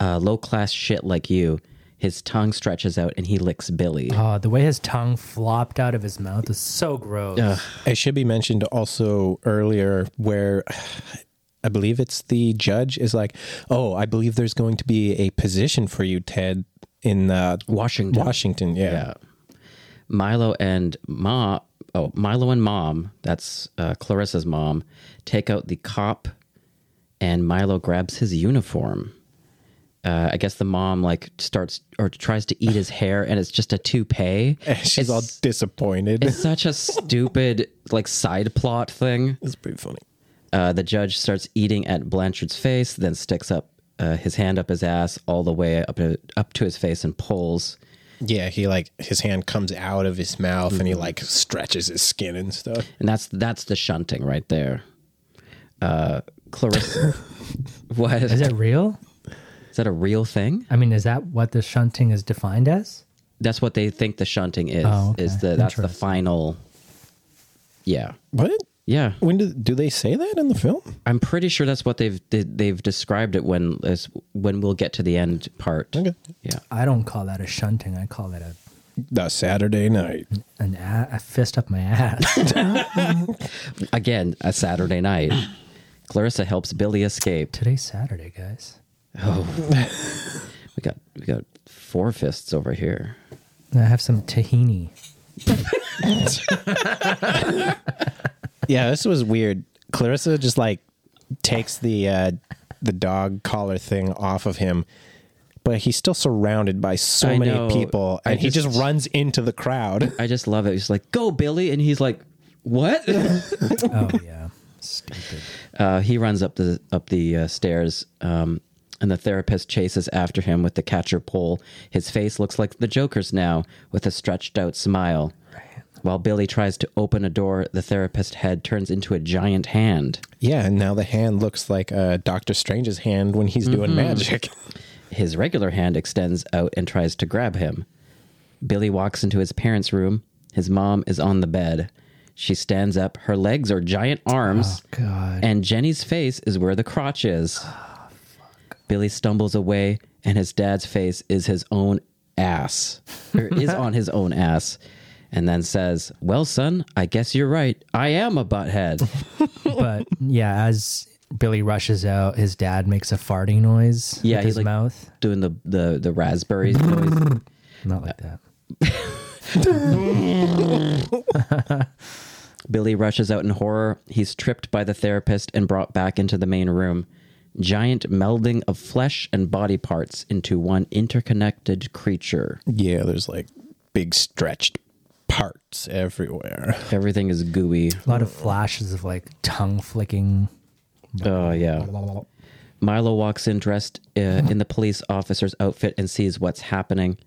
[SPEAKER 2] uh, low class shit like you." His tongue stretches out and he licks Billy.
[SPEAKER 5] Uh-huh.
[SPEAKER 4] Oh, the way his tongue flopped out of his mouth is so gross.
[SPEAKER 5] It should be mentioned also earlier where I believe it's the judge is like, "Oh, I believe there's going to be a position for you, Ted, in uh,
[SPEAKER 2] Washington.
[SPEAKER 5] Washington, yeah.
[SPEAKER 2] Yeah. Milo and Ma, oh, Milo and Mom, that's uh, Clarissa's mom, take out the cop and Milo grabs his uniform. Uh, I guess the mom like starts or tries to eat his hair and it's just a toupee.
[SPEAKER 5] She's
[SPEAKER 2] it's,
[SPEAKER 5] all disappointed.
[SPEAKER 2] it's such a stupid like side plot thing.
[SPEAKER 5] It's pretty funny.
[SPEAKER 2] Uh, the judge starts eating at Blanchard's face, then sticks up uh, his hand up his ass all the way up to, up to his face and pulls.
[SPEAKER 5] Yeah, he like his hand comes out of his mouth
[SPEAKER 2] Mm-hmm.
[SPEAKER 5] and he like stretches his skin and stuff.
[SPEAKER 2] and that's that's the shunting right there. Uh, Clarissa, what
[SPEAKER 4] Is it real?
[SPEAKER 2] is that a real thing?
[SPEAKER 4] I mean, is that what the shunting is defined as?
[SPEAKER 2] That's what they think the shunting is.
[SPEAKER 4] Oh, okay.
[SPEAKER 2] Is the that's the
[SPEAKER 4] Interesting.
[SPEAKER 2] final? Yeah,
[SPEAKER 5] What?
[SPEAKER 2] yeah.
[SPEAKER 5] When do do they say that in the film?
[SPEAKER 2] I'm pretty sure that's what they've they, they've described it when as when we'll get to the end part.
[SPEAKER 5] Okay.
[SPEAKER 2] Yeah,
[SPEAKER 4] I don't call that a shunting. I call that a
[SPEAKER 5] The Saturday night.
[SPEAKER 4] an a, a fist up my ass.
[SPEAKER 2] again, a Saturday night. Clarissa helps Billy escape.
[SPEAKER 4] Today's Saturday, guys.
[SPEAKER 2] We got we got four fists over here.
[SPEAKER 4] I have some tahini.
[SPEAKER 5] Yeah, this was weird. Clarissa just like takes the uh, the dog collar thing off of him, but he's still surrounded by so
[SPEAKER 2] I
[SPEAKER 5] many
[SPEAKER 2] know.
[SPEAKER 5] people,
[SPEAKER 2] I
[SPEAKER 5] and he just
[SPEAKER 2] just-
[SPEAKER 5] runs into the crowd.
[SPEAKER 2] I just love it. He's like, "Go, Billy," and he's like, "What?"
[SPEAKER 4] Oh yeah, stupid.
[SPEAKER 2] uh, he runs up the up the uh, stairs, um, and the therapist chases after him with the catcher pole. His face looks like the Joker's now, with a stretched out smile. While Billy tries to open a door, the therapist's head turns into a giant hand.
[SPEAKER 5] Yeah, and now the hand looks like uh, Doctor Strange's hand when he's doing
[SPEAKER 2] Mhm.
[SPEAKER 5] magic.
[SPEAKER 2] His regular hand extends out and tries to grab him. Billy walks into his parents' room. His mom is on the bed. She stands up. Her legs are giant arms.
[SPEAKER 4] God.
[SPEAKER 2] And Jenny's face is where the crotch is. Billy stumbles away, and his dad's face is his own ass, or is on his own ass, and then says, Well, son, I guess you're right. I am a butthead.
[SPEAKER 4] but yeah, as Billy rushes out, his dad makes a farting noise
[SPEAKER 2] Yeah,
[SPEAKER 4] with
[SPEAKER 2] he's
[SPEAKER 4] his
[SPEAKER 2] like
[SPEAKER 4] mouth.
[SPEAKER 2] doing the, the, the raspberries noise.
[SPEAKER 4] Not like that.
[SPEAKER 2] Billy rushes out in horror. He's tripped by the therapist and brought back into the main room. Giant melding of flesh and body parts into one interconnected creature.
[SPEAKER 5] yeah, there's like big stretched parts everywhere.
[SPEAKER 2] Everything is gooey.
[SPEAKER 4] A lot of flashes of like tongue flicking.
[SPEAKER 2] Oh, yeah. Milo walks in dressed uh, in the police officer's outfit and sees what's happening.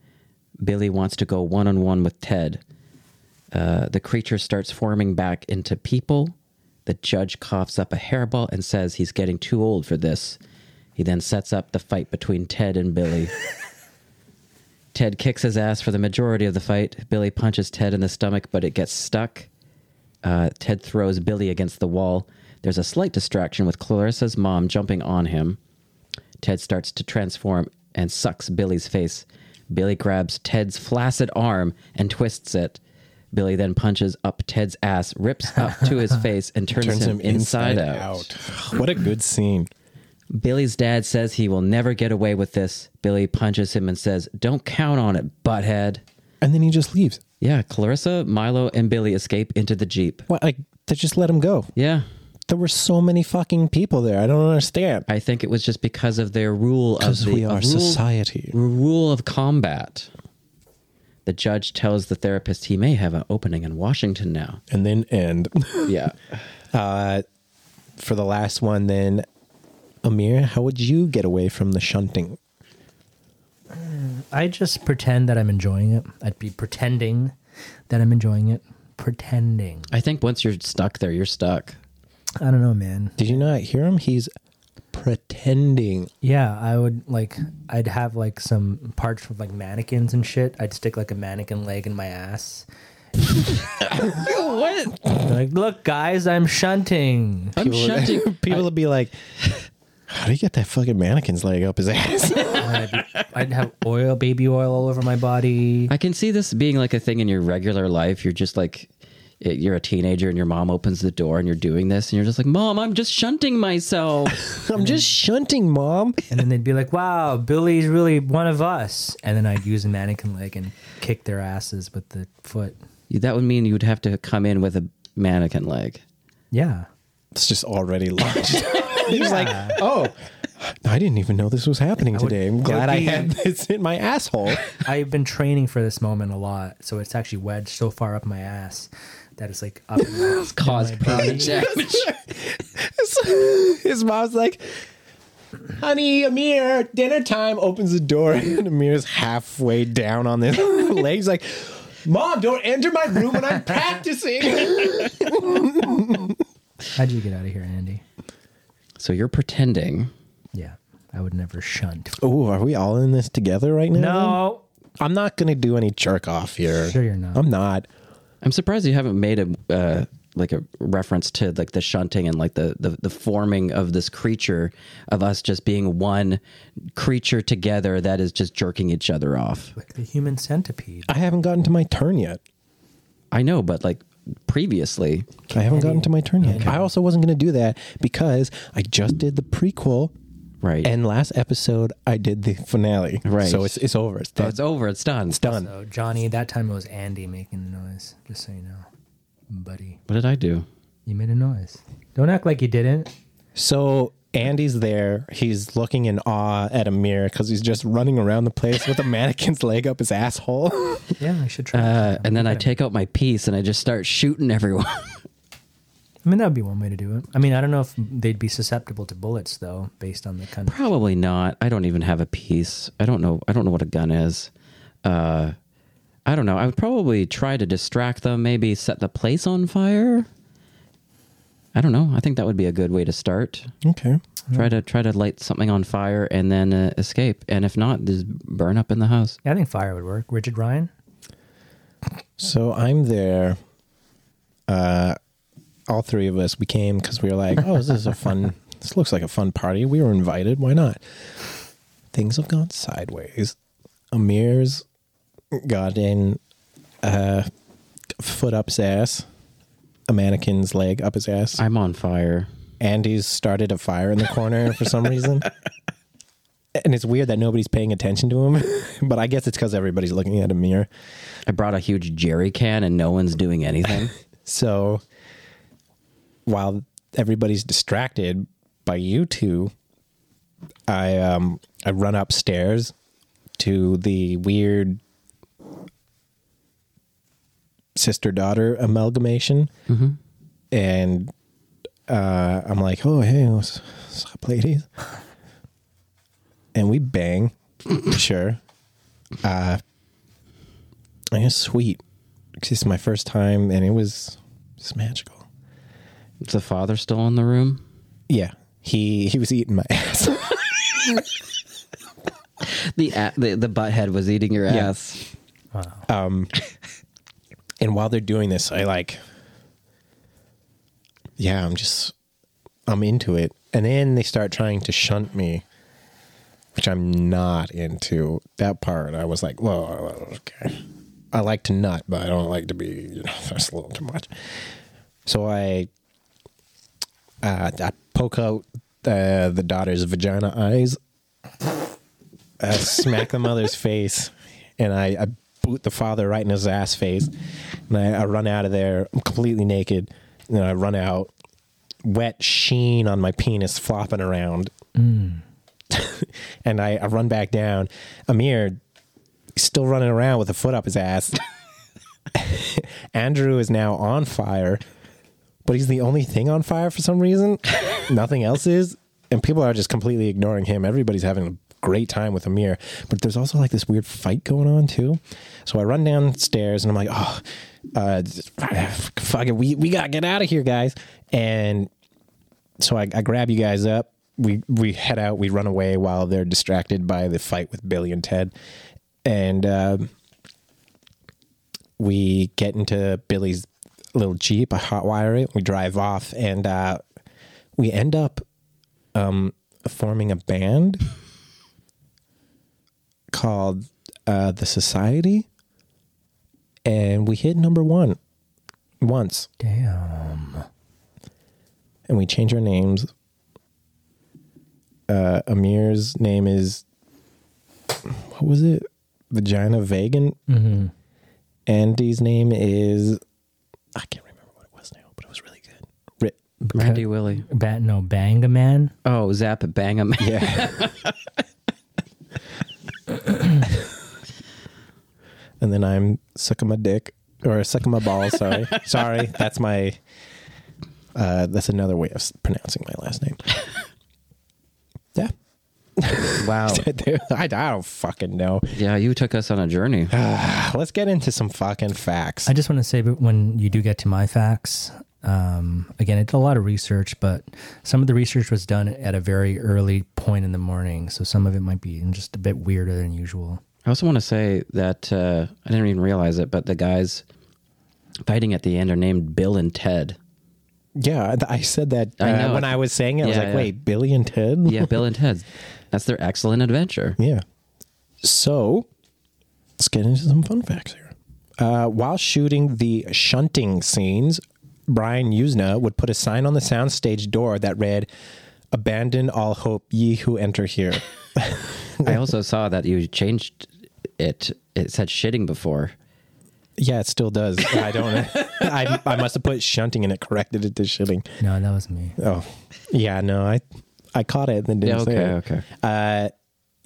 [SPEAKER 2] Billy wants to go one on one with Ted. Uh, the creature starts forming back into people. The judge coughs up a hairball and says he's getting too old for this. He then sets up the fight between Ted and Billy. Ted kicks his ass for the majority of the fight. Billy punches Ted in the stomach, but it gets stuck. Uh, Ted throws Billy against the wall. There's a slight distraction with Clarissa's mom jumping on him. Ted starts to transform and sucks Billy's face. Billy grabs Ted's flaccid arm and twists it. Billy then punches up Ted's ass, rips up to his face, and turns, him, inside, out.
[SPEAKER 5] What a good scene.
[SPEAKER 2] Billy's dad says he will never get away with this. Billy punches him and says, Don't count on it, butthead.
[SPEAKER 5] And then he just leaves.
[SPEAKER 2] Yeah, Clarissa, Milo, and Billy escape into the Jeep.
[SPEAKER 5] What, like they just let him go.
[SPEAKER 2] Yeah.
[SPEAKER 5] There were so many fucking people there. I don't understand.
[SPEAKER 2] I think it was just because of their rule of
[SPEAKER 5] Because
[SPEAKER 2] the
[SPEAKER 5] we
[SPEAKER 2] of
[SPEAKER 5] are
[SPEAKER 2] rule-
[SPEAKER 5] society.
[SPEAKER 2] rule of combat. The judge tells the therapist he may have an opening in Washington now.
[SPEAKER 5] And then end.
[SPEAKER 2] Yeah.
[SPEAKER 5] uh, for the last one, then, Amir, how would you get away from the shunting?
[SPEAKER 4] I just pretend that I'm enjoying it. I'd be pretending that I'm enjoying it. Pretending.
[SPEAKER 2] I think once you're stuck there, you're stuck.
[SPEAKER 4] I don't know, man.
[SPEAKER 5] Did you not hear him? He's pretending.
[SPEAKER 4] Yeah, I would like I'd have like some parts of like mannequins and shit. I'd stick like a mannequin leg in my ass. what? Like, look, guys, I'm shunting.
[SPEAKER 2] I'm shunting.
[SPEAKER 5] People would be like, how do you get that fucking mannequin's leg up his ass?
[SPEAKER 4] I'd have oil, baby oil all over my body.
[SPEAKER 2] I can see this being like a thing in your regular life. You're just like, eh, you're a teenager and your mom opens the door and you're doing this and you're just like, Mom, I'm just shunting myself.
[SPEAKER 5] I'm just shunting, mom.
[SPEAKER 4] And then they'd be like, wow, Billy's really one of us. And then I'd use a mannequin leg and kick their asses with the foot.
[SPEAKER 2] that would mean you would have to come in with a mannequin leg.
[SPEAKER 4] Yeah.
[SPEAKER 5] It's just already launched. He was like, oh, I didn't even know this was happening today. I'm glad I
[SPEAKER 4] be-
[SPEAKER 5] had this in my asshole.
[SPEAKER 4] I've been training for this moment a lot. So it's actually wedged so far up my ass that it's like up my ass.
[SPEAKER 2] Cause permanent damage.
[SPEAKER 5] His mom's like, honey, Amir, dinner time. Opens the door, and Amir's halfway down on this leg. He's like, Mom, don't enter my room when I'm practicing.
[SPEAKER 4] How'd you get out of here, Andy?
[SPEAKER 2] So you're pretending.
[SPEAKER 4] Yeah. I would never shunt.
[SPEAKER 5] oh, are we all in this together right now?
[SPEAKER 4] No.
[SPEAKER 5] I'm not going to do any jerk off here.
[SPEAKER 4] Sure you're not.
[SPEAKER 5] I'm not.
[SPEAKER 2] I'm surprised you haven't made a uh, like a reference to like the shunting and like the, the the forming of this creature of us just being one creature together that is just jerking each other off.
[SPEAKER 4] Like the human centipede.
[SPEAKER 5] I haven't gotten to my turn yet.
[SPEAKER 2] I know, but like previously,
[SPEAKER 5] I haven't gotten to my turn yet. I also wasn't going to do that because I just did the prequel.
[SPEAKER 2] right?
[SPEAKER 5] And last episode, I did the finale.
[SPEAKER 2] Right.
[SPEAKER 5] So it's, it's over. It's
[SPEAKER 2] Oh,
[SPEAKER 5] done.
[SPEAKER 2] it's over. It's done.
[SPEAKER 5] it's done.
[SPEAKER 4] So, Johnny, that time it was Andy making the noise, just so you know. Buddy,
[SPEAKER 2] What did I do?
[SPEAKER 4] you made a noise. Don't act like you didn't.
[SPEAKER 5] So Andy's there. He's looking in awe at a mirror because he's just running around the place with a mannequin's leg up his asshole.
[SPEAKER 4] Yeah, I should try.
[SPEAKER 2] Uh, and then I take out my piece and I just start shooting everyone.
[SPEAKER 4] I mean, that would be one way to do it. I mean, I don't know if they'd be susceptible to bullets, though, based on the kind of.
[SPEAKER 2] Probably not. I don't even have a piece. I don't know. I don't know what a gun is. Uh, I don't know. I would probably try to distract them, maybe set the place on fire. I don't know. I think that would be a good way to start.
[SPEAKER 5] Okay.
[SPEAKER 2] Try to try to light something on fire and then uh, escape. And if not, just burn up in the house.
[SPEAKER 4] Yeah, I think fire would work. Rigid Ryan.
[SPEAKER 5] So I'm there. Uh, all three of us we came because we were like, "Oh, this is a fun. this looks like a fun party. We were invited. Why not?" Things have gone sideways. Amir's got in uh, foot up his ass, a mannequin's leg up his ass.
[SPEAKER 2] I'm on fire.
[SPEAKER 5] Andy's started a fire in the corner for some reason. And it's weird that nobody's paying attention to him, but I guess it's because everybody's looking at a mirror.
[SPEAKER 2] I brought a huge jerry can and no one's doing anything.
[SPEAKER 5] so while everybody's distracted by you two, I um I run upstairs to the weird sister daughter amalgamation,
[SPEAKER 2] Mhm.
[SPEAKER 5] and uh, I'm like, oh hey, what's, what's up, ladies? And we bang, sure. Uh, I guess sweet. 'Cause It's my first time, and it was it's magical.
[SPEAKER 2] Is the father still in the room?
[SPEAKER 5] Yeah, he he was eating my ass.
[SPEAKER 2] The a- the the butthead was eating your ass.
[SPEAKER 5] Um, and while they're doing this, I like, yeah, I'm just, I'm into it. And then they start trying to shunt me, which I'm not into. That part, I was like, whoa, okay. I like to nut, but I don't like to be, you know, that's a little too much. So I, uh, I poke out uh, the daughter's vagina eyes I smack the mother's face, and I, I boot the father right in his ass face, and I, I run out of there. I'm completely naked, and I run out, wet sheen on my penis flopping around, and I, I run back down. Amir still running around with a foot up his ass. Andrew is now on fire, but he's the only thing on fire for some reason. Nothing else is. And people are just completely ignoring him. Everybody's having a great time with Amir. But there's also like this weird fight going on too. So I run downstairs and I'm like, oh, uh, fuck it. We, we got to get out of here, guys. And so I, I grab you guys up. We we head out. We run away while they're distracted by the fight with Billy and Ted, and uh, we get into Billy's little jeep. I hotwire it. We drive off, and uh, we end up um, forming a band called uh, the Society, and we hit number one once.
[SPEAKER 4] Damn.
[SPEAKER 5] and we change our names. Uh, Amir's name is what was it? Vagina Vegan.
[SPEAKER 4] Mhm.
[SPEAKER 5] Andy's name is I can't remember what it was now, but it was really good. Rip.
[SPEAKER 2] Randy Willie.
[SPEAKER 4] Bat no banga man.
[SPEAKER 2] Oh, Zap bang him.
[SPEAKER 5] Yeah. and then I'm sucking my dick or sucking my balls. Sorry, sorry. That's my. Uh, that's another way of s- pronouncing my last name. Yeah.
[SPEAKER 2] Wow.
[SPEAKER 5] Dude, I, I don't fucking know.
[SPEAKER 2] yeah, you took us on a journey.
[SPEAKER 5] Let's get into some fucking facts.
[SPEAKER 4] I just want to say, but when you do get to my facts, um, again, it did a lot of research, but some of the research was done at a very early point in the morning, so some of it might be just a bit weirder than usual.
[SPEAKER 2] I also want to say that uh, I didn't even realize it, but the guys fighting at the end are named Bill and Ted.
[SPEAKER 5] yeah, I- I said that uh,
[SPEAKER 2] I know.
[SPEAKER 5] when I was saying it. I was
[SPEAKER 2] Yeah,
[SPEAKER 5] like,
[SPEAKER 2] yeah.
[SPEAKER 5] wait, Billy and Ted?
[SPEAKER 2] Yeah, Bill and Ted. That's their excellent adventure.
[SPEAKER 5] Yeah. So let's get into some fun facts here. Uh, while shooting the shunting scenes, Brian Usna would put a sign on the soundstage door that read, Abandon all hope, ye who enter here.
[SPEAKER 2] I also saw that you changed it. It said shitting before.
[SPEAKER 5] yeah, it still does. I don't I, I must have put shunting and it corrected it to shitting.
[SPEAKER 4] No, that was me.
[SPEAKER 5] Oh, yeah, no, I I caught it and then didn't
[SPEAKER 2] Yeah,
[SPEAKER 5] say it.
[SPEAKER 2] okay, okay.
[SPEAKER 5] Uh,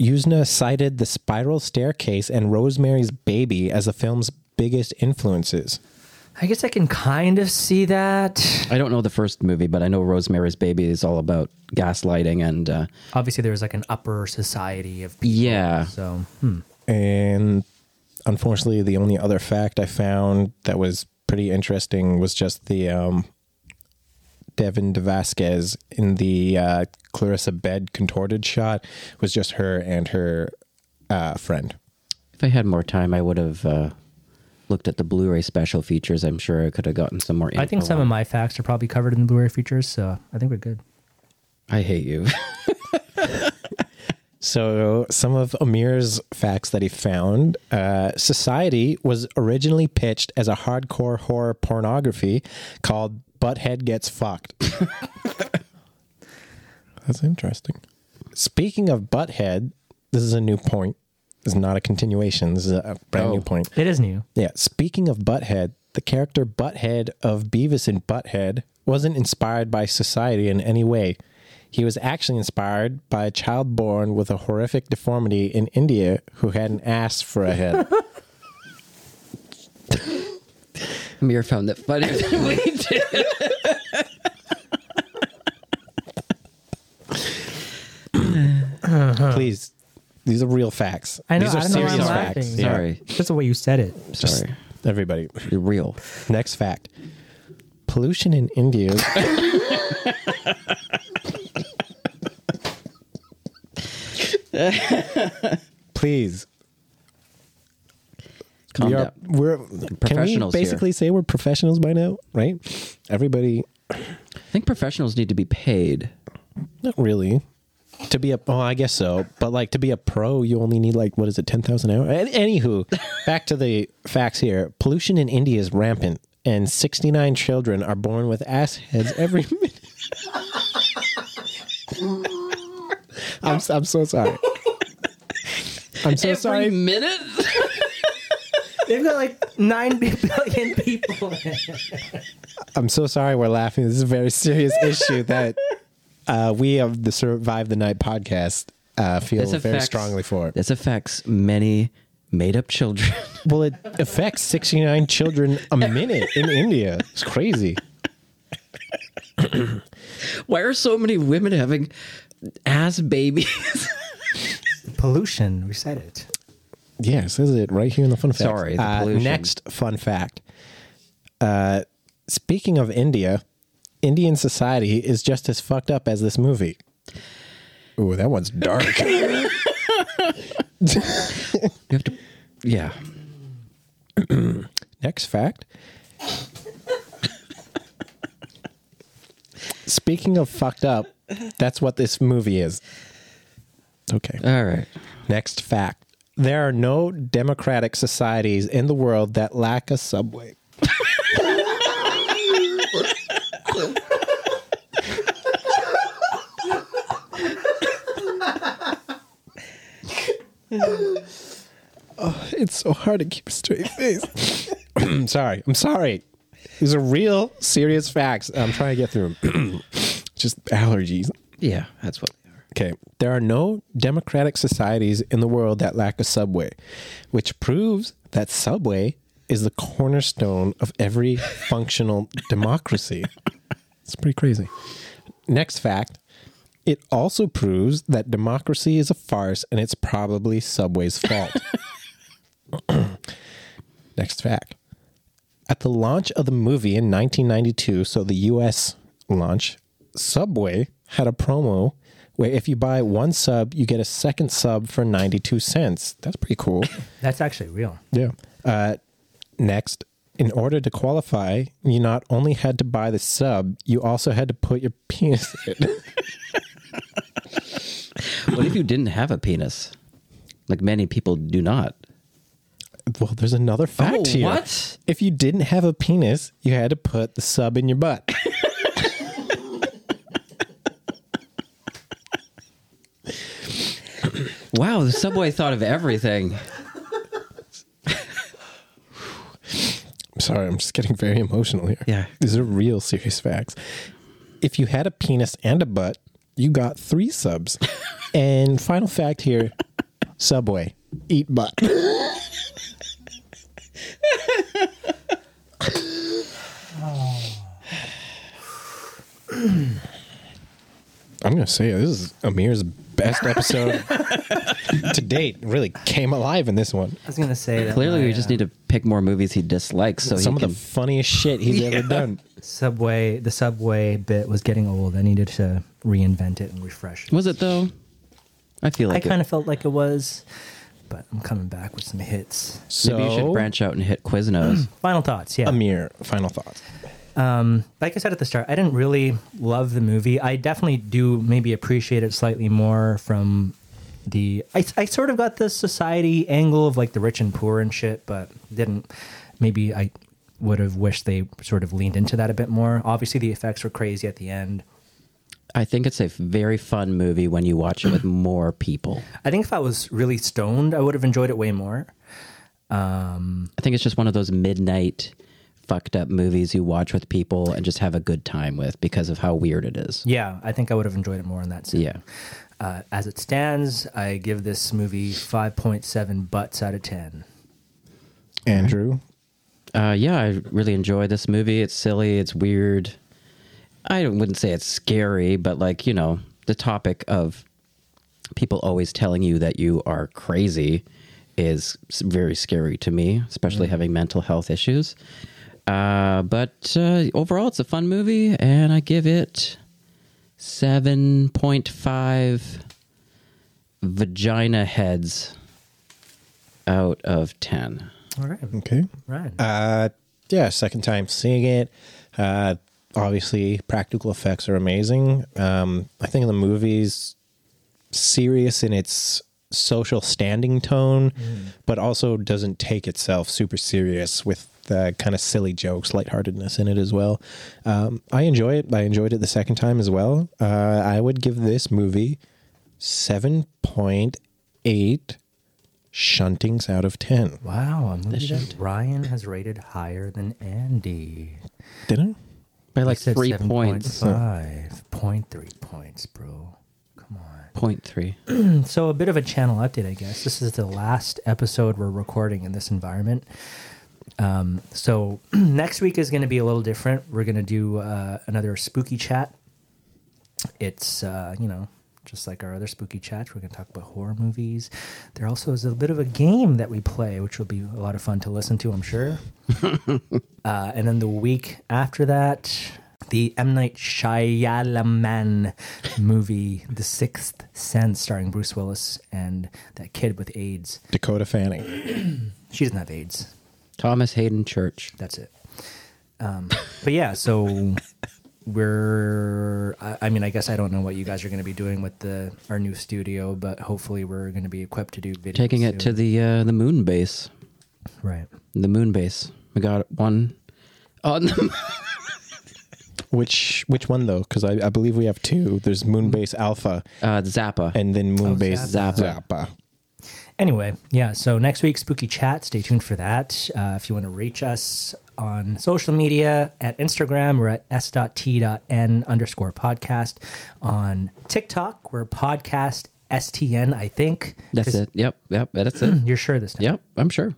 [SPEAKER 5] Usna cited The Spiral Staircase and Rosemary's Baby as the film's biggest influences.
[SPEAKER 4] I guess I can kind of see that.
[SPEAKER 2] I don't know the first movie, but I know Rosemary's Baby is all about gaslighting and uh,
[SPEAKER 4] Obviously, there was like an upper society of people.
[SPEAKER 2] yeah.
[SPEAKER 4] So, hmm.
[SPEAKER 5] And unfortunately, the only other fact I found that was pretty interesting was just the um, Devin DeVasquez in the uh, Clarissa bed contorted shot was just her and her uh, friend.
[SPEAKER 2] If I had more time, I would have uh, looked at the Blu-ray special features. I'm sure I could have gotten some more.
[SPEAKER 4] I think
[SPEAKER 2] info
[SPEAKER 4] some
[SPEAKER 2] on
[SPEAKER 4] of my facts are probably covered in the Blu-ray features, so I think we're good.
[SPEAKER 2] I hate you.
[SPEAKER 5] So, some of Amir's facts that he found uh, Society was originally pitched as a hardcore horror pornography called Butthead Gets Fucked. That's interesting. Speaking of Butthead, this is a new point. This is not a continuation. This is a brand new point.
[SPEAKER 4] It is new.
[SPEAKER 5] Yeah. Speaking of Butthead, the character Butthead of Beavis and Butthead wasn't inspired by society in any way. He was actually inspired by a child born with a horrific deformity in India who had an ass for a head.
[SPEAKER 2] Amir found that funny. we did.
[SPEAKER 5] Please, these are real facts.
[SPEAKER 4] I know.
[SPEAKER 5] These are
[SPEAKER 4] I don't know why I'm
[SPEAKER 5] serious
[SPEAKER 4] laughing.
[SPEAKER 5] facts. Yeah.
[SPEAKER 2] Sorry,
[SPEAKER 4] Just the way you said it.
[SPEAKER 5] Just
[SPEAKER 2] sorry.
[SPEAKER 5] everybody.
[SPEAKER 2] You're real.
[SPEAKER 5] Next fact. Pollution in India. Please.
[SPEAKER 2] Calm
[SPEAKER 5] we are,
[SPEAKER 2] down.
[SPEAKER 5] We're
[SPEAKER 2] Professionals
[SPEAKER 5] Can
[SPEAKER 2] here.
[SPEAKER 5] we basically say we're professionals by now, right? Everybody,
[SPEAKER 2] I think professionals need to be paid.
[SPEAKER 5] not really. To be a, oh, I guess so. But like to be a pro, you only need like what is it, ten thousand hours? An- Anywho, back to the facts here. Pollution in India is rampant, and sixty-nine children are born with ass heads every minute. I'm s- I'm so sorry. I'm so sorry.
[SPEAKER 2] minute.
[SPEAKER 4] They've got like nine billion people.
[SPEAKER 5] I'm so sorry we're laughing. This is a very serious issue that uh, we of the Survive the Night podcast uh, feel
[SPEAKER 2] This
[SPEAKER 5] very
[SPEAKER 2] affects-
[SPEAKER 5] strongly for.
[SPEAKER 2] This affects many made-up children.
[SPEAKER 5] Well, it affects 69 children a minute in India. It's crazy.
[SPEAKER 2] Why are so many women having ass babies?
[SPEAKER 4] Pollution. We said it.
[SPEAKER 5] Yes, this is it right here in the fun fact. Uh,
[SPEAKER 2] Sorry, the pollution.
[SPEAKER 5] next fun fact. Uh, speaking of India, Indian society is just as fucked up as this movie. Ooh, that one's dark.
[SPEAKER 2] You have to. Yeah.
[SPEAKER 5] Next fact. Speaking of fucked up, that's what this movie is. Okay.
[SPEAKER 2] All right.
[SPEAKER 5] Next fact. There are no democratic societies in the world that lack a subway. oh, it's so hard to keep a straight face. I'm sorry. I'm sorry. These are real serious facts. I'm trying to get through them. Just allergies.
[SPEAKER 2] Yeah, that's what they are.
[SPEAKER 5] Okay. There are no democratic societies in the world that lack a subway, which proves that subway is the cornerstone of every functional democracy. It's pretty crazy. Next fact it also proves that democracy is a farce and it's probably Subway's fault. Next fact. At the launch of the movie in 1992, so the US launch, Subway had a promo where if you buy one sub, you get a second sub for 92 cents. That's pretty cool.
[SPEAKER 4] That's actually real.
[SPEAKER 5] Yeah. Uh, next, in order to qualify, you not only had to buy the sub, you also had to put your penis in. it.
[SPEAKER 2] What if you didn't have a penis? Like many people do not.
[SPEAKER 5] well, there's another fact
[SPEAKER 2] Oh,
[SPEAKER 5] here.
[SPEAKER 2] what?
[SPEAKER 5] If you didn't have a penis, you had to put the sub in your butt.
[SPEAKER 2] Wow, the subway thought of everything.
[SPEAKER 5] I'm sorry, I'm just getting very emotional here.
[SPEAKER 2] Yeah.
[SPEAKER 5] These are real serious facts. If you had a penis and a butt, you got three subs. and final fact here Subway, eat butt. I'm gonna say this is Amir's best episode to date. Really came alive in this one.
[SPEAKER 4] I was gonna say that.
[SPEAKER 2] Clearly, we just need to pick more movies he dislikes so
[SPEAKER 5] uh, Some
[SPEAKER 2] he
[SPEAKER 5] of
[SPEAKER 2] can.
[SPEAKER 5] the funniest shit he's ever done.
[SPEAKER 4] Subway, the subway bit was getting old. I needed to reinvent it and refresh. it.
[SPEAKER 2] was it though? I feel like
[SPEAKER 4] I
[SPEAKER 2] it.
[SPEAKER 4] kind of felt like it was, but I'm coming back with some hits.
[SPEAKER 5] So,
[SPEAKER 2] maybe you should branch out and hit Quiznos.
[SPEAKER 4] Final thoughts, yeah.
[SPEAKER 5] Amir, final thoughts.
[SPEAKER 4] Um, like I said at the start, I didn't really love the movie. I definitely do maybe appreciate it slightly more from the. I, I sort of got the society angle of like the rich and poor and shit, but didn't. Maybe I would have wished they sort of leaned into that a bit more. Obviously, the effects were crazy at the end.
[SPEAKER 2] I think it's a very fun movie when you watch it with more people.
[SPEAKER 4] I think if I was really stoned, I would have enjoyed it way more. Um,
[SPEAKER 2] I think it's just one of those midnight fucked up movies you watch with people and just have a good time with because of how weird it is.
[SPEAKER 4] yeah, I think I would have enjoyed it more in that sense.
[SPEAKER 2] Yeah.
[SPEAKER 4] Uh, as it stands, I give this movie 5.7 butts out of 10.
[SPEAKER 5] Andrew,
[SPEAKER 2] Uh, yeah, I really enjoy this movie. It's silly, it's weird. I wouldn't say it's scary, but like, you know, the topic of people always telling you that you are crazy is s- very scary to me, especially having mental health issues. Uh, but uh, overall, it's a fun movie, and I give it 7.5 vagina heads out of 10.
[SPEAKER 4] All right.
[SPEAKER 5] okay.
[SPEAKER 4] Ryan.
[SPEAKER 5] Uh, yeah, second time seeing it. Uh, obviously, practical effects are amazing. Um, I think the movie's serious in its social standing tone, but also doesn't take itself super serious with the kind of silly jokes, lightheartedness in it as well. Um, I enjoy it. I enjoyed it the second time as well. Uh, I would give this movie 7.8 shuntings out of 10.
[SPEAKER 4] Wow, I'm looking at Ryan has rated higher than Andy.
[SPEAKER 5] Did I?
[SPEAKER 2] By
[SPEAKER 4] He
[SPEAKER 2] like
[SPEAKER 4] said
[SPEAKER 2] three points.
[SPEAKER 4] 7.5.3 points, bro. Come on.
[SPEAKER 2] Point three.
[SPEAKER 4] So a bit of a channel update, I guess. This is the last episode we're recording in this environment. Um, so next week is going to be a little different. We're going to do uh, another spooky chat. It's uh, you know just like our other spooky chats. We're going to talk about horror movies. There also is a bit of a game that we play, which will be a lot of fun to listen to, I'm sure. Uh, and then the week after that, the M. Night Shyamalan movie, The Sixth Sense, starring Bruce Willis and that kid with AIDS.
[SPEAKER 5] Dakota Fanning.
[SPEAKER 4] She doesn't have AIDS.
[SPEAKER 2] Thomas Hayden Church.
[SPEAKER 4] That's it. Um, but yeah, so we're. I, I mean, I guess I don't know what you guys are going to be doing with the our new studio, but hopefully we're going to be equipped to do video.
[SPEAKER 2] Taking it to the uh, the moon base.
[SPEAKER 4] right.
[SPEAKER 2] The moon base. We got one on the
[SPEAKER 5] Which which one though? Because I, I believe we have two. There's Moonbase Alpha
[SPEAKER 2] uh, Zappa.
[SPEAKER 5] and then Moonbase
[SPEAKER 2] Zappa.
[SPEAKER 5] Zappa.
[SPEAKER 4] Anyway, yeah, so next week, Spooky Chat, stay tuned for that. Uh, if you want to reach us on social media, at Instagram, we're at s.t.n underscore podcast. On TikTok, we're podcast STN, I think.
[SPEAKER 2] that's
[SPEAKER 4] 'Cause
[SPEAKER 2] it. Yep. Yep. That's it.
[SPEAKER 4] You're sure this time?
[SPEAKER 2] yep. I'm sure.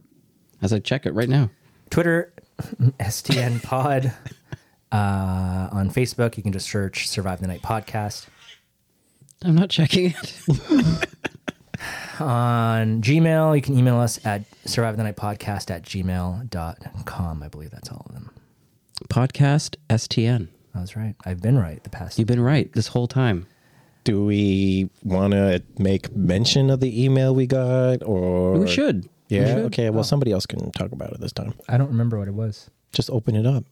[SPEAKER 2] As I check it right now.
[SPEAKER 4] Twitter, STN pod. Uh, on Facebook, you can just search Survive the Night Podcast.
[SPEAKER 2] I'm not checking it.
[SPEAKER 4] On Gmail, you can email us at survive the night podcast at gmail.com. I believe that's all of them.
[SPEAKER 2] Podcast STN.
[SPEAKER 4] That's right. I've been right the past.
[SPEAKER 2] You've been right this whole time.
[SPEAKER 5] Do we want to make mention of the email we got, or
[SPEAKER 2] we should. We
[SPEAKER 5] Yeah.
[SPEAKER 2] should.
[SPEAKER 5] Okay. Well, somebody else can talk about it this time.
[SPEAKER 4] I don't remember what it was.
[SPEAKER 5] Just open it up.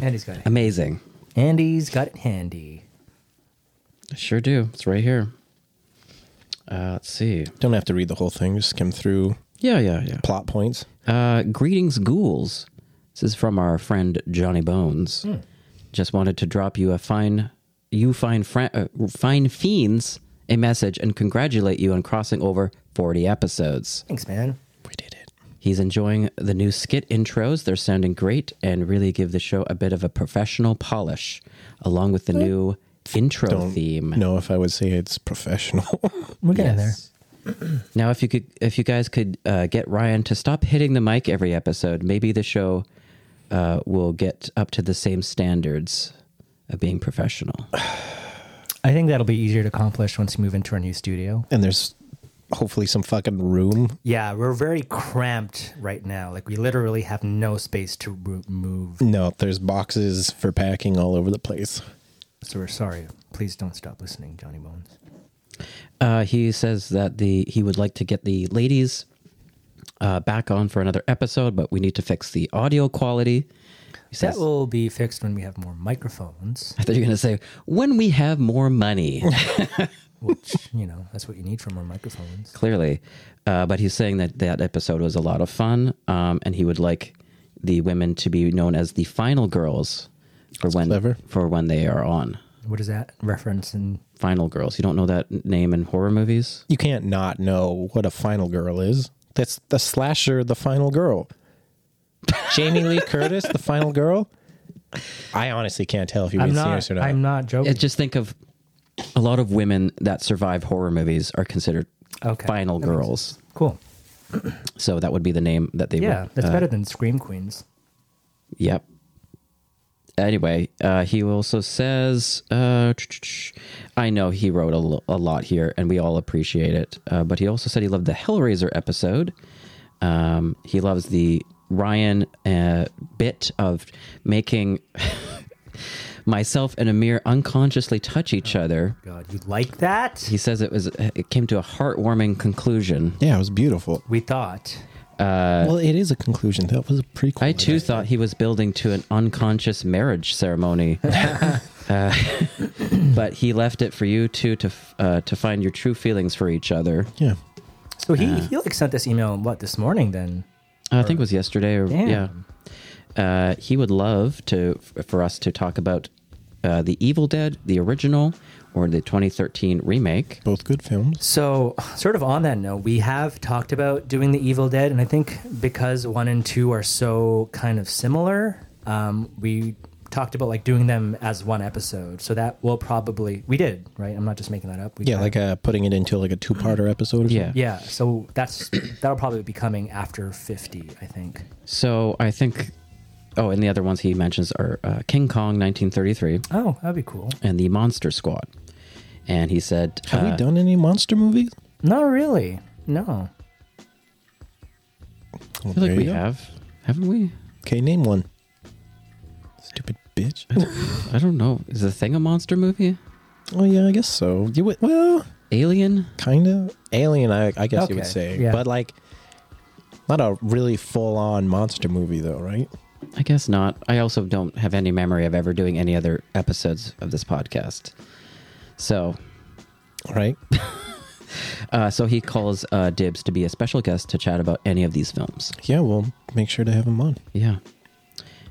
[SPEAKER 4] Andy's got it.
[SPEAKER 2] Amazing.
[SPEAKER 4] Andy's got it handy.
[SPEAKER 2] I sure do. It's right here. Uh, let's see.
[SPEAKER 5] Don't have to read the whole thing. Just skim through
[SPEAKER 2] Yeah, yeah, yeah.
[SPEAKER 5] plot points.
[SPEAKER 2] Uh, greetings, ghouls. This is from our friend Johnny Bones. Just wanted to drop you a fine, you fine, fri uh, fine fiends, a message and congratulate you on crossing over 40 episodes.
[SPEAKER 4] Thanks, man.
[SPEAKER 5] We did it.
[SPEAKER 2] He's enjoying the new skit intros. They're sounding great and really give the show a bit of a professional polish, along with the new intro theme.
[SPEAKER 5] Know if I would say it's professional.
[SPEAKER 4] We're getting
[SPEAKER 2] Now, if you could, if you guys could uh, get Ryan to stop hitting the mic every episode, maybe the show uh, will get up to the same standards of being professional.
[SPEAKER 4] I think that'll be easier to accomplish once you move into our new studio.
[SPEAKER 5] And there's hopefully some fucking room.
[SPEAKER 4] Yeah, we're very cramped right now. Like we literally have no space to ro- move.
[SPEAKER 5] No, there's boxes for packing all over the place.
[SPEAKER 4] So we're sorry. Please don't stop listening, Johnny Bones.
[SPEAKER 2] Uh, he says that the he would like to get the ladies uh, back on for another episode, but we need to fix the audio quality. He
[SPEAKER 4] That
[SPEAKER 2] says,
[SPEAKER 4] will be fixed when we have more microphones,
[SPEAKER 2] I thought you were going to say when we have more money.
[SPEAKER 4] which, you know, that's what you need for more microphones.
[SPEAKER 2] clearly. Uh, but he's saying that that episode was a lot of fun, um, and he would like the women to be known as the final girls for when
[SPEAKER 5] clever.
[SPEAKER 2] for when they are on
[SPEAKER 4] What is that reference? And
[SPEAKER 2] final girls. You don't know that n- name in horror movies.
[SPEAKER 5] You can't not know what a final girl is. That's the slasher, the final girl. Jamie Lee Curtis, the final girl. I honestly can't tell if you
[SPEAKER 4] I'm
[SPEAKER 5] mean
[SPEAKER 4] not,
[SPEAKER 5] serious or not.
[SPEAKER 4] I'm not joking.
[SPEAKER 2] It, just think of a lot of women that survive horror movies are considered
[SPEAKER 4] Okay,
[SPEAKER 2] final girls.
[SPEAKER 4] cool.
[SPEAKER 2] So that would be the name that they
[SPEAKER 4] Yeah,
[SPEAKER 2] would.
[SPEAKER 4] that's
[SPEAKER 2] uh,
[SPEAKER 4] better than Scream Queens.
[SPEAKER 2] Yep. Anyway, uh, he also says, uh, I know he wrote a, lo- a lot here, and we all appreciate it. Uh, but he also said he loved the Hellraiser episode. Um, he loves the Ryan uh, bit of making myself and Amir unconsciously touch each other.
[SPEAKER 4] God, you like that?
[SPEAKER 2] He says it was it came to a heartwarming conclusion.
[SPEAKER 5] yeah, it was beautiful.
[SPEAKER 4] We thought.
[SPEAKER 5] well, it is a conclusion. That was a prequel.
[SPEAKER 2] I too thought he was building to an unconscious marriage ceremony, Uh, but he left it for you two to f- uh, to find your true feelings for each other.
[SPEAKER 5] Yeah.
[SPEAKER 4] So he, he like sent this email, what, this morning then?
[SPEAKER 2] Uh, I think it was yesterday, or
[SPEAKER 4] Damn.
[SPEAKER 2] yeah. Uh, he would love to f- for us to talk about uh, the Evil Dead, the original, or the 2013 remake.
[SPEAKER 5] Both good films.
[SPEAKER 4] So, sort of on that note, we have talked about doing the Evil Dead, and I think because one and two are so kind of similar, um, we talked about like doing them as one episode. So that will probably we did right. I'm not just making that up. We
[SPEAKER 5] Yeah,
[SPEAKER 4] tried.
[SPEAKER 5] like uh, putting it into like a two-parter episode. Or
[SPEAKER 2] Yeah.
[SPEAKER 4] yeah. So that's that'll probably be coming after 50, I think.
[SPEAKER 2] So I think. Oh, and the other ones he mentions are uh, King Kong 1933
[SPEAKER 4] Oh, that'd be cool.
[SPEAKER 2] and the Monster Squad. And he said,
[SPEAKER 5] something. Have
[SPEAKER 2] uh,
[SPEAKER 5] we done any monster movies?
[SPEAKER 4] Not really. No.
[SPEAKER 5] Well,
[SPEAKER 2] I feel
[SPEAKER 5] there
[SPEAKER 2] like we
[SPEAKER 5] you go.
[SPEAKER 2] have, haven't we?
[SPEAKER 5] Okay, name one. Stupid bitch.
[SPEAKER 2] I don't know. Is the thing a monster movie?
[SPEAKER 5] oh yeah, I guess so. You would, well,
[SPEAKER 2] Alien?
[SPEAKER 5] kind of alien. I, I guess you would
[SPEAKER 4] Okay,
[SPEAKER 5] say,
[SPEAKER 4] yeah.
[SPEAKER 5] but like, not a really full-on monster movie though, right?
[SPEAKER 2] I guess not. I also don't have any memory of ever doing any other episodes of this podcast. So,
[SPEAKER 5] Right.
[SPEAKER 2] uh, so he calls uh, Dibs to be a special guest to chat about any of these films.
[SPEAKER 5] yeah, we'll make sure to have him on.
[SPEAKER 2] Yeah.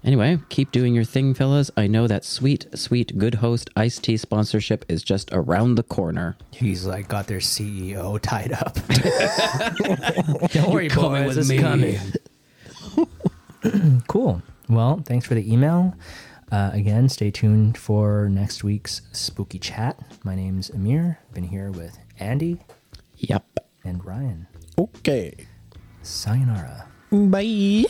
[SPEAKER 2] Anyway, keep doing your thing, fellas. I know that sweet, sweet good host Ice Tea sponsorship is just around the corner.
[SPEAKER 4] He's like got their CEO tied up. Don't worry, boys. It's coming. cool. Well, thanks for the email. Uh, again, stay tuned for next week's spooky chat. My name's Amir. I've been here with Andy
[SPEAKER 2] Yep.
[SPEAKER 4] and Ryan.
[SPEAKER 5] Okay.
[SPEAKER 4] Sayonara.
[SPEAKER 5] Bye.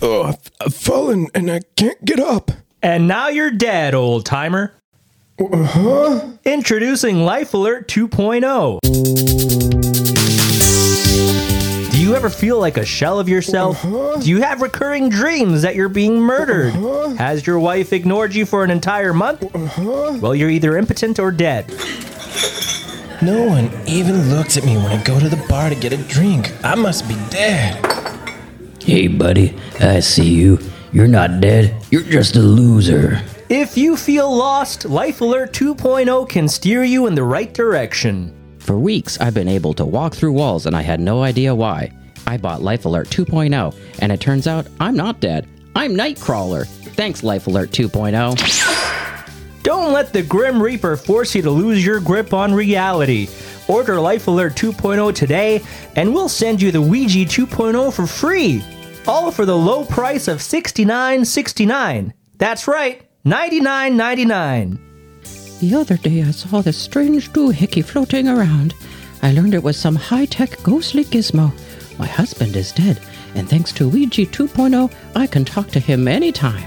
[SPEAKER 5] Oh, I've, I've fallen and I can't get up.
[SPEAKER 4] And now you're dead, old timer. Introducing Life Alert oh. 2.0. Do you ever feel like a shell of yourself? Do you have recurring dreams that you're being murdered? Has your wife ignored you for an entire month? Well, you're either impotent or dead.
[SPEAKER 5] No one even looks at me when I go to the bar to get a drink. I must be dead.
[SPEAKER 9] Hey, buddy, I see you. You're not dead, you're just a loser.
[SPEAKER 4] If you feel lost, Life Alert 2.0 can steer you in the right direction.
[SPEAKER 2] For weeks, I've been able to walk through walls and I had no idea why. I bought Life Alert 2.0, and it turns out I'm not dead. I'm Nightcrawler. Thanks, Life Alert oh. 2.0.
[SPEAKER 4] Don't let the Grim Reaper force you to lose your grip on reality. Order Life Alert 2.0 today, and we'll send you the Ouija 2.0 for free. All for the low price of $69.69. That's right, ninety nine ninety nine.
[SPEAKER 2] The other day I saw this strange doohickey floating around. I learned it was some high tech ghostly gizmo. My husband is dead, and thanks to Ouija 2.0, I can talk to him anytime.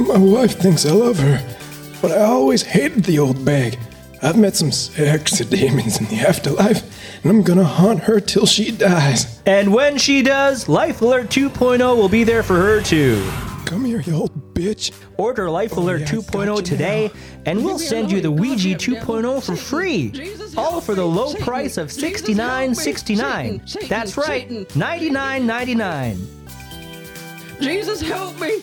[SPEAKER 5] My wife thinks I love her, but I always hated the old bag. I've met some extra demons in the afterlife, and I'm gonna haunt her till she dies.
[SPEAKER 4] And when she does, Life Alert 2.0 will be there for her too.
[SPEAKER 5] Come here, you old bitch.
[SPEAKER 4] Order Life Alert 2.0 today, and we'll send you the Ouija 2.0 for free. all for the low price of $69.69. That's right, $99.99.
[SPEAKER 11] Jesus help me!